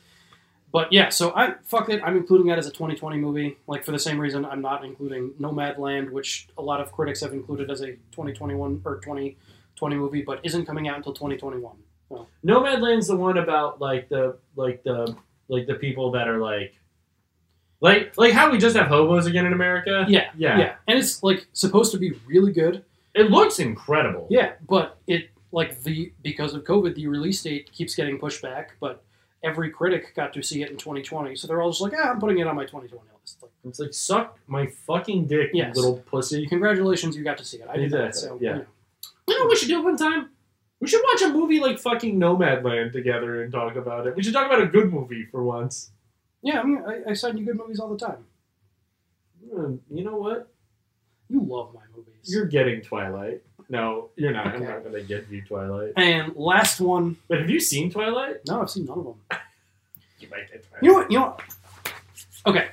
S6: But yeah, so I fuck it. I'm including that as a 2020 movie. Like for the same reason, I'm not including Nomadland, which a lot of critics have included as a 2021 or 2020 movie, but isn't coming out until 2021. So,
S5: Nomadland's the one about like the like the like the people that are like like like how we just have hobos again in America.
S6: yeah,
S5: Yeah.
S6: yeah, and it's like supposed to be really good.
S5: It looks incredible.
S6: Yeah, but it like the because of COVID, the release date keeps getting pushed back. But every critic got to see it in 2020, so they're all just like, ah, I'm putting it on my 2020 list. Like,
S5: It's like suck my fucking dick, you
S6: Yes.
S5: little pussy.
S6: congratulations, you got to see it. I did that.
S5: Exactly,
S6: So
S5: yeah.
S6: you know.
S5: You know what we should do one time? We should watch a movie like fucking Nomadland together and talk about it. We should talk about a good movie for once.
S6: yeah, I, mean, I, I send you good movies all the time.
S5: Hmm, You know what?
S6: You love my movies.
S5: You're getting Twilight. No, you're not. I'm
S6: Okay.
S5: not gonna give you Twilight.
S6: And last one.
S5: But have you seen Twilight?
S6: No, I've seen none of them.
S5: You might get Twilight.
S6: You know what? You know what? Okay.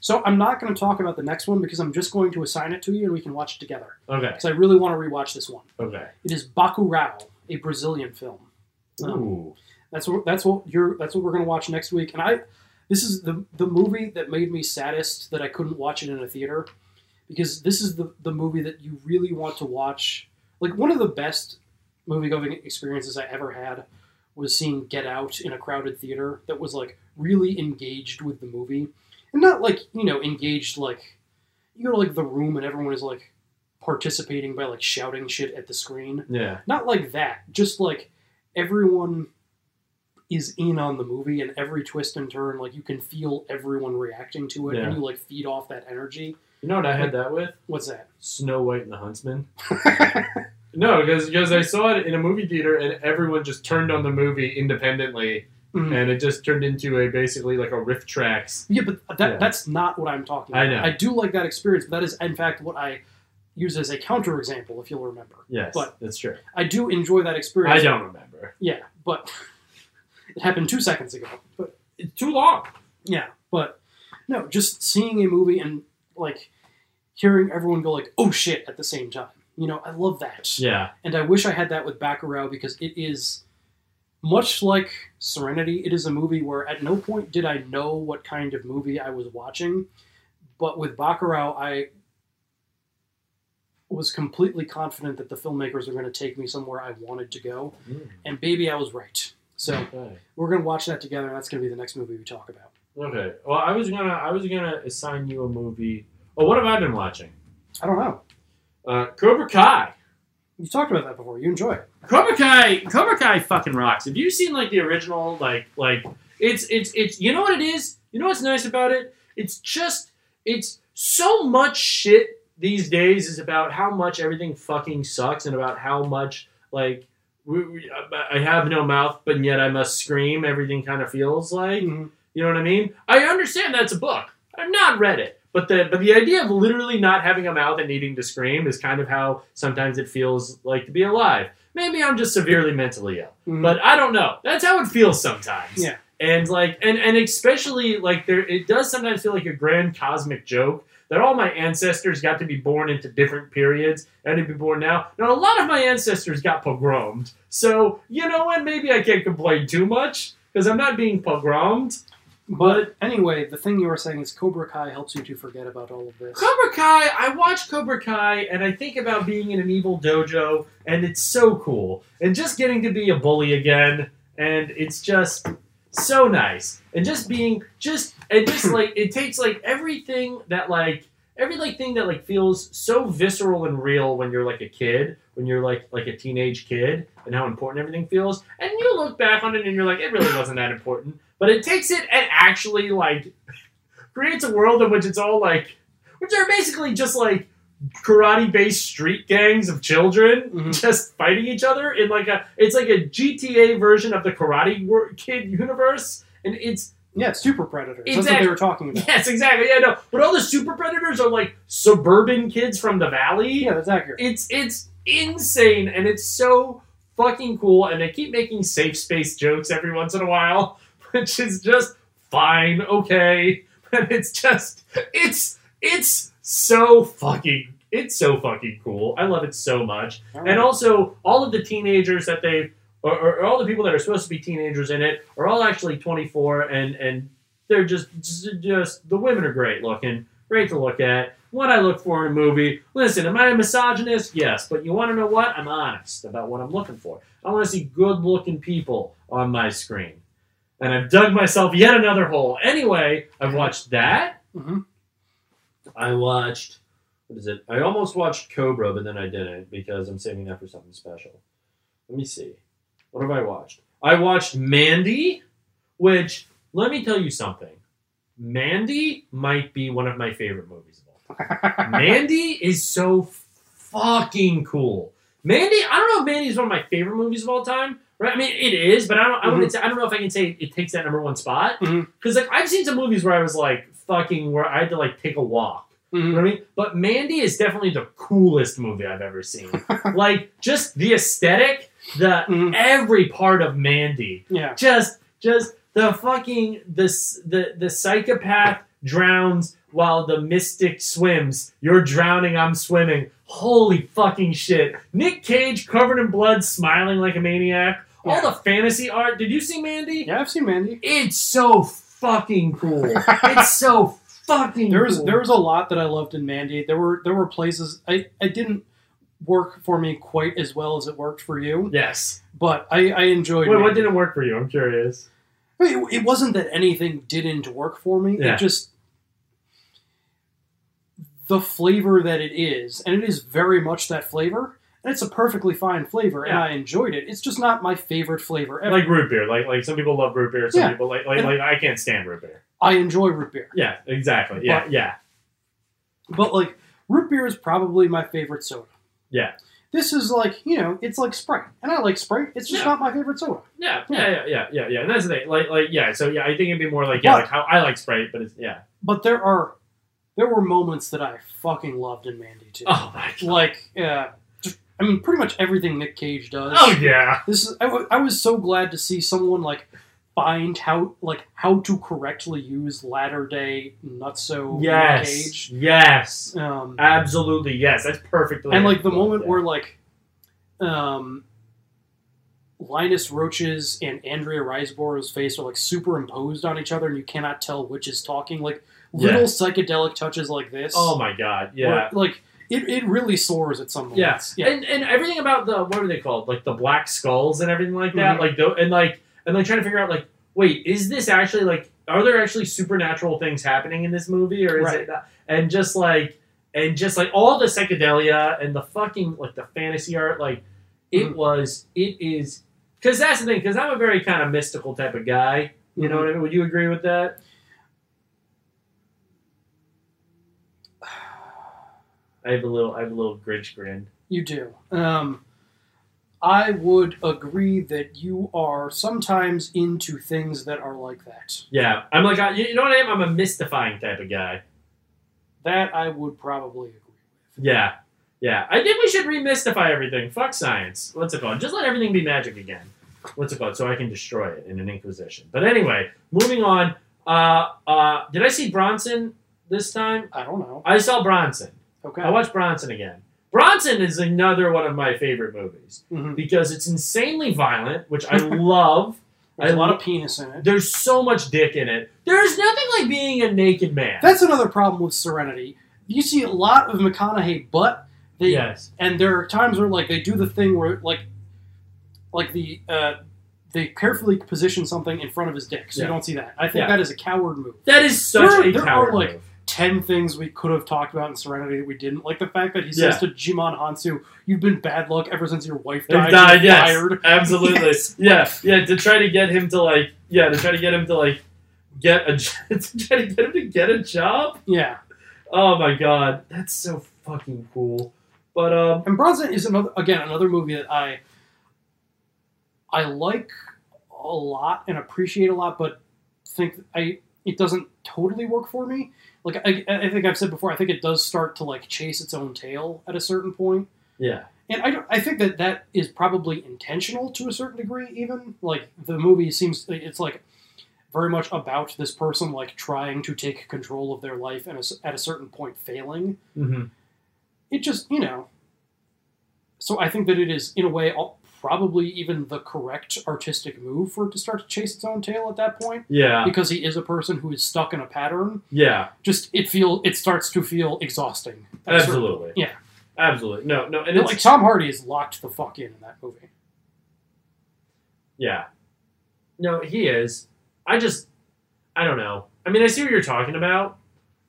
S6: So I'm not going to talk about the next one because I'm just going to assign it to you and we can watch it together.
S5: Okay.
S6: Because I really want to rewatch this one.
S5: Okay.
S6: It is Bacurau, a Brazilian film. Um,
S5: Ooh.
S6: that's what that's what you're that's what we're going to watch next week. And I, this is the the movie that made me saddest that I couldn't watch it in a theater because this is the the movie that you really want to watch. Like one of the best movie going experiences I ever had was seeing Get Out in a crowded theater that was like really engaged with the movie. And not like, you know, engaged like you go to like the room and everyone is like participating by like shouting shit at the screen.
S5: Yeah.
S6: Not like that. Just like everyone is in on the movie and every twist and turn, like you can feel everyone reacting to it,
S5: Yeah.
S6: and you like feed off that energy.
S5: You know what I had that with?
S6: What's that?
S5: Snow White and the Huntsman. no, because I saw it in a movie theater and everyone just turned on the movie independently,
S6: Mhm.
S5: and it just turned into a basically like a riff tracks.
S6: Yeah, but that,
S5: Yeah.
S6: that's not what I'm talking
S5: I
S6: about.
S5: know.
S6: I do like that experience, but that is, in fact, what I use as a counterexample, if you'll remember.
S5: Yes,
S6: But
S5: that's true.
S6: I do enjoy that experience.
S5: I don't remember.
S6: Yeah, but it happened two seconds ago. But
S5: It's too long.
S6: yeah, but no, just seeing a movie and like hearing everyone go like, "Oh shit!" at the same time. You know, I love that.
S5: Yeah.
S6: And I wish I had that with Baccarat because it is much like Serenity. It is a movie where at no point did I know what kind of movie I was watching, but with Baccarat, I was completely confident that the filmmakers were going to take me somewhere I wanted to go, and baby, I was right. So
S5: Okay.
S6: we're going to watch that together, and that's going to be the next movie we talk about.
S5: Okay. Well, I was gonna I was gonna assign you a movie. Oh, what have I been watching?
S6: I don't know.
S5: Uh, Cobra Kai.
S6: You talked about that before. You enjoy it.
S5: Cobra Kai, Cobra Kai fucking rocks. Have you seen like the original? Like, like it's it's it's. You know what it is? You know what's nice about it? It's just it's so much shit these days is about how much everything fucking sucks and about how much like we, we, I have no mouth but yet I must scream. Everything kind of feels like.
S6: Mm-hmm.
S5: You know what I mean? I understand that's a book. I've not read it. But the but the idea of literally not having a mouth and needing to scream is kind of how sometimes it feels like to be alive. Maybe I'm just severely mentally ill. But I don't know. That's how it feels sometimes.
S6: Yeah.
S5: And like and and especially like there it does sometimes feel like a grand cosmic joke that all my ancestors got to be born into different periods and to be born now. Now a lot of my ancestors got pogromed. So, you know what, maybe I can't complain too much because I'm not being pogromed.
S6: But anyway, the thing you were saying is Cobra Kai helps you to forget about all of this.
S5: Cobra Kai, I watch Cobra Kai and I think about being in an evil dojo and it's so cool. And just getting to be a bully again and it's just so nice. And just being just and just like it takes like everything that like every like thing that like feels so visceral and real when you're like a kid, when you're like like a teenage kid and how important everything feels. And you look back on it and you're like it really wasn't that important. But it takes it and actually like creates a world in which it's all like which are basically just like karate based street gangs of children just fighting each other in like a it's like a GTA version of the Karate Wor- Kid universe and it's
S6: Yeah, super predators. That's what
S5: Exact-
S6: they were talking about.
S5: yes exactly yeah no but all the super predators are like suburban kids from the valley
S6: Yeah, that's accurate.
S5: it's it's insane and it's so fucking cool and they keep making safe space jokes every once in a while which is just fine okay but it's just it's it's so fucking it's so fucking cool i love it so much
S6: Alright.
S5: and also all of the teenagers that they or, or, or all the people that are supposed to be teenagers in it are all actually 24 and and they're just just the women are great looking great to look at what i look for in a movie listen am i a misogynist yes but you want to know what i'm honest about what i'm looking for i want to see good looking people on my screen and i've dug myself yet another hole anyway i've watched that
S6: Mhm.
S5: i watched what is it i almost watched cobra but then i didn't because i'm saving that for something special let me see what have i watched i watched mandy which let me tell you something Mandy might be one of my favorite movies of all time. Mandy is so fucking cool. Mandy, I don't know if Mandy is one of my favorite movies of all time. Right? I mean, it is, but I don't. I wouldn't. Say, I don't know if I can say it takes that number one spot because
S6: Mhm.
S5: like I've seen some movies where I was like fucking where I had to like take a walk.
S6: Mm-hmm.
S5: You know what I mean? But Mandy is definitely the coolest movie I've ever seen. like just the aesthetic, the every part of Mandy
S6: Yeah.
S5: just just the fucking this the the psychopath drowns while the mystic swims you're drowning i'm swimming holy fucking shit nick cage covered in blood smiling like a maniac all the fantasy art did you see mandy
S6: Yeah, I've seen Mandy.
S5: it's so fucking cool it's so fucking
S6: There was
S5: cool.
S6: there was a lot that I loved in Mandy. There were there were places I, I didn't work for me quite as well as it worked for you,
S5: yes
S6: but I, I enjoyed.
S5: wait what
S6: Mandy.
S5: didn't work for you i'm curious
S6: I mean, it, it wasn't that anything didn't work for me.
S5: Yeah.
S6: It just the flavor that it is, and it is very much that flavor. and it's a perfectly fine flavor, and
S5: Yeah.
S6: I enjoyed it. It's just not my favorite flavor ever.
S5: Like root beer. Like like some people love root beer. Some
S6: Yeah.
S5: people like like,
S6: And-
S5: like I can't stand root beer.
S6: I enjoy root beer,
S5: Yeah, exactly. Yeah,
S6: But-
S5: yeah,
S6: but like root beer is probably my favorite soda.
S5: yeah,
S6: This is like you know, it's like Sprite, and I like Sprite. It's just
S5: Yeah.
S6: not my favorite soda.
S5: yeah, yeah, yeah, yeah, yeah, yeah. And that's the thing. Like like yeah. So yeah, I think it'd be more like yeah,
S6: But-
S5: like how I like Sprite, but it's yeah.
S6: But there are there were moments that I fucking loved in Mandy too.
S5: Oh my god.
S6: Like, uh, just, I mean, pretty much everything Nick Cage does.
S5: Oh yeah.
S6: This is I, w- I was so glad to see someone like find how like how to correctly use latter day nutso
S5: Yes.
S6: Nick Cage.
S5: Yes.
S6: Um,
S5: Absolutely yes. That's perfectly.
S6: and like the moment
S5: yeah.
S6: where like um, Linus Roach's and Andrea Riseborough's face are like superimposed on each other, and you cannot tell which is talking. Like little
S5: Yeah.
S6: psychedelic touches like this.
S5: Oh my god. Yeah.
S6: where, like it, it really soars at some moments.
S5: Yeah.
S6: yeah.
S5: And and everything about the what are they called? Like the black skulls and everything like that.
S6: Mhm.
S5: Like the, and like and like trying to figure out like wait, is this actually like are there actually supernatural things happening in this movie or is
S6: Right.
S5: it not? and just like and just like all the psychedelia and the fucking like the fantasy art like it
S6: Mhm.
S5: was it is cuz that's the thing cuz I'm a very kind of mystical type of guy. You know
S6: Mhm.
S5: what I mean? Would you agree with that? I have a little I have a little Grinch grin.
S6: You do. Um, I would agree that you are sometimes into things that are like that.
S5: Yeah, I'm like, I, you know what I am? I'm a mystifying type of guy.
S6: That I would probably agree with.
S5: Yeah, yeah. I think we should remystify everything. Fuck science. What's it called? Just let everything be magic again. What's it called? So I can destroy it in an inquisition. But anyway, moving on. Uh, uh, did I see Bronson this time?
S6: I don't know.
S5: I saw Bronson.
S6: Okay.
S5: I watched Bronson again. Bronson is another one of my favorite movies
S6: Mhm.
S5: because it's insanely violent, which I love.
S6: There's
S5: I
S6: a lot of
S5: lo-
S6: penis in it.
S5: There's so much dick in it. There's nothing like being a naked man.
S6: That's another problem with Serenity. You see a lot of McConaughey butt. They,
S5: yes.
S6: And there are times where like they do the thing where like like the uh, they carefully position something in front of his dick, so
S5: Yeah.
S6: you don't see that. I think
S5: Yeah.
S6: that is a coward move.
S5: That is such
S6: There-
S5: a
S6: there are,
S5: coward
S6: like,
S5: move.
S6: 10 things we could have talked about in Serenity that we didn't. Like the fact that he says to Jimon Hansu, You've been bad luck ever since your wife died.
S5: They've died,
S6: You're
S5: yes,
S6: fired."
S5: absolutely, yeah, yeah. To try to get him to like, yeah, to try to get him to like get a, to try to get him to get a job.
S6: Yeah.
S5: Oh my god, that's so fucking cool. But um,
S6: And Bronson is another, again, another movie that I I like a lot and appreciate a lot, but think I it doesn't totally work for me. Like I, I think I've said before, I think it does start to like chase its own tail at a certain point.
S5: yeah,
S6: And I, don't- I think that that is probably intentional to a certain degree, even. Like, the movie seems, it's like very much about this person, like, trying to take control of their life and a s- at a certain point failing.
S5: hmm
S6: It just, you know. So I think that it is, in a way, all, probably even the correct artistic move for it to start to chase its own tail at that point.
S5: yeah,
S6: Because he is a person who is stuck in a pattern.
S5: yeah,
S6: Just, it feel it starts to feel exhausting. at a certain-
S5: absolutely,
S6: Yeah.
S5: absolutely. No, no, and
S6: And
S5: it's
S6: like, Tom Hardy is locked the fuck in in that movie.
S5: Yeah. No, he is. I just, I don't know. I mean, I see what you're talking about.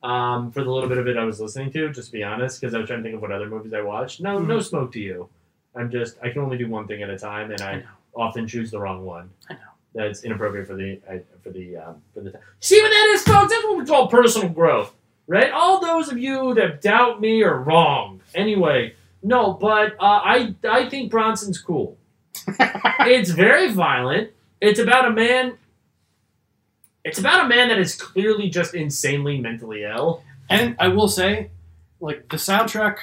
S5: Um, for the little bit of it I was listening to, just to be honest, because I was trying to think of what other movies I watched. No,
S6: Hmm.
S5: no smoke to you. I'm just, I can only do one thing at a time, and I,
S6: I know.
S5: often choose the wrong one.
S6: I know.
S5: That's inappropriate for the I, for the um, for the. See what that is, folks. That's what we call personal growth, right? All those of you that doubt me are wrong. Anyway, no, but uh, I I think Bronson's cool. it's very violent. It's about a man. It's about a man that is clearly just insanely mentally ill.
S6: And I will say, like the soundtrack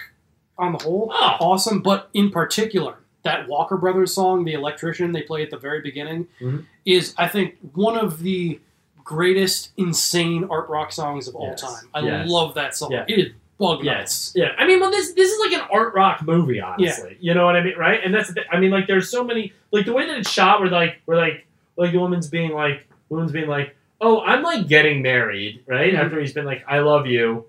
S6: on the whole,
S5: Oh.
S6: awesome. But in particular, that Walker Brothers song, "The Electrician," they play at the very beginning,
S5: Mhm.
S6: is I think one of the greatest insane art rock songs of all
S5: Yes.
S6: time. I
S5: Yes.
S6: love that song.
S5: Yeah.
S6: It is bug
S5: Yes.
S6: nuts.
S5: Yeah. I mean, well, this this is like an art rock movie, honestly. You know what I mean, right? And that's the thing. I mean, like, there's so many like the way that it's shot, where like where like like the woman's being like the woman's being like, oh, I'm like getting married, right?
S6: Mhm.
S5: After he's been like, I love you,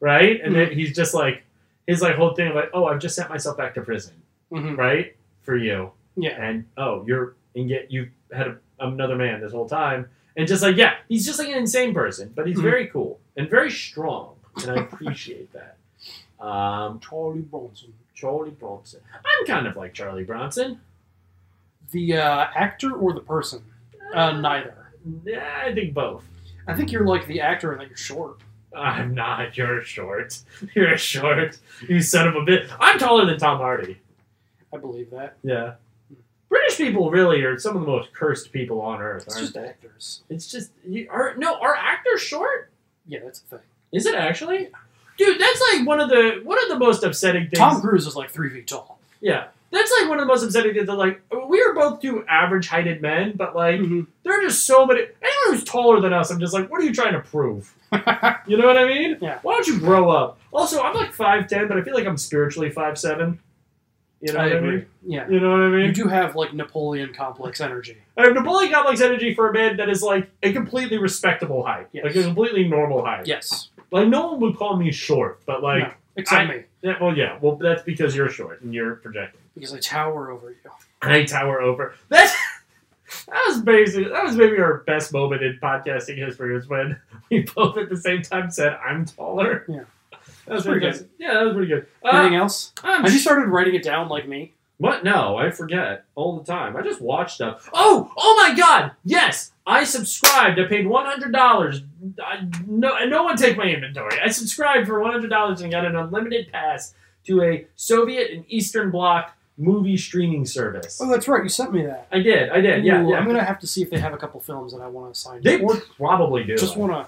S5: right? And then he's just like his like whole thing of like, oh, I've just sent myself back to prison,
S6: Mhm.
S5: right? For you,
S6: Yeah.
S5: and oh, you're and get you had a, another man this whole time, and just like yeah, he's just like an insane person, but he's
S6: Mhm.
S5: very cool and very strong, and I appreciate that. Um,
S6: Mm-hmm. Charlie Bronson.
S5: Charlie Bronson. I'm kind of like Charlie Bronson.
S6: The uh, actor or the person? Uh, neither.
S5: Yeah, I think both.
S6: I think you're like the actor and that you're short.
S5: I'm not. You're short. You're short. You son of a bitch. I'm taller than Tom Hardy.
S6: I believe that.
S5: Yeah. British people really are some of the most cursed people on earth,
S6: It's
S5: aren't
S6: just
S5: they?
S6: actors.
S5: It's just you are no, are actors short?
S6: Yeah, that's a thing.
S5: Is it actually? Dude, that's like one of the one of the most upsetting things.
S6: Tom Cruise is like three feet tall.
S5: Yeah. That's like one of the most upsetting things. That like we are both two average heighted men, but like
S6: Hmm. Mm-hmm.
S5: there are just so many. Anyone who's taller than us, I'm just like, what are you trying to prove? you know what I mean?
S6: Yeah.
S5: Why don't you grow up? Also, I'm like five ten, but I feel like I'm spiritually five seven. You know
S6: I
S5: what I
S6: agree.
S5: mean?
S6: Yeah.
S5: You know what I mean?
S6: You do have like Napoleon complex energy.
S5: I have Napoleon Complex energy for a man that is like a completely respectable height,
S6: Yes.
S5: like a completely normal height.
S6: Yes.
S5: Like no one would call me short, but like,
S6: No, except
S5: I-
S6: me.
S5: yeah, well, yeah, well, that's because you're short and you're projecting.
S6: Because I tower over you.
S5: I tower over. That's that was basically that was maybe our best moment in podcasting history was when we both at the same time said, "I'm taller."
S6: Yeah.
S5: that was
S6: Pretty
S5: pretty good. Yeah, that was pretty good.
S6: Anything
S5: Uh,
S6: else?
S5: I'm
S6: Have you started writing it down like me?
S5: What? No, I forget all the time. I just watch stuff. Oh, oh my God! Yes, I subscribed. I paid one hundred dollars. No, and no one take my inventory. I subscribed for one hundred dollars and got an unlimited pass to a Soviet and Eastern Bloc movie streaming service.
S6: Oh, that's right. You sent me that.
S5: I did. I did. Yeah,
S6: Ooh,
S5: yeah.
S6: I'm gonna have to see if they have a couple films that I want to sign.
S5: They
S6: or
S5: probably do.
S6: just want to.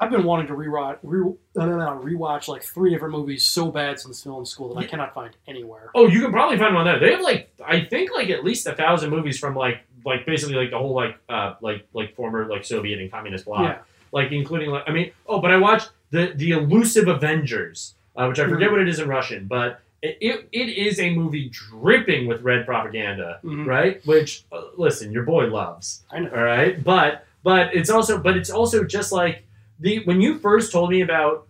S6: I've been wanting to rewatch, re, no, no, no, rewatch like three different movies so bad since film school that I cannot find anywhere.
S5: Oh, you can probably find one there. They have like I think like at least a thousand movies from like like basically like the whole like uh like like former like Soviet and communist bloc,
S6: Yeah.
S5: like including like I mean oh but I watched the the elusive Avengers, uh, which I forget
S6: Mhm.
S5: what it is in Russian, but it, it it is a movie dripping with red propaganda,
S6: Mhm.
S5: right? Which uh, listen, your boy loves,
S6: I know.
S5: all right, but but it's also but it's also just like the when you first told me about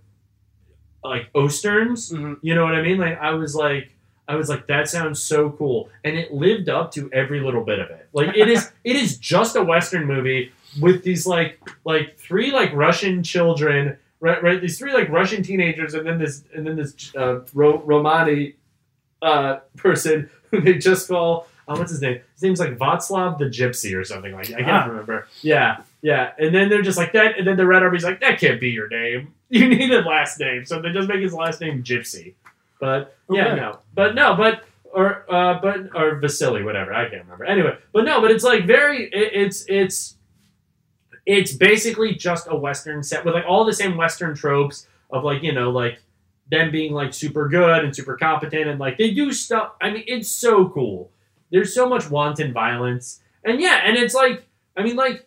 S5: like Osterns,
S6: Mhm.
S5: you know what I mean? Like I was like I was like that sounds so cool and it lived up to every little bit of it. Like it is it is just a western movie with these like like three like Russian children right right these three like Russian teenagers and then this and then this uh, Ro- Romani uh, person who they just call uh, what's his name? His name's like Václav the Gypsy or something like I can't
S6: Ah.
S5: remember. Yeah, yeah. And then they're just like that, and then the Red Army's like that can't be your name. You need a last name, so they just make his last name Gypsy. But yeah,
S6: Okay.
S5: no, but no, but or uh, but or Vasily, whatever. I can't remember. Anyway, but no, but it's like very. It, it's it's it's basically just a western set with like all the same western tropes of like you know like them being like super good and super competent and like they do stuff i mean it's so cool there's so much wanton violence and yeah and it's like i mean like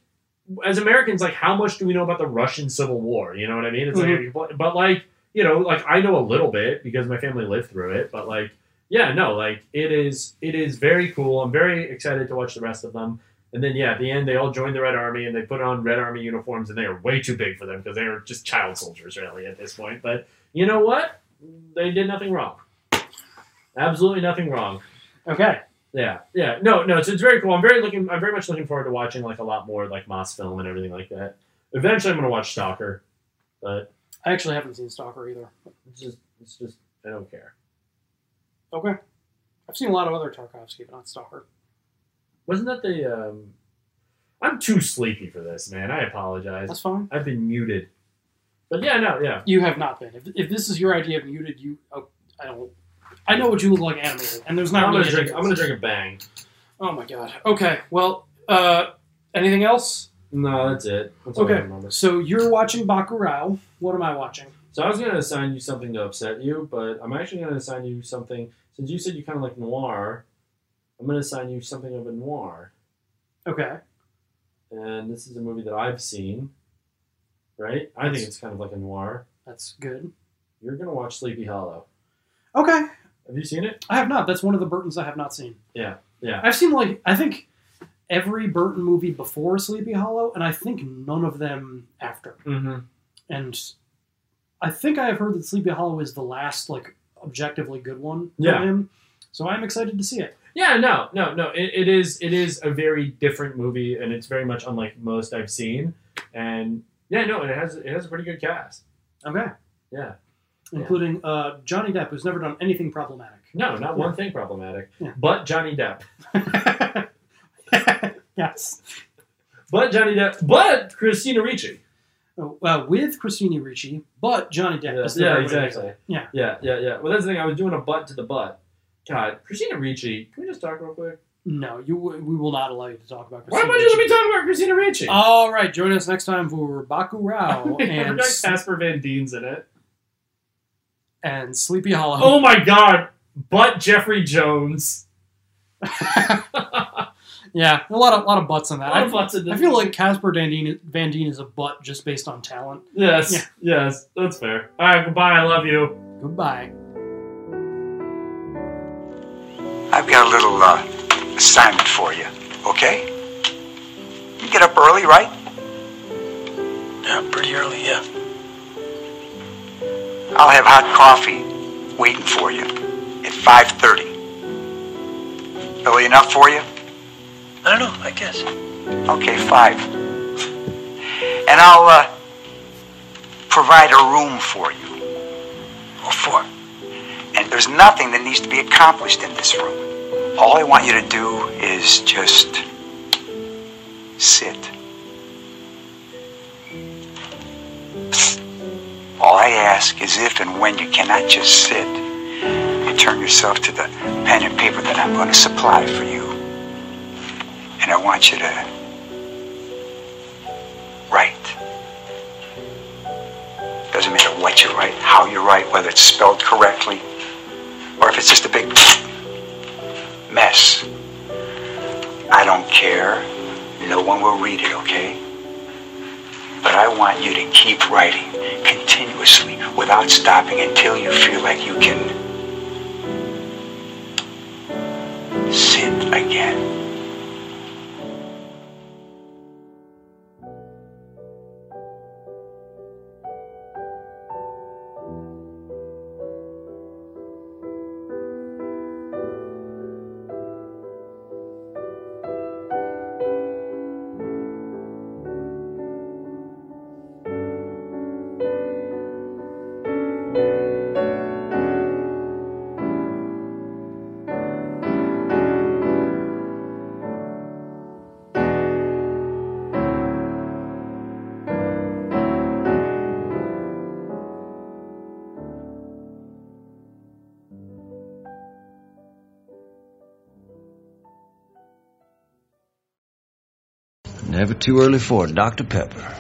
S5: as americans like how much do we know about the russian civil war you know what i mean it's like but like you know like i know a little bit because my family lived through it but like yeah no like it is it is very cool i'm very excited to watch the rest of them and then yeah, at the end they all join the Red Army and they put on Red Army uniforms and they are way too big for them because they are just child soldiers really at this point. But you know what? They did nothing wrong. Absolutely nothing wrong.
S6: Okay.
S5: Yeah, yeah. No, no. So it's very cool. I'm very looking. I'm very much looking forward to watching like a lot more like Moss film and everything like that. Eventually, I'm gonna watch Stalker, but
S6: I actually haven't seen Stalker either.
S5: it's just it's just I don't care.
S6: Okay. I've seen a lot of other Tarkovsky, but not Stalker.
S5: Wasn't that the? Um... I'm too sleepy for this, man. I apologize.
S6: That's fine.
S5: I've been muted. But yeah, no, yeah.
S6: You have not been. If, if this is your idea of muted, you. Oh, I don't. I know what you look like animated, and there's not.
S5: I'm
S6: really
S5: gonna
S6: a
S5: drink. I'm
S6: difference.
S5: gonna drink a bang.
S6: Oh my god. Okay. Well. Uh. Anything else?
S5: No, that's it. That's all I
S6: Okay.
S5: remember.
S6: So you're watching Bakurao. What am I watching?
S5: So I was gonna assign you something to upset you, but I'm actually gonna assign you something since you said you kind of like noir. I'm gonna assign you something of a noir,
S6: Okay.
S5: and this is a movie that I've seen. Right? I think it's kind of like a noir.
S6: That's good.
S5: You're gonna watch Sleepy Hollow.
S6: Okay.
S5: Have you seen it?
S6: I have not. That's one of the Burtons I have not seen.
S5: Yeah. Yeah.
S6: I've seen like I think every Burton movie before Sleepy Hollow, and I think none of them after.
S5: Mm-hmm.
S6: And I think I have heard that Sleepy Hollow is the last like objectively good one from
S5: Yeah.
S6: him. So I'm excited to see it.
S5: Yeah, no, no, no. It, it is it is a very different movie, and it's very much unlike most I've seen. And yeah, no, it has it has a pretty good cast.
S6: Okay.
S5: Yeah.
S6: including uh, Johnny Depp, who's never done anything problematic.
S5: No, not one thing problematic. But Johnny Depp.
S6: Yes.
S5: But Johnny Depp. But Christina Ricci.
S6: Oh, uh, with Christina Ricci, but Johnny Depp.
S5: Yeah,
S6: is the
S5: yeah
S6: right way to
S5: exactly.
S6: say it. Yeah.
S5: Yeah, yeah, yeah. Well, that's the thing. I was doing a butt to the butt. God, Christina Ricci. Can we just talk real quick?
S6: No, you. we will not allow you to talk about.
S5: Why
S6: Christina
S5: am I just
S6: Ricci. Oh,
S5: be talking about Christina Ricci?
S6: All right, join us next time for Baku Rao
S5: and
S6: and
S5: Casper Van Dien's in it.
S6: and Sleepy Hollow.
S5: Oh my God! But Jeffrey Jones.
S6: Yeah, a lot of lot of butts in that.
S5: Lot
S6: I,
S5: of butts in this
S6: I feel
S5: movie.
S6: like Casper Van Dien, Van Dien is a butt just based on talent.
S5: Yes.
S6: Yeah.
S5: Yes. That's fair. All right. Goodbye. I love you.
S6: Goodbye.
S10: I've got a little uh, assignment for you, okay? You get up early, right? Yeah, pretty early, yeah. I'll have hot coffee waiting for you at 5.30. Early enough for you? I don't know, I guess. Okay, five. And I'll uh, provide a room for you. What for? And there's nothing that needs to be accomplished in this room. All I want you to do is just sit. All I ask is if and when you cannot just sit, you turn yourself to the pen and paper that I'm going to supply for you. And I want you to write. Doesn't matter what you write, how you write, whether it's spelled correctly, or if it's just a big mess. I don't care. No one will read it, okay? But I want you to keep writing continuously without stopping until you feel like you can sit again.
S3: Never too early for a Dr. Pepper.